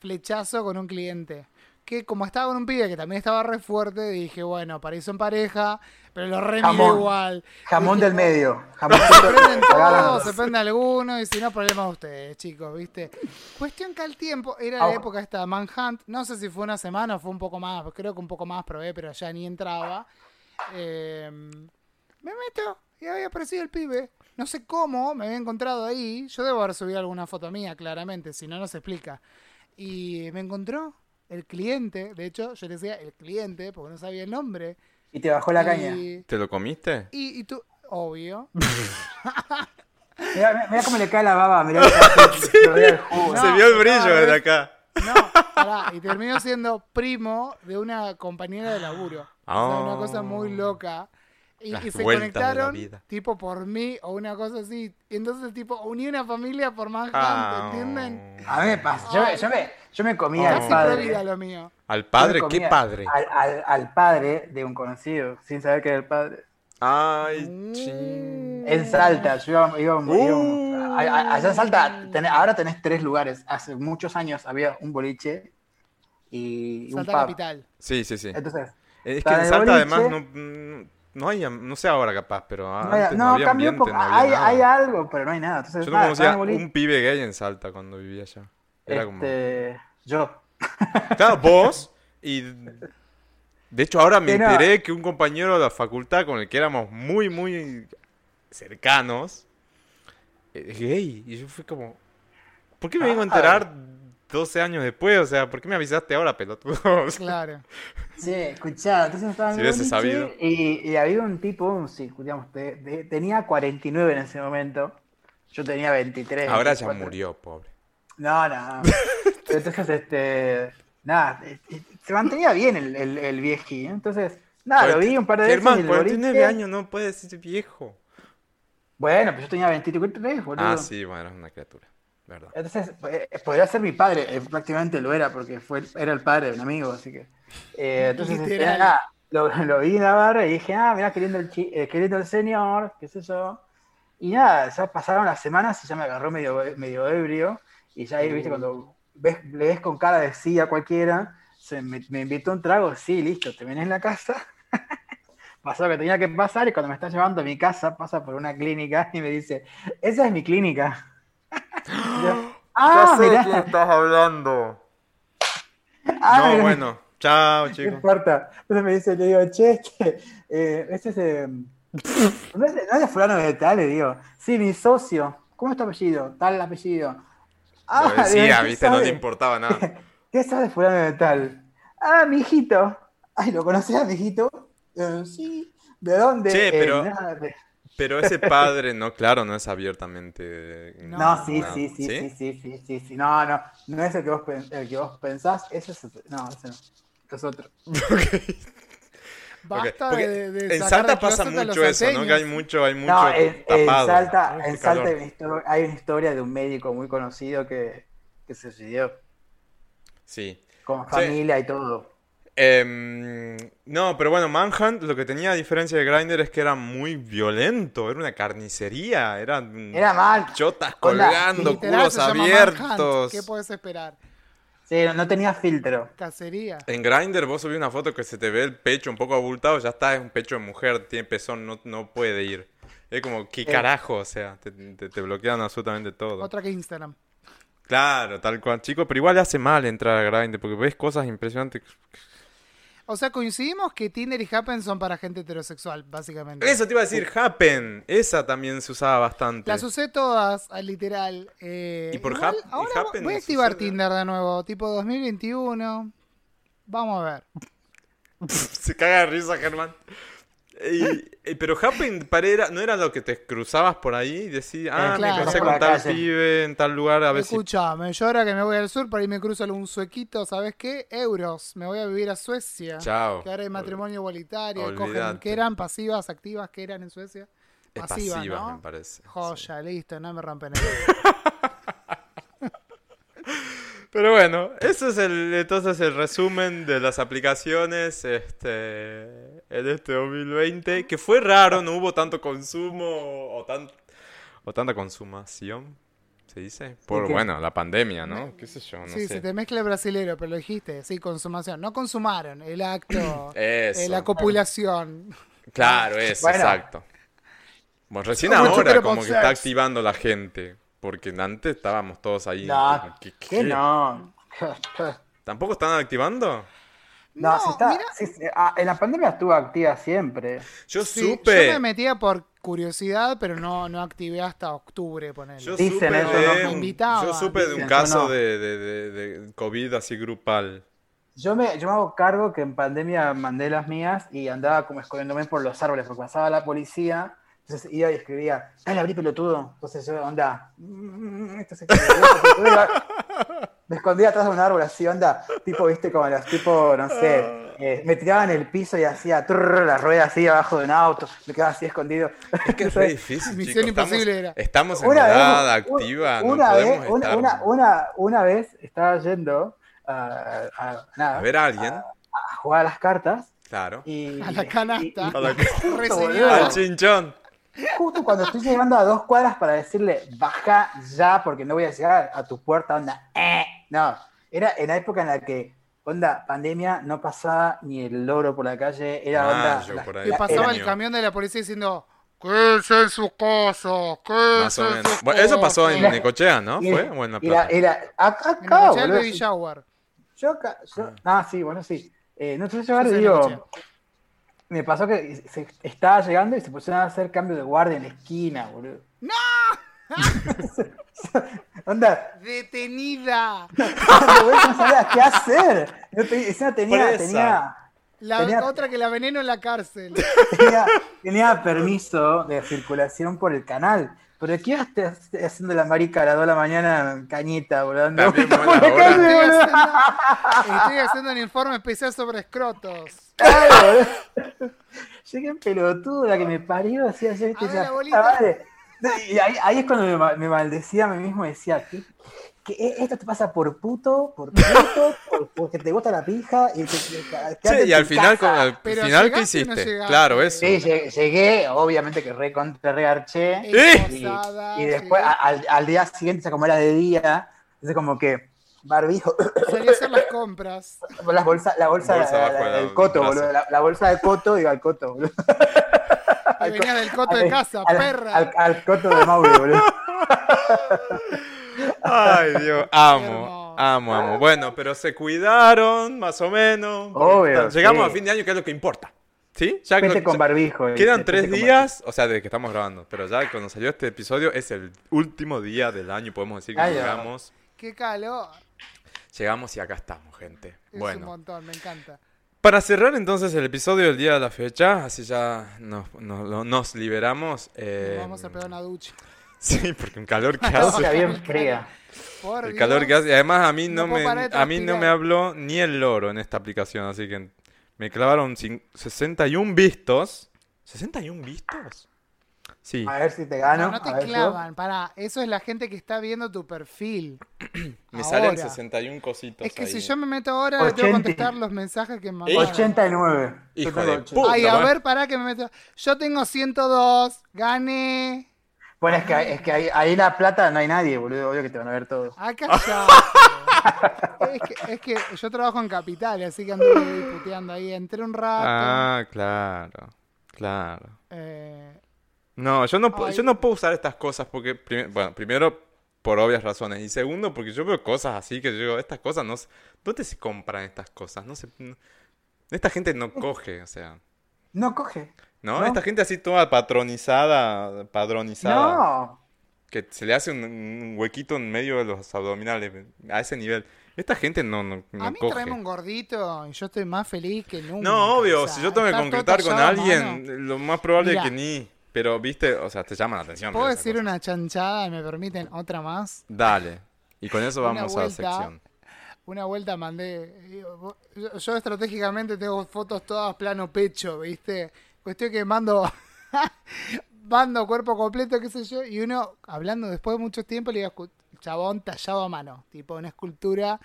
flechazo con un cliente. Que como estaba con un pibe que también estaba re fuerte, dije, bueno, para eso en pareja, pero lo re miré
Jamón.
igual.
Jamón
Dije,
del medio. Jamón
se prenden todos, se
Pagaron.
prende alguno y si no, problema de ustedes, chicos, ¿viste? Cuestión que al tiempo, era la
Ahora.
época esta de Manhunt, no sé si fue una semana o fue un poco más, creo que un poco más probé, pero ya ni entraba. Eh, me meto y había aparecido el pibe. No sé cómo, me había encontrado ahí. Yo debo haber subido alguna foto mía, claramente, si no, no se explica. Y me encontró el cliente, de hecho, yo le decía el cliente, porque no sabía el nombre.
Y te bajó la caña.
Y,
¿Te lo comiste?
y, y tú, obvio.
Mirá, mirá cómo le cae la baba. Mirá cómo se- se rodea el jugo.
Se vio el
no,
brillo
no,
desde
es-
acá.
No, pará, y terminó siendo primo de una compañera de laburo. O sea, una cosa muy loca. Y,
Ah. Las
y se
vueltas de la
conectaron,
vida.
tipo, por mí o una cosa así. Entonces, tipo, uní una familia por Manhunt,
Ah.
¿entienden?
A mí me pasa. Yo, me- yo me, yo me comía
Casi
al
pro
padre.
vida lo mío.
Al padre,
Yo me
qué
comía
padre.
Al, al- al padre de un conocido, sin saber que era el padre.
Ay, ching.
Mm.
En Salta, yo iba, iba- iba-
Uh.
a- a- allá en Salta, tenés- ahora tenés tres lugares. Hace muchos años había un boliche y, y un
Salta
pub.
Capital.
Sí, sí, sí.
Entonces,
Es que
Para
en
el
Salta
boliche-
además no, mm, no hay, am- no sé ahora capaz, pero
no,
Ah, antes
había-
no
no,
había
cambió un
ambiente,
poco.
no había
hay,
nada.
hay algo, pero no hay nada. Entonces,
Yo no
nada,
conocía
estaba en el boliche.
un pibe gay en Salta cuando vivía allá. Era como...
Este, Yo.
Claro, vos y... De hecho, ahora me
Pero-
enteré que un compañero de la facultad con el que éramos muy, muy cercanos eh, es gay. Y yo fui como... ¿Por qué me vengo a enterar
Ah.
12 años después? O sea, ¿por qué me avisaste ahora, pelotudo?
Claro.
Sí, escuchá, entonces estaba en
Si
el
hubiese
boliche
sabido.
Y, y había un tipo, un, sí, digamos, de- de- tenía 49 en ese momento. Yo tenía 23.
Ahora ya
24.
murió, pobre.
No, no. Pero Entonces, este. Nada, eh, eh, se mantenía bien el, el, el vieji, ¿eh? Entonces, nada, lo vi un par de veces. en
Pues, Germán,
el
49
boliche.
años no puede ser viejo.
Bueno, pues yo tenía 23, boludo.
Ah, sí, bueno, eres una criatura. Verdad.
Entonces, eh, podría ser mi padre, eh, prácticamente lo era, porque fue, el- era el padre de un amigo, así que. eh, entonces, este,
Literal.
nada, lo, lo vi en la barra y dije, ah, mirá, queriendo el, chi- eh, queriendo el señor, qué sé yo. Y nada, ya pasaron las semanas y ya me agarró medio, medio ebrio. Y ya ahí, viste, cuando ves, le ves con cara de sí a cualquiera, se me, me invitó un trago, sí, listo, te venís en la casa. Pasó lo que tenía que pasar y cuando me está llevando a mi casa, pasa por una clínica y me dice, esa es mi clínica. Y yo, ah, mirá,
estás hablando.
ah,
no,
mirá,
bueno. Chao,
no
chicos.
importa. Entonces me dice, le digo, che, este, eh, este es, eh, ¿no, es de, no es de fulano de tal, le digo, sí, mi socio, ¿cómo es tu apellido? Tal apellido. Ah,
lo decía,
bien,
viste, no
sabe.
le importaba nada.
¿Qué sabes de fulano de tal? Ah, mi hijito. Ay, ¿lo conoces, mi hijito? Eh, sí. ¿De dónde?
Che,
Eh,
pero-
nada, de-
Pero ese padre, no, claro, no es abiertamente.
No,
No, sí,
nada.
sí, sí, sí, sí, sí, sí, sí. No, no, no es el que vos, pen- el que vos pensás. Ese es otro. No, ese no. Es otro.
Basta
Ok, porque
de, de
en
sacar
Salta
del
pasa
closet a los
mucho eso, ¿no? Que hay
salteños.
mucho, hay mucho
No, en, en
tapado.
Salta,
Ay,
en
qué
Salta hay
calor.
una, histo- hay una historia de un médico muy conocido que, que se suicidó
Sí.
con
Sí.
familia y todo.
Em, no, pero bueno, Manhunt lo que tenía a diferencia de Grindr es que era muy violento, era una carnicería, eran
Era mal.
chotas
Onda,
colgando,
Literal,
culos
se llama Manhunt.
abiertos.
¿Qué puedes esperar?
Sí, no, no tenía filtro.
Cacería.
En Grindr vos subís una foto que se te ve el pecho un poco abultado, ya está, es un pecho de mujer, tiene pezón, no, no puede ir. Es como, ¿qué carajo? O sea, te, te- te bloquean absolutamente todo.
Otra que Instagram.
Claro, tal cual, chico, pero igual hace mal entrar a Grindr porque ves cosas impresionantes.
O sea, coincidimos que Tinder y Happen son para gente heterosexual, básicamente.
Eso te iba a decir, Happen, esa también se usaba bastante.
Las usé todas, al literal. eh,
Y por
igual,
Hap- y
ahora
Happen
voy a
nos
activar
sucede.
Tinder de nuevo, tipo 2021. Vamos a ver.
Se caga de risa, Germán. Y- y- pero Happen para era- no era lo que te cruzabas por ahí y decís, ah,
claro.
me crucé
Por
con
la
tal
calle.
pibe en tal lugar, a ver si
Escuchame, yo ahora que me voy al sur, por ahí me cruzo un suequito, ¿sabes qué? Euros. Me voy a vivir a Suecia.
Chao.
Que ahora hay matrimonio igualitario, y cogen
Olvidate.
que eran pasivas, activas, que eran en Suecia.
es
Pasiva,
pasiva,
¿no?
me parece.
Joya, listo, no me rompen el
Pero bueno, eso es el, entonces el resumen de las aplicaciones este, en este 2020, que fue raro, no hubo tanto consumo o, tan, o tanta consumación, ¿se dice? Por,
que-
bueno, la pandemia, ¿no? ¿Qué sé yo? No
sí,
sé.
se te mezcla el brasilero, pero lo dijiste, sí, consumación. No consumaron el acto, eh,
Eso.
la copulación.
Claro, es,
Bueno.
exacto. Bueno, recién
Mucho
ahora
crema
como
con
que está
sex.
activando la gente, porque antes estábamos todos ahí.
No,
como, ¿qué- qué?
¿Qué no?
¿Tampoco están activando?
No,
No,
se está,
mira.
sí, sí, ah, en la pandemia estuvo activa siempre.
Yo
Sí,
supe...
Yo me metía por curiosidad, pero no, no activé hasta octubre, ponele.
Yo
Dicen
supe
eso,
de
¿no?
un-
Me invitaban,
yo supe de un
dicen,
caso
yo no.
de, de- de- de COVID así grupal.
Yo me, yo me hago cargo que en pandemia mandé las mías y andaba como escondiéndome por los árboles, porque pasaba la policía. Entonces iba y escribía, dale, abrí pelotudo. Entonces yo, onda, mm, esto se escribió, pelotudo, y va- me escondía atrás de un árbol así, onda, tipo, viste, como los tipo, no
Ah.
sé, eh, me tiraban en el piso y hacía trrr, la rueda así abajo de un auto, me quedaba así escondido.
Es que es re difícil,
Misión
chicos. Estamos-
imposible era.
Estamos, en
Una vez-
edad
un-
activa, no
una vez,
podemos
una,
estar-
una- una- una vez estaba yendo a, a- nada,
A ver a alguien,
a jugar a las cartas
claro.
y
A la canasta.
y-
A la que-
y justo,
Re
boludo,
señora.
Al chinchón.
justo cuando estoy llegando a dos cuadras para decirle baja ya porque no voy a llegar a tu puerta onda eh". no era en la época en la que onda pandemia no pasaba ni el loro por la calle era
Ah,
onda
yo
la-
por ahí.
Y
la-
pasaba
era-
el camión de la policía diciendo, quédense en sus casas, quédense
Más o
en
menos.
sus
Bueno, eso
casas".
pasó en
Era-
Necochea, ¿no?
y-
¿Fue? ¿O en La
y la-
Plata?
era-
En
acá, acá,
Necochea, el
boludo,
Baby Shower.
Yo acá, yo- ah, sí, bueno, sí. Eh, no entonces yo
Yo
ahora
soy
digo,
Necochea.
me pasó que se estaba llegando y se pusieron a hacer cambio de guardia en la esquina, boludo. ¡No! Onda,
Detenida.
cuando vos no sabías qué hacer. No te- encima tenía,
Presa.
tenía,
La
Tenía-
otra que la veneno en la cárcel.
tenía, tenía permiso de circulación por el canal. Pero ¿qué ibas a hacer haciendo la marica a las 2 de la mañana en cañita, boludo? Dando
También
vueltas
buena
por la
hora.
calle,
Estoy
boludo.
haciendo, estoy haciendo un informe especial sobre escrotos.
Claro, boludo. Llegué en pelotuda que me parió, decía yo,
A
viste,
ver,
ya,
abuelita.
"Ah, madre". Y ahí, ahí es cuando me, ma- me maldecía a mí mismo, decía, que esto te pasa por puto, por puto, por- porque te gusta la pija y te, te- te-
Che, y
te-
al final, con- al
Pero
final ¿qué
¿llegaste o no
hiciste?
llegaste?
claro, eso.
Sí, lle- llegué, obviamente que re contra re arché.
¡Eh!
Y,
Esposada,
y después ah,
sí.
a- al, al día siguiente, o sea, como era de día, entonces como que barbijo,
Salí a hacer las compras.
las bolsas, la bolsa,
Bolsa
la-
abajo
la-
de la
del coto,
brazo.
boludo, la, la bolsa de coto, digo al coto, boludo.
Y venías del coto de
Al-
casa,
al-
perra.
Al, al coto de Mauro, boludo.
Ay, Dios, amo,
Hermoso.
amo, amo. Bueno, pero se cuidaron, más o menos. porque
Obvio,
Llegamos
sí.
a fin de año, que es lo que importa. ¿Sí? Ya
Pete
no-
con
ya-
barbijo. ¿viste?
Quedan
Pete
tres
con
días, o sea, desde que estamos grabando, pero ya cuando salió este episodio es el último día del año, podemos decir que
Ay,
llegamos.
Qué calor.
Llegamos y acá estamos, gente.
Es un
Bueno,
montón, me encanta.
para cerrar entonces el episodio del día de la fecha, así ya nos, nos- nos liberamos. eh,
Nos vamos a pegar una ducha.
Sí, porque un calor que
Todo
hace.
está bien fría.
Por
El
Dios.
calor que hace. Y además a mí
No
no,
puedo
me,
parar de
a mí no
transpirar.
me habló ni el loro en esta aplicación, así que me clavaron cin- 61 vistos. ¿61 vistos? Sí.
A ver si te
Ah,
No,
gano.
no
a
te
ver,
clavan, pará. Eso es la gente que está viendo tu perfil.
Me salen
Ahora.
61 cositos.
Es que si
ahí.
yo me meto ahora, le tengo que
80.
contestar los mensajes que me
vos.
mandaron.
89. Yo
Hijo
tengo
de
80.
puta.
Ay, a
bueno.
ver, pará que me meto. Yo tengo 102, gané.
Bueno, es que, es que ahí, ahí la plata no hay nadie, boludo. Obvio que te van a ver todos.
Acá está. es, que, es que yo trabajo en Capital, así que anduve ahí puteando ahí. Entré un rato.
Ah, claro. Claro.
eh,
No, yo no, pu-
Ay.
yo no puedo usar estas cosas porque, prim- bueno, primero por obvias razones y segundo porque yo veo cosas así que yo digo, estas cosas no se- ¿Dónde se compran estas cosas? No sé. Esta gente no coge, o sea.
No coge.
¿No?
No.
Esta gente así toda patronizada, padronizada,
No.
que se le hace un, un huequito en medio de los abdominales, a ese nivel. Esta gente no, no, no
a mí
coge.
traeme un gordito y yo estoy más feliz que nunca.
No, obvio,
o sea,
si yo tengo que
estar todo
concretar con
tallado a
alguien,
mano.
lo más probable es
Mirá.
que ni. Pero, viste, o sea, te llama la atención.
¿Puedo
ver esas
decir
cosas.
una chanchada y me permiten otra más?
Dale. Y con eso
Una
vamos a la
vuelta.
sección.
Una vuelta mandé. digo, vos- Yo, yo estratégicamente tengo fotos todas plano pecho, ¿viste? Cuestión que mando. mando cuerpo completo, qué sé yo. Y uno, hablando después de mucho tiempo, le digo, "Escu- chabón tallado a mano. Tipo, una escultura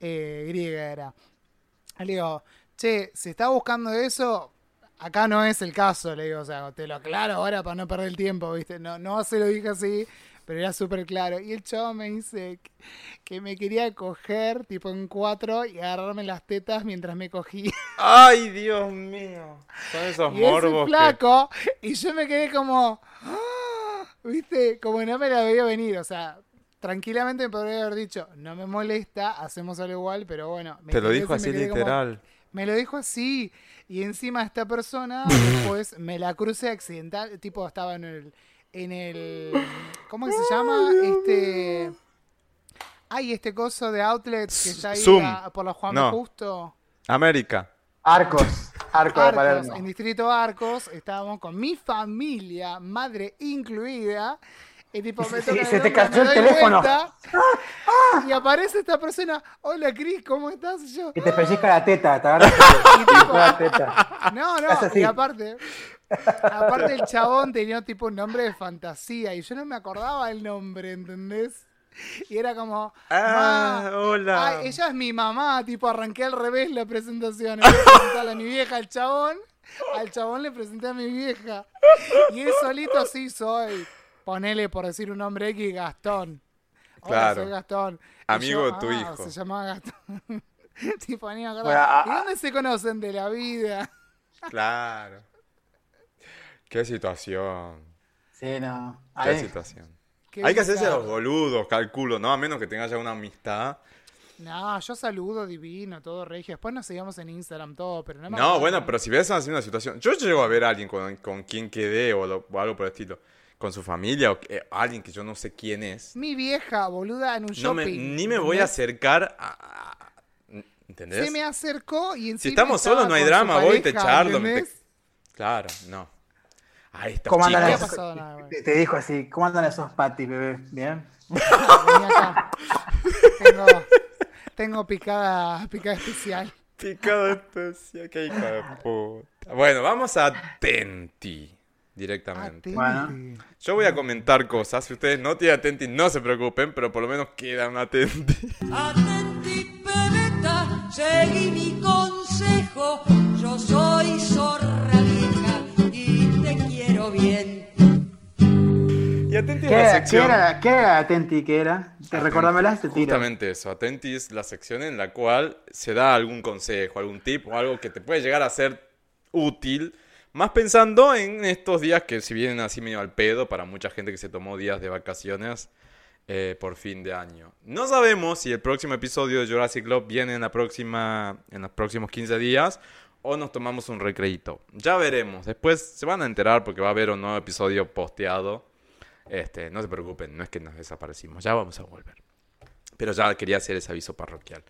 eh, griega era. Le digo, che, si está buscando eso, acá no es el caso. Le digo, o sea, te lo aclaro ahora para no perder el tiempo, ¿viste? No, no se lo dije así, pero era súper claro. Y el chavo me dice que- que me quería coger, tipo en cuatro, y agarrarme las tetas mientras me cogía.
¡Ay, Dios mío! Son esos
Y es
morbos que...
flaco, y yo me quedé como. "Ah", ¿Viste? Como que no me la veía venir, o sea. Tranquilamente me podría haber dicho, no me molesta, hacemos algo igual, pero bueno. me
Te lo
quedé
dijo
y me
así
quedé como,
literal.
me lo dijo así. Y encima esta persona después me la crucé accidental. Tipo, estaba en el. En el ¿Cómo que se llama? Este. Ay, este coso de outlet que está ahí
Zoom.
la- por la Juan
No.
Justo.
América.
Arcos. Arcos de
Arcos,
Palermo.
en Distrito Arcos, estábamos con mi familia, madre incluida. Y tipo, me
Se-
toca
se
el
te
hombro,
cayó
me
el
doy
teléfono. Ah,
vuelta, y aparece esta persona. Hola, Cris, ¿cómo estás? Y yo,
Que te pellizca la teta. Te agarra
y tipo,
la teta.
No, no,
Es así.
y aparte, aparte el chabón tenía tipo un nombre de fantasía y yo no me acordaba el nombre, ¿entendés? Y era como,
Ah,
"Ma,
hola.
ay, ella es mi mamá, tipo arranqué al revés la presentación, en vez de presentarle a mi vieja al chabón, al chabón le presenté a mi vieja. Y él solito sí soy, ponele por decir un nombre X, Gastón. Hola,
Claro.
soy Gastón. Y
Amigo de tu
"Ah,
hijo". ah,
Se llamaba Gastón. tipo, ni me acordaba.
Bueno, a-
¿Y dónde se conocen de la vida?
Claro. Qué situación.
Sí, no.
Qué
Ahí.
situación.
Qué
Hay que hacerse a
bizarro.
los boludos, calculo, ¿no? A menos que tenga ya una amistad.
No, yo saludo divino, todo regio. Después nos seguimos en Instagram, todo, pero no me
No,
acuerdo.
bueno, pero si ves así una situación. Yo llego a ver a alguien con, con quien quedé o, lo- o algo por el estilo. Con su familia o que- alguien que yo no sé quién es.
Mi vieja, boluda, en un
No me,
shopping.
ni me voy a
¿entendés?
acercar a. a- ¿Entendés?
Se me acercó y encima.
Si estamos
estaba
solos no hay
con su
drama, voy y te
pareja,
charlo. me te-
¿entendés?
Claro, no. Ahí está.
¿Cómo andan
No había
esos-
pasado nada, güey.
Te, te dijo así, ¿cómo andan esos patis, bebé? ¿Bien?
Vení acá. Tengo, tengo picada, picada especial.
Picado especial, qué hijo de puta. Bueno, vamos a Tenti directamente.
Atenti.
Bueno.
Yo voy a comentar cosas. Si ustedes no tienen Tenti, no se preocupen, pero por lo menos queda una Tenti.
Atenti, pebeta, seguí mi consejo. Yo soy zorra vieja y te quiero bien.
Y a Tenti es
¿Qué
la
era, ¿qué
sección.
era, qué era Atenti? ¿Qué era? Te recordámela este tiro.
Justamente eso. Atenti es la sección en la cual se da algún consejo, algún tip o algo que te puede llegar a ser útil. Más pensando en estos días que, si vienen así medio al pedo, para mucha gente que se tomó días de vacaciones eh, por fin de año. No sabemos si el próximo episodio de Jurassic Club viene en, la próxima, en los próximos 15 días o nos tomamos un recreito. Ya veremos. Después se van a enterar porque va a haber un nuevo episodio posteado. Este, no se preocupen, no es que nos desaparecimos, ya vamos a volver. Pero ya quería hacer ese aviso parroquial.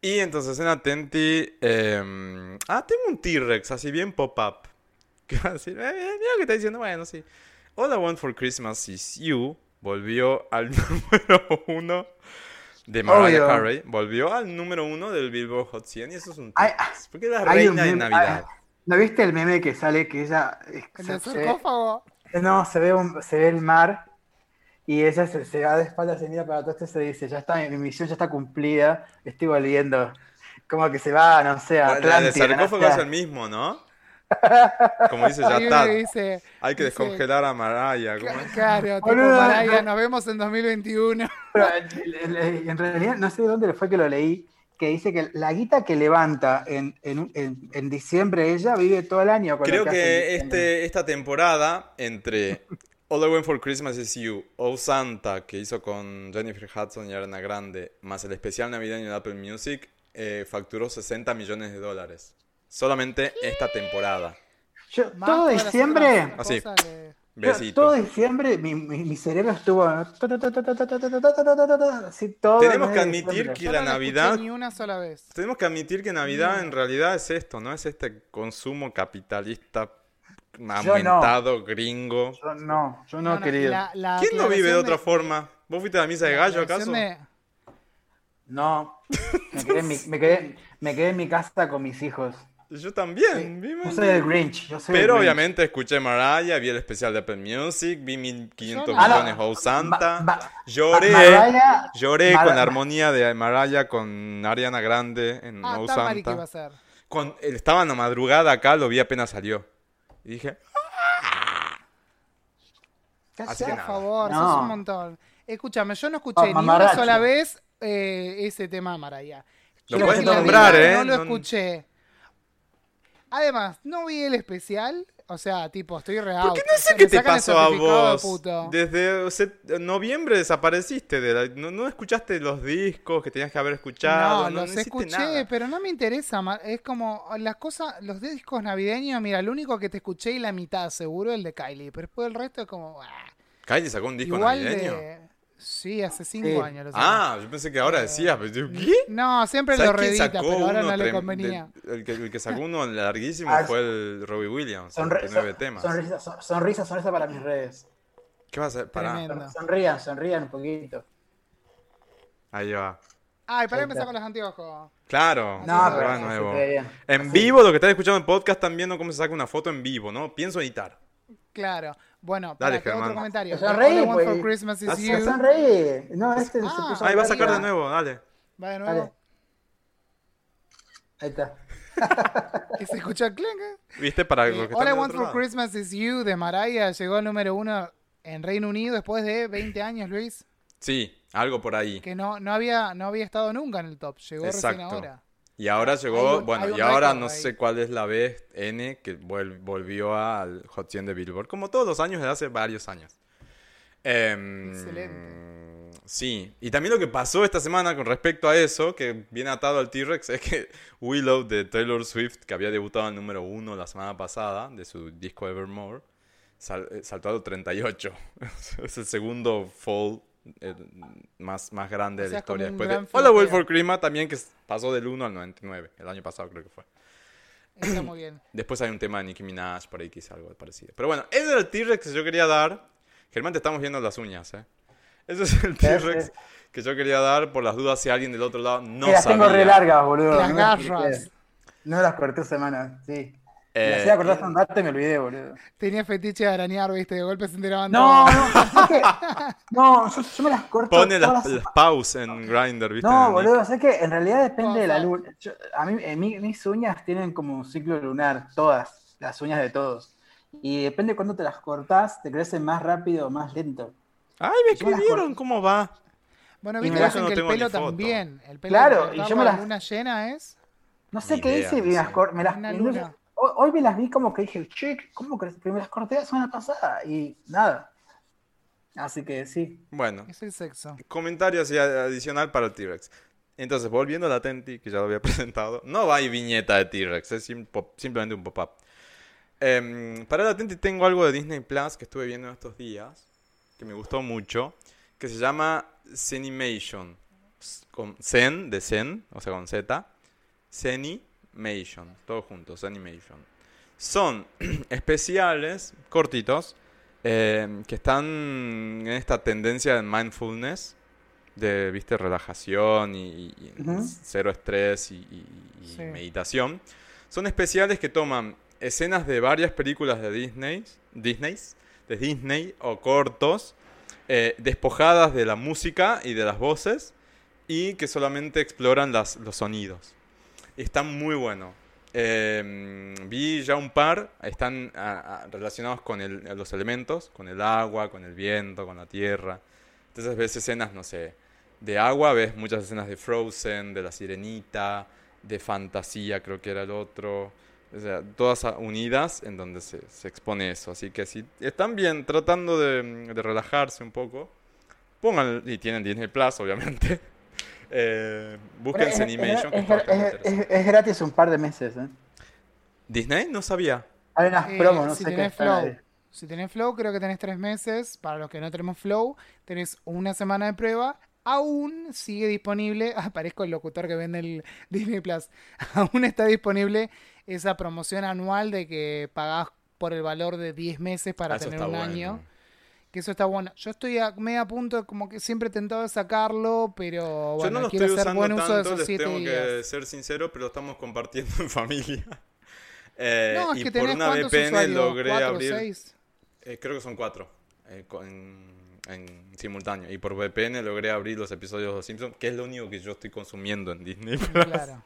Y entonces en Atenti. em, ah, tengo un T-Rex, así bien pop-up. Que va a decir, eh, eh, mira lo que está diciendo, bueno, sí. All I Want for Christmas is You volvió al número uno de Mariah
Obvio.
Carey. Volvió al número uno del Billboard Hot 100 y eso es un
Ay, ah,
T-Rex. Porque es la
Hay un
reina de
meme-
Navidad.
ah, ¿No viste el meme que sale que ella eh,
En
se-
el
se ve-
sarcófago.
No, se ve, un- se ve el mar y ella se, se va de espaldas y mira para todo esto y se dice, ya está, mi misión ya está cumplida, estoy volviendo. Como que se va, no sé, a
Bueno, La de
Atlántida, no
sarcófago
sé,
es el mismo, ¿no? Como dice, ya
Hay uno
está.
que dice.
Hay que
dice,
descongelar a Mariah. ¿cómo es?
Claro, tipo,
Boludo,
Mariah,
no.
nos vemos en 2021.
Pero, eh, eh, en realidad, no sé dónde fue que lo leí, que dice que la guita que levanta en, en- en- en diciembre ella vive todo el año. con lo
Creo
hace en
que
diciembre.
este, esta temporada entre All I Want for Christmas is You, Oh Santa, que hizo con Jennifer Hudson y Ariana Grande, más el especial navideño de Apple Music, eh, facturó 60 millones de dólares. Solamente esta temporada.
Yo,
Más
todo
todas las
diciembre,
otras
Así.
cosas que-
yo,
Besito.
todo diciembre, mi, mi- mi cerebro estuvo ta, ta, ta, ta, ta, ta, ta, ta, ta, ta, ta, ta, así todo
Tenemos que
el mes de
admitir
diciembre.
que-
Yo
la
no la
Navidad-
escuché Ni una sola vez.
Tenemos que admitir que
Mm.
Navidad en realidad es esto, ¿no? Es este consumo capitalista aumentado, gringo.
Yo no, yo
No,
no,
no,
querido.
la- la
¿Quién no vive de
aclaración
otra forma? ¿Vos fuiste a la misa de
la
gallo acaso?
aclaración de-
No, me quedé, en mi, me, quedé, me quedé en mi casa con mis hijos.
Yo también. vivo
Yo
en-
soy el Grinch. Yo soy el
Pero
Grinch.
obviamente escuché Mariah, vi el especial de Apple Music, vi
Yo
1500
no.
millones
Ah, no.
Oh Santa,
Ma- ma-
lloré,
Ma- Mariah-
lloré
Mar-
con la armonía de Mariah con Ariana Grande en
Ah,
Oh
tan mari que iba a
Santa.
ser.
Con, él estaba en la madrugada acá, lo vi apenas salió. Y dije, Así que
Por
nada.
favor,
No. Ah,
sos un montón. Escúchame, yo no escuché ni una
mamarracho.
sola vez eh, ese tema de Mariah.
lo
Quiero
puedes
decir la
nombrar,
verdad,
¿eh?
No lo
No-
escuché. Además, no vi el especial. O sea, tipo, estoy real.
Porque no sé qué te pasó a vos. Desde se- noviembre desapareciste, de la- no, no escuchaste los discos que tenías que haber
no,
escuchado. No,
los
no hiciste
escuché,
nada.
pero no me interesa. ma- Es como las cosas, los discos navideños, mira, el único que te escuché y la mitad seguro el de Kylie, pero después el resto es como... ah,
Kylie sacó un disco
igual
navideño.
de... Sí, hace cinco
Sí.
años. lo sacó.
Ah, yo pensé que ahora decías, pero yo, ¿qué?
Eh, No, siempre lo
¿Sabes quién
reedita,
sacó
pero ahora
uno
no le
trem-
convenía.
de- el, que, el que sacó uno larguísimo
Ah,
fue el Robbie Williams,
Sonri-
39
son-
temas.
Sonrisa, son- sonrisa, sonrisa para mis redes.
¿Qué vas a hacer? Pará,
Tremendo.
Son- Sonrían, sonrían un poquito.
ahí va.
Ay, para
Ahí
empezar
está.
con los anteojos.
Claro,
No,
ahí
pero
va
sí,
nuevo.
se ve bien.
En vivo, lo que estás escuchando en podcast también, no cómo se saca una foto en vivo, ¿no? Pienso editar.
Claro. Bueno,
Dale,
para otro
Germán.
comentario.
Pero
All
sonreí,
I want
pues.
for Christmas is
Ah, sí.
you.
Pero sonríe. No, este se
Ah.
puso
Ahí va a sacar
arriba.
de nuevo, dale.
Va de
Dale.
nuevo.
Ahí está.
Que se escucha el clink. eh.
¿Viste? Para
Eh,
los que
All
están
I
del
Want
otro
for
lado.
Christmas is You de Mariah llegó al número uno en Reino Unido después de 20 años, Luis,
Sí, algo por ahí.
que no, no, había, no había estado nunca en el top. Llegó recién
Exacto.
ahora.
Y ahora llegó,
Hay un-
bueno,
hay un
y ahora
récord
no
ahí.
sé cuál es la vez N que vuel- volvió al Hot 100 de Billboard, como todos los años desde hace varios años. Em,
Excelente.
Sí, y también lo que pasó esta semana con respecto a eso, que viene atado al T-Rex, es que Willow de Taylor Swift, que había debutado en número uno la semana pasada de su disco Evermore, sal- eh, saltó al 38. es el segundo fall eh, más, más grande
O
de la
sea, es como
historia.
un
Después de
gran
Hola World
floteo.
for Crima también que s- pasó del 1 al 99, el año pasado creo que fue.
Está muy bien.
Después hay un tema de Nicki Minaj por ahí que es algo parecido. Pero bueno, ese era el T-Rex que yo quería dar. Germán, te estamos viendo las uñas, ¿eh? Ese es el T-Rex que yo quería dar por las dudas si alguien del otro lado no
Sí, las
sabía.
tengo re largas, boludo.
Las
no las
garras.
corté. No las corté semana, sí.
Eh,
Me hacía cortar un rato y me olvidé, boludo.
Tenía fetiche de arañar, viste, de golpe se enteraban
No,
todos.
no, ¿sabes qué? No, yo, yo me las corto
Pone las,
todas
las paus en Grindr, ¿viste? En
No,
el
boludo, sé que en realidad
Todas
depende de la
son.
luna. Yo- a mí, en mí- mis uñas tienen como un ciclo lunar, todas, las uñas de todos. Y depende cuándo te las cortás, te crecen más rápido o más lento.
nick. Ay, me escribieron cómo va.
Bueno,
Y
viste
mirá,
dicen
yo no
que el
tengo ni
pelo
foto.
también. El pelo
Claro,
de
y yo
Pablo
me las-
en luna llena es.
No sé
Ni
qué
idea,
hice, y
no
me las
sé.
cor- me las-
Una
me-
luna.
hoy, hoy me las vi como que dije, che, ¿cómo crees? Pero me las corté la semana pasada y nada. Así que sí.
Bueno,
Es el sexo.
comentario así a- adicional para el T-Rex. Entonces, volviendo a la Tenti, que ya lo había presentado, no hay viñeta de T-Rex, es sim- pop- simplemente un pop-up. Em, para la Tenti tengo algo de Disney Plus que estuve viendo estos días, que me gustó mucho, que se llama Cinemation. con Zen, de Zen, o sea, con Z, Zenimation, todos juntos, Zenimation. Son especiales, cortitos, eh, que están en esta tendencia de mindfulness, de, viste, relajación y, y
Ujú.
cero estrés y, y- y
Sí.
meditación. Son especiales que toman escenas de varias películas de Disney, Disney's, de Disney o cortos, eh, despojadas de la música y de las voces, y que solamente exploran las, los sonidos. Y Están muy buenos. Eh, vi ya un par, están ah, ah, relacionados con el- los elementos, con el agua, con el viento, con la tierra. Entonces ves escenas, no sé, de agua, ves muchas escenas de Frozen, de La Sirenita, de Fantasía, creo que era el otro. O sea, todas a- unidas en donde se, se expone eso. Así que si están bien tratando de, de relajarse un poco, pongan, y tienen Disney Plus, obviamente. Eh, busquen
Es- es-
Animation, que
es-
está bastante
es-
interesante.
es- es gratis un par de meses. ¿eh?
Disney no sabía.
Hay unas
Eh,
promos, no
si
sé qué.
tenés
están
flow,
ahí.
si tenés flow, creo que tenés tres meses. Para los que no tenemos flow, tenés una semana de prueba. Aún sigue disponible. ah, Parezco el locutor que vende el Disney Plus. Aún está disponible esa promoción anual de que pagás por el valor de 10 meses para
Ah, eso
tener
está
un
bueno.
año. Que eso está bueno. Yo estoy a medio punto, de como que siempre he tentado de sacarlo, pero
Yo
bueno,
no lo
quiero
estoy
hacer
usando
buen uso de
tanto,
esos
les
7
tengo que
días.
ser sincero, pero lo estamos compartiendo en familia. Eh,
no, es
y
que
por
tenés
una
cuántos
VPN
usuarios,
logré
cuatro,
abrir.
seis.
Eh, creo que son cuatro eh, con- en simultáneo. Y por VPN logré abrir los episodios de Los Simpsons, que es lo único que yo estoy consumiendo en Disney Plus.
Claro.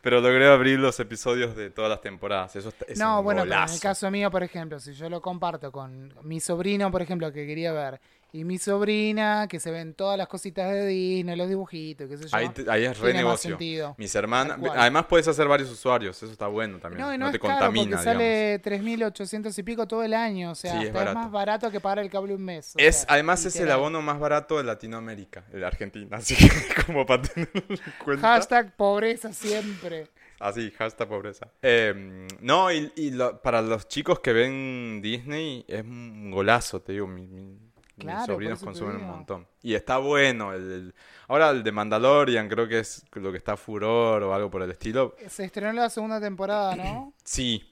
Pero logré abrir los episodios de todas las temporadas. Eso está- es
no,
un
bueno, pero en el
golazo.
caso mío, por ejemplo, si yo lo comparto con mi sobrino, por ejemplo, que quería ver, y mi sobrina, que se ven todas las cositas de Disney, los dibujitos, qué sé yo.
Ahí, te- ahí
tiene
es
más
renegocio.
sentido.
Mis hermanas.
Tal cual.
Además, puedes hacer varios usuarios. Eso está bueno también.
No,
No,
y no,
te
es caro porque
contamina, digamos.
sale 3.800 y pico todo el año, o sea,
Sí, es
hasta es,
barato.
más barato que pagar el cable un mes. o
Es,
sea,
además, es el
literal.
abono más barato de Latinoamérica, el de Argentina. Así que, como para tenerlo en cuenta.
Hashtag pobreza siempre.
Así, hashtag pobreza. Eh, no, y, y lo- para los chicos que ven Disney es un golazo, te digo. mi- mi- mis
Claro, por
sobrinos
eso te
consumen un
digo.
montón. Y está bueno. El, el- ahora el de Mandalorian creo que es lo que está furor o algo por el estilo.
Se estrenó la segunda temporada, ¿no?
Sí.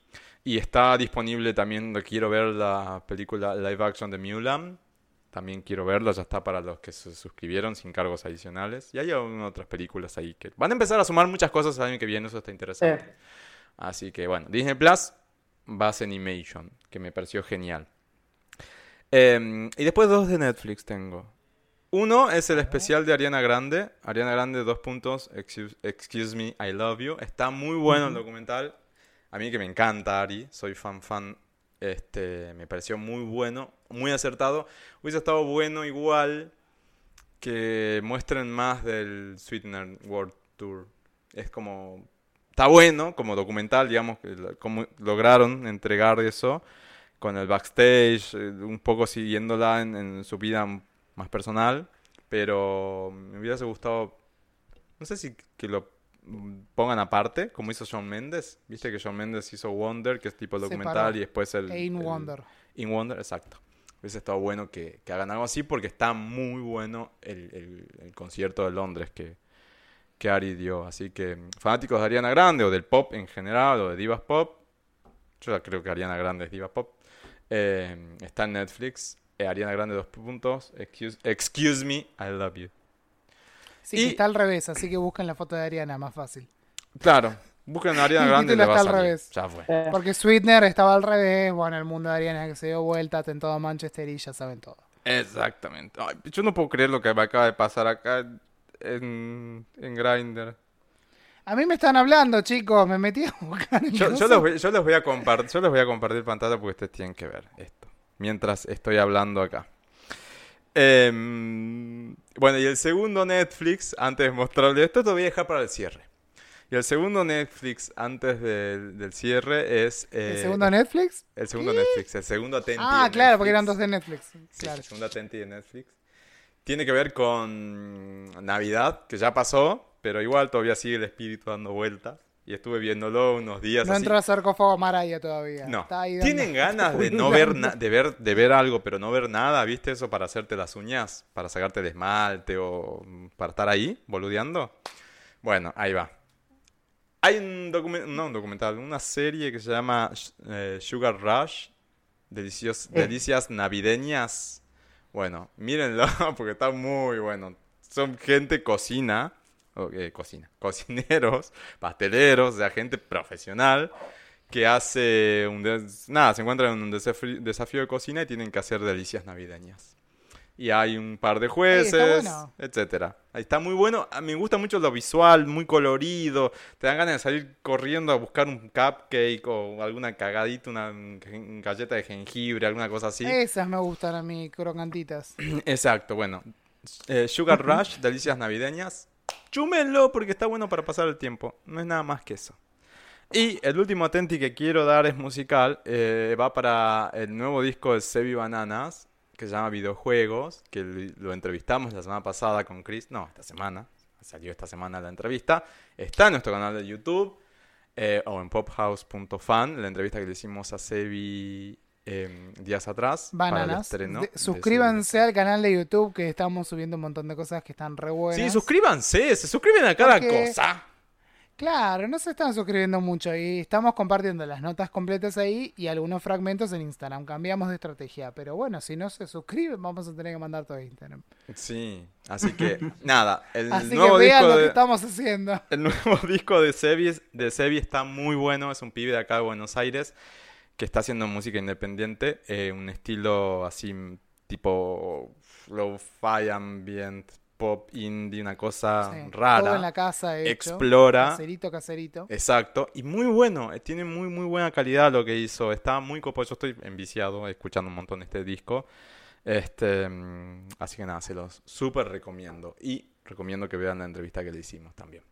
Y está disponible también, lo quiero ver la película live action de Mulan. También quiero verla, ya está para los que se suscribieron sin cargos adicionales. Y hay algunas otras películas ahí que van a empezar a sumar muchas cosas el año que viene, eso está interesante.
Eh,
Así que bueno, Disney Plus, Base Animation, que me pareció genial. Em, y después dos de Netflix tengo. Uno es el especial de Ariana Grande. Ariana Grande, dos puntos, excuse, excuse me, I love you. Está muy bueno el documental. A mí que me encanta Ari, soy fan fan. Este, me pareció muy bueno, muy acertado. Hubiese estado bueno igual que muestren más del Sweetener World Tour. Es como está bueno como documental, digamos, que la- cómo lograron entregar eso con el backstage, eh, un poco siguiéndola en, en su vida m- más personal, pero me hubiese gustado, no sé si que lo mm, pongan aparte, como hizo John Mendes, viste que John Mendes hizo Wonder, que es tipo
Separó.
documental, y después el...
E In
el-
Wonder.
In Wonder, exacto. Hubiese estado bueno que, que hagan algo así porque está muy bueno el, el- el concierto de Londres que, que Ari dio. Así que mm, fanáticos de Ariana Grande o del pop en general o de divas pop, yo ya creo que Ariana Grande es diva pop, eh, está en Netflix. eh, Ariana Grande, dos puntos. Excuse, excuse me, I love you.
Sí, que
Y-
está al revés, así que busquen la foto de Ariana, más fácil.
Claro, busquen a Ariana
El
Grande y
título
le va a
está al
salir.
revés.
Ya fue.
eh,
Porque Sweetener estaba al revés, bueno, el mundo de Ariana que se dio vuelta, atentado a Manchester y ya saben todo.
Exactamente. Ay, yo no puedo creer lo que me acaba de pasar acá en, en Grindr.
A mí me están hablando, chicos, me metí a buscar. el
Yo, yo
coso.
los voy, yo, los voy a compart- yo los voy a compartir pantalla porque ustedes tienen que ver esto. Mientras estoy hablando acá. Em, bueno, y el segundo Netflix, antes de mostrarles esto, te lo voy a dejar para el cierre. Y el segundo Netflix antes del, del cierre es...
¿El
eh,
segundo Netflix?
el segundo Netflix, el segundo Atenti.
Ah,
de
claro, porque eran
Netflix.
dos de Netflix.
Sí,
Claro.
el segundo Atenti de Netflix. Tiene que ver con Navidad, que ya pasó, pero igual todavía sigue el espíritu dando vueltas. Y estuve viéndolo unos días
No
así.
entró a sarcófago Maraya todavía.
No.
Está ahí dando-
Tienen ganas de no ver, na- de ver de ver algo, pero no ver nada, ¿viste? Eso para hacerte las uñas, para sacarte el esmalte o mm, para estar ahí boludeando. Bueno, ahí va. Hay un documental, no un documental, una serie que se llama eh, Sugar Rush, Delicios-
Eh.
Delicias Navideñas. Bueno, mírenlo porque está muy bueno. Son gente cocina, o, eh, cocina, cocineros, pasteleros, o sea, gente profesional que hace un des- nada, se encuentran en un desafi- desafío de cocina y tienen que hacer delicias navideñas. Y hay un par de jueces,
bueno.
etcétera. Ahí está muy bueno. A- Me gusta mucho lo visual, muy colorido. Te dan ganas de salir corriendo a buscar un cupcake o alguna cagadita, una mm, gen- galleta de jengibre, alguna cosa así.
Esas me gustan a mí, crocantitas.
Exacto, bueno. Eh, Sugar Rush, delicias navideñas. Chúmenlo porque está bueno para pasar el tiempo. No es nada más que eso. Y el último atenti que quiero dar es musical. eh, va para el nuevo disco de Sebi Bananas, que se llama Videojuegos, que l- lo entrevistamos la semana pasada con Chris. No, esta semana. Salió esta semana la entrevista. Está en nuestro canal de YouTube eh, o en pophouse.fan, la entrevista que le hicimos a Sebi em, días atrás. para el
Bananas.
estreno
De-
de su
suscríbanse al canal de YouTube que estamos subiendo un montón de cosas que están re buenas.
Sí, suscríbanse, se suscriben a cada
Porque-
cosa.
Claro, no se están suscribiendo mucho y estamos compartiendo las notas completas ahí y algunos fragmentos en Instagram. Cambiamos de estrategia, pero bueno, si no se suscriben vamos a tener que mandar todo a Instagram.
Sí, así que nada, el
Así que
nuevo
vean
disco
lo que
de,
estamos haciendo.
el nuevo disco de Sebi, es- de Sebi está muy bueno, es un pibe de acá de Buenos Aires que está haciendo música independiente, eh, un estilo así mm, tipo lo-fi ambient, pop indie, una cosa
Sí, Todo
Ah, rara.
en la casa hecho.
Explora.
Caserito, caserito.
Exacto, y muy bueno, eh, tiene muy muy buena calidad lo que hizo, está muy copado, yo estoy enviciado escuchando un montón este disco, este, mm, así que nada, se los súper recomiendo y recomiendo que vean la entrevista que le hicimos también.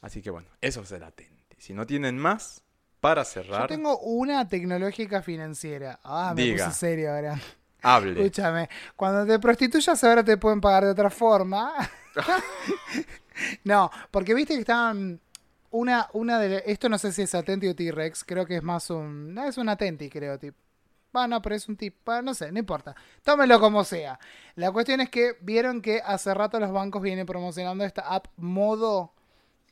Así que bueno, eso es el atente. Si no tienen más, para
Yo
cerrar,
tengo una tecnológica financiera. Ah, me
Diga.
puse serio ahora.
hable.
Escúchame, cuando te prostituyas ahora te pueden pagar de otra forma. no, porque viste que estaban una una de esto no sé si es Atenti o T-Rex, creo que es más un no, es un Atenti, creo, tipo. Bueno, pero es un tipo, no sé, no importa. Tómelo como sea. La cuestión es que vieron que hace rato los bancos vienen promocionando esta app Modo.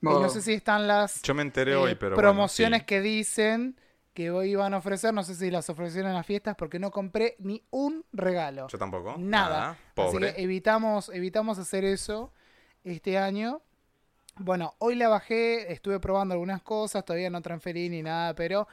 y
Modo.
no sé si están las
Yo me enteré
eh,
hoy, pero bueno,
promociones
sí.
que dicen que hoy iban a ofrecer, no sé si las ofrecieron en las fiestas porque no compré ni un regalo.
Yo tampoco. Ah,
Nada.
Pobre.
Así que eh, evitamos, evitamos hacer eso este año. Bueno, hoy la bajé, estuve probando algunas cosas, todavía no transferí ni nada, pero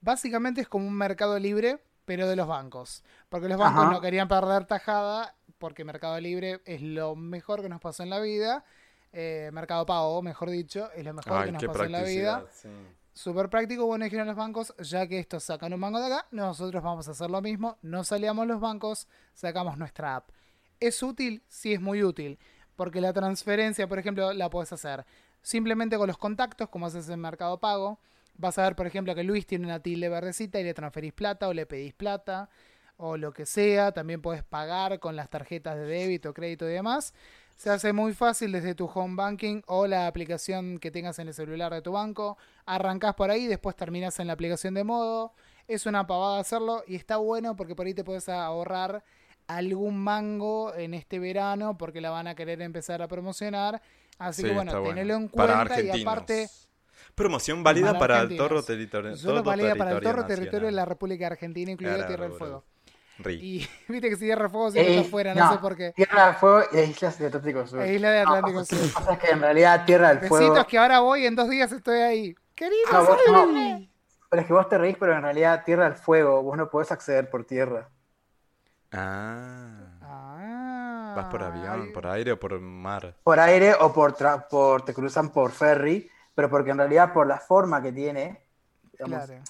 básicamente es como un mercado libre, pero de los bancos. Porque los bancos
Ajá.
no querían perder tajada, porque Mercado Libre es lo mejor que nos pasó en la vida. Eh, mercado Pago, mejor dicho, es lo mejor que
Ay,
nos
qué
pasó en la vida.
practicidad. sí.
Súper práctico, bueno, dijeron los bancos, ya que estos sacan un mango de acá, nosotros vamos a hacer lo mismo, no salíamos los bancos, sacamos nuestra app. ¿Es útil? Sí, es muy útil, porque la transferencia, por ejemplo, la puedes hacer simplemente con los contactos, como haces en Mercado Pago. Vas a ver, por ejemplo, que Luis tiene una tilde verdecita y le transferís plata o le pedís plata o lo que sea. También puedes pagar con las tarjetas de débito, crédito y demás. Se hace muy fácil desde tu home banking o la aplicación que tengas en el celular de tu banco. Arrancás por ahí, después terminás en la aplicación de modo. Es una pavada hacerlo y está bueno porque por ahí te puedes ahorrar algún mango en este verano porque la van a querer empezar a promocionar. Así
Sí,
que bueno,
está
tenelo en
Para
cuenta y
argentinos.
aparte
Promoción válida
para
para, el
argentinos.
torro territorio.
solo
todo
valía para el
territorio
torro territorio de la
nacional.
República Argentina, incluido
Claro,
Tierra del
boludo.
Fuego.
Ri.
Y viste que si Tierra del Fuego siempre
Eh,
está afuera, no, sé por qué.
Tierra del Fuego y Islas del Atlántico Sur.
La isla de Atlántico Sur.
Lo que pasa es que en realidad Tierra del Fuego.
Besitos que ahora voy, en dos días estoy ahí. Querido,
No, vos no.
horrible.
Pero es que vos te reís, pero en realidad Tierra del Fuego, vos no podés acceder por tierra.
Ah.
Ah,
¿Vas por avión, por aire o por mar?
Por aire o por, tra- por te cruzan por ferry, pero porque en realidad por la forma que tiene, digamos,
Claro.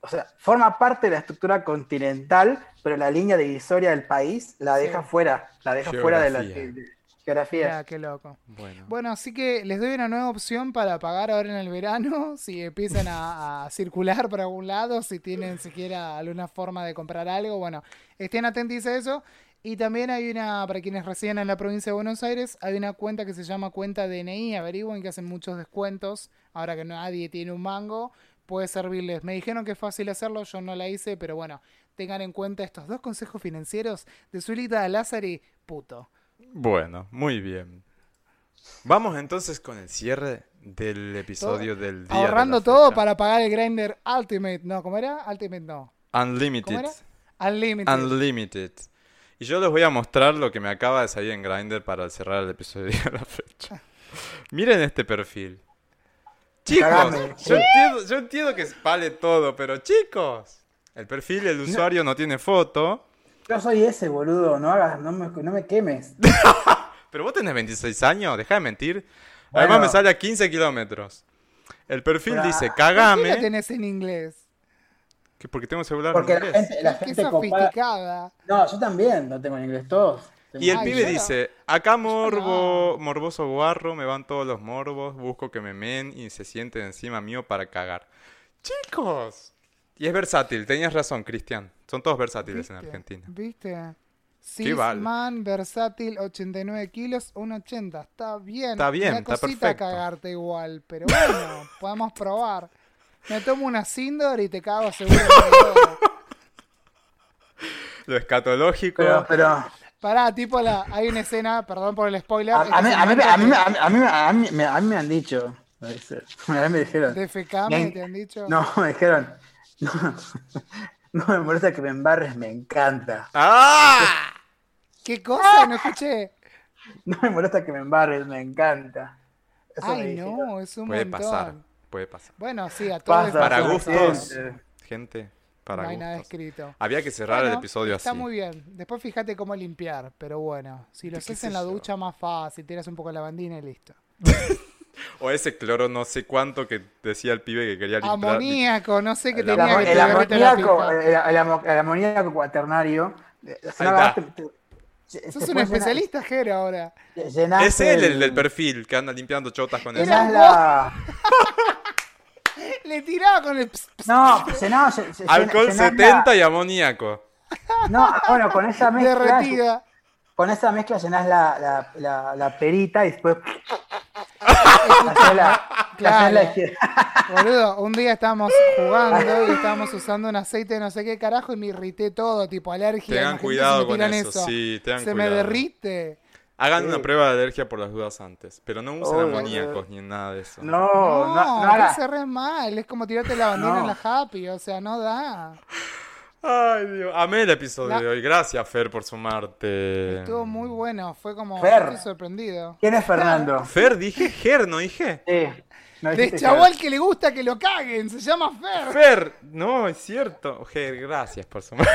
o sea, forma parte de la estructura continental, pero la línea divisoria del país la
Sí.
deja fuera, la deja fuera de la de-
Geografía.
de- geografía.
Mirá, qué loco.
Bueno.
Bueno, así que les doy una nueva opción para pagar ahora en el verano, si empiezan a, a circular por algún lado, si tienen siquiera alguna forma de comprar algo, bueno, estén atentos a eso. Y también hay una, para quienes residen en la provincia de Buenos Aires, hay una cuenta que se llama cuenta DNI, averigüen que hacen muchos descuentos, ahora que nadie tiene un mango, puede servirles. Me dijeron que es fácil hacerlo, yo no la hice, pero bueno, tengan en cuenta estos dos consejos financieros de Zulita Lázari, puto.
Bueno, muy bien. Vamos entonces con el cierre del episodio del día. de la
Ahorrando todo
fecha.
para pagar el Grinder Ultimate, no, ¿cómo era? Ultimate no. ¿Cómo
Unlimited.
era? Unlimited.
Unlimited. Y yo les voy a mostrar lo que me acaba de salir en Grindr para cerrar el episodio de la fecha. Miren este perfil.
Cagame.
Chicos, yo entiendo, yo entiendo que vale todo, pero chicos, el perfil, el usuario no tiene foto,
Yo soy ese, boludo. No hagas, no me, no me quemes.
pero vos tenés 26 años, deja de mentir. Además
Bueno.
me sale a 15 kilómetros. El perfil
Pero,
dice,
¿Por qué la
cagame,
tenés en inglés?
que porque tengo celular en
Porque la
inglés.
gente, la
Qué
gente copada.
sofisticada.
No, yo también no tengo en inglés todos.
Y el
Ay,
pibe
yo no.
dice, acá morbo, morboso guarro, me van todos los morbos, busco que me men y se sienten encima mío para cagar. Chicos. Y es versátil, tenías razón, Cristian. Son todos versátiles en Argentina.
¿Viste?
Qué vale.
Sisman, versátil, 89 kilos, 1,80. Está bien.
Está bien,
Me da
está
cosita
perfecto.
cagarte igual, pero bueno, podemos probar. Me tomo una Sindor y te cago seguro. en el dedo.
Lo escatológico.
Pero, pero
Pará, tipo, la, hay una escena, perdón por el spoiler.
a, a mí, a, mí,
escena
a, mí, a, mí, a, mí, a mí- me- a mí me han dicho. me dice- A mí me dijeron.
De
me
Fecame,
en-
te han dicho.
No, me dijeron. No, no me molesta que me embarres, me encanta.
¡Ah!
¿Qué cosa? No escuché.
No me molesta que me embarres, me encanta. Eso me
Ay,
dijeron.
no, es un
Puede
montón.
pasar, puede pasar.
Bueno, sí, a todos. les
Pasa,
Para
sí,
pasa.
gustos.
sí.
Gente, para
No hay nada
gustos.
escrito.
Había que cerrar el
Bueno,
episodio
está
así.
muy bien. Después fíjate cómo limpiar, pero bueno, si lo
¿Qué
haces
sé
en la
yo?
ducha más fácil, tiras un poco de lavandina y listo.
O ese cloro no sé cuánto que decía el pibe que quería limpiar.
Amoníaco, Ah, no sé qué
El eh.
El,
tenía
amo-
que
el
tener ahorita en la
amoníaco,
pija.
el, el amo- el amoníaco cuaternario. eh, si no
Ahí
agarraste,
está.
te- te-
Sos
te
un
puedes llenar-
especialista, Jero, ahora.
te llenás
Es él el
el-
del perfil que anda limpiando chotas con eso.
llenás la.
Le tiraba con el... ps- ps-
No, llenás- llen- llen-
Alcohol
llenás la-
70 y amoníaco.
No, bueno, con esa mezcla.
derretida.
Con esa mezcla llenás la, la, la, la perita y después. hacés la,
Claro.
hacés la-
Boludo, un día estábamos jugando y estábamos usando un aceite de no sé qué carajo y me irrité todo, tipo alergia.
Tengan
imagínate si
cuidado
me
con
tiran
eso, sí, tengan
Se me
cuidado.
derrite.
Hagan
Sí.
una prueba de alergia por las dudas antes, pero no usen
Oh,
amoníacos ni nada de eso.
No,
No,
no, no, hagas-
se re mal. Es como tirarte la bandera
No.
en la Happy, o sea, no da.
Ay, Dios. Amé el episodio
La-
de hoy. Gracias, Fer, por sumarte.
Estuvo muy bueno, fue como
Fer.
estoy sorprendido.
¿Quién es Fernando?
Fer, dije Ger, no dije.
Sí. no
De este
dijiste
chabón que le gusta que lo caguen, se llama Fer.
Fer, no, es cierto. Ger, gracias por sumarte.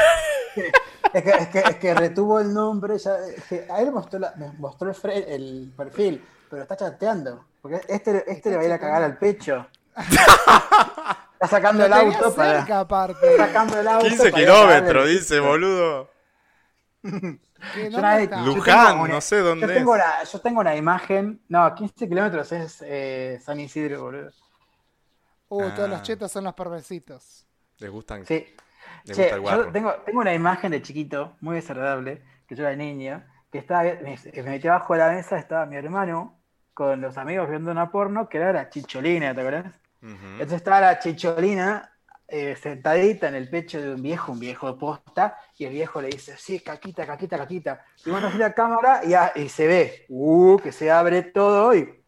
Es que, es, que, es que retuvo el nombre, ya, es que a él mostró la- me mostró el, fre- el perfil, pero está chateando. Porque este, este le va a ir a cagar al pecho. Está sacando
Lo
el
tenía
auto para.
cerca, aparte.
está sacando el auto
15
para ir a cagar
kilómetros,
al-
dice, boludo.
Que
Yo
no
una vez-
está.
yo
Luján,
tengo
no sé dónde
yo tengo
es.
la- yo tengo una imagen. No, 15 kilómetros es eh, San Isidro, boludo.
Uh, todos
Ah.
los chetos son los perversitos.
Les gustan.
Sí.
Le
Che,
gusta el guarro.
yo tengo, tengo una imagen de chiquito, muy desagradable, que yo era niño, que estaba, me, me metí abajo de la mesa, estaba mi hermano con los amigos viendo una porno, que era la chicholina, ¿te
Mm.
acuerdas?
Ujú.
Entonces estaba la chicholina eh, sentadita en el pecho de un viejo, un viejo de posta, y el viejo le dice, sí, caquita, caquita, caquita. Y bueno, así la cámara y, a- y se ve, uh, que se abre todo y,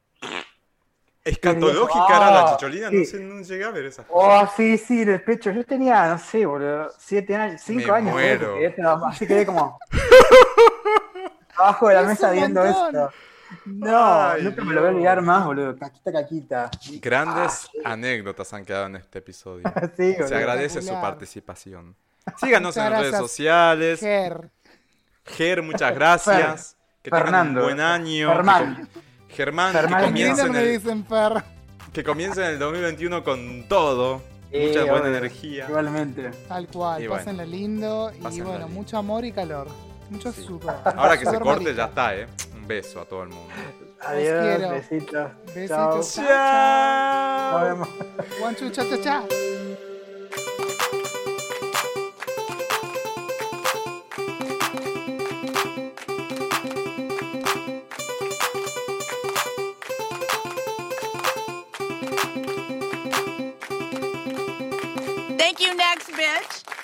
Escatológica
Ah,
era la chicholina, no
sí.
sé, no llegué a ver esas cosas.
oh, sí, sí, en el pecho. Yo tenía, no sé, boludo, siete años, cinco
Me
años. boludo,
muero.
porque esto nada más. Así quedé como abajo de la
Es
mesa
un
viendo
montón.
esto. No,
Ay,
nunca me lo voy a
Dios.
olvidar más, boludo. Caquita, caquita. ah,
Grandes anécdotas han quedado en este episodio.
Sí,
Se
boludo.
agradece su
Espectacular.
participación. Síganos en
Muchas
las redes
gracias,
sociales.
Ger.
Ger, muchas gracias. que tengan
Fernando.
un buen año.
Germán.
Que- Germán, que,
Germán.
En
comiencen
Tinder me
el,
dicen Fer.
que comiencen el 2021 con todo.
Sí,
mucha buena
obvio.
energía.
Igualmente.
Tal cual,
Y bueno.
pásenla lindo. Y
Pásenla
bueno,
lindo.
mucho amor y calor. Mucho
Sí.
azúcar.
Ahora que se
Azúcar
corte
marica.
ya está, ¿eh? Un beso a todo el mundo.
Adiós,
quiero.
besitos. Chao.
Besitos.
Nos
¡Chao!
vemos.
One, two, cha, cha, cha.
Thank you, next bitch.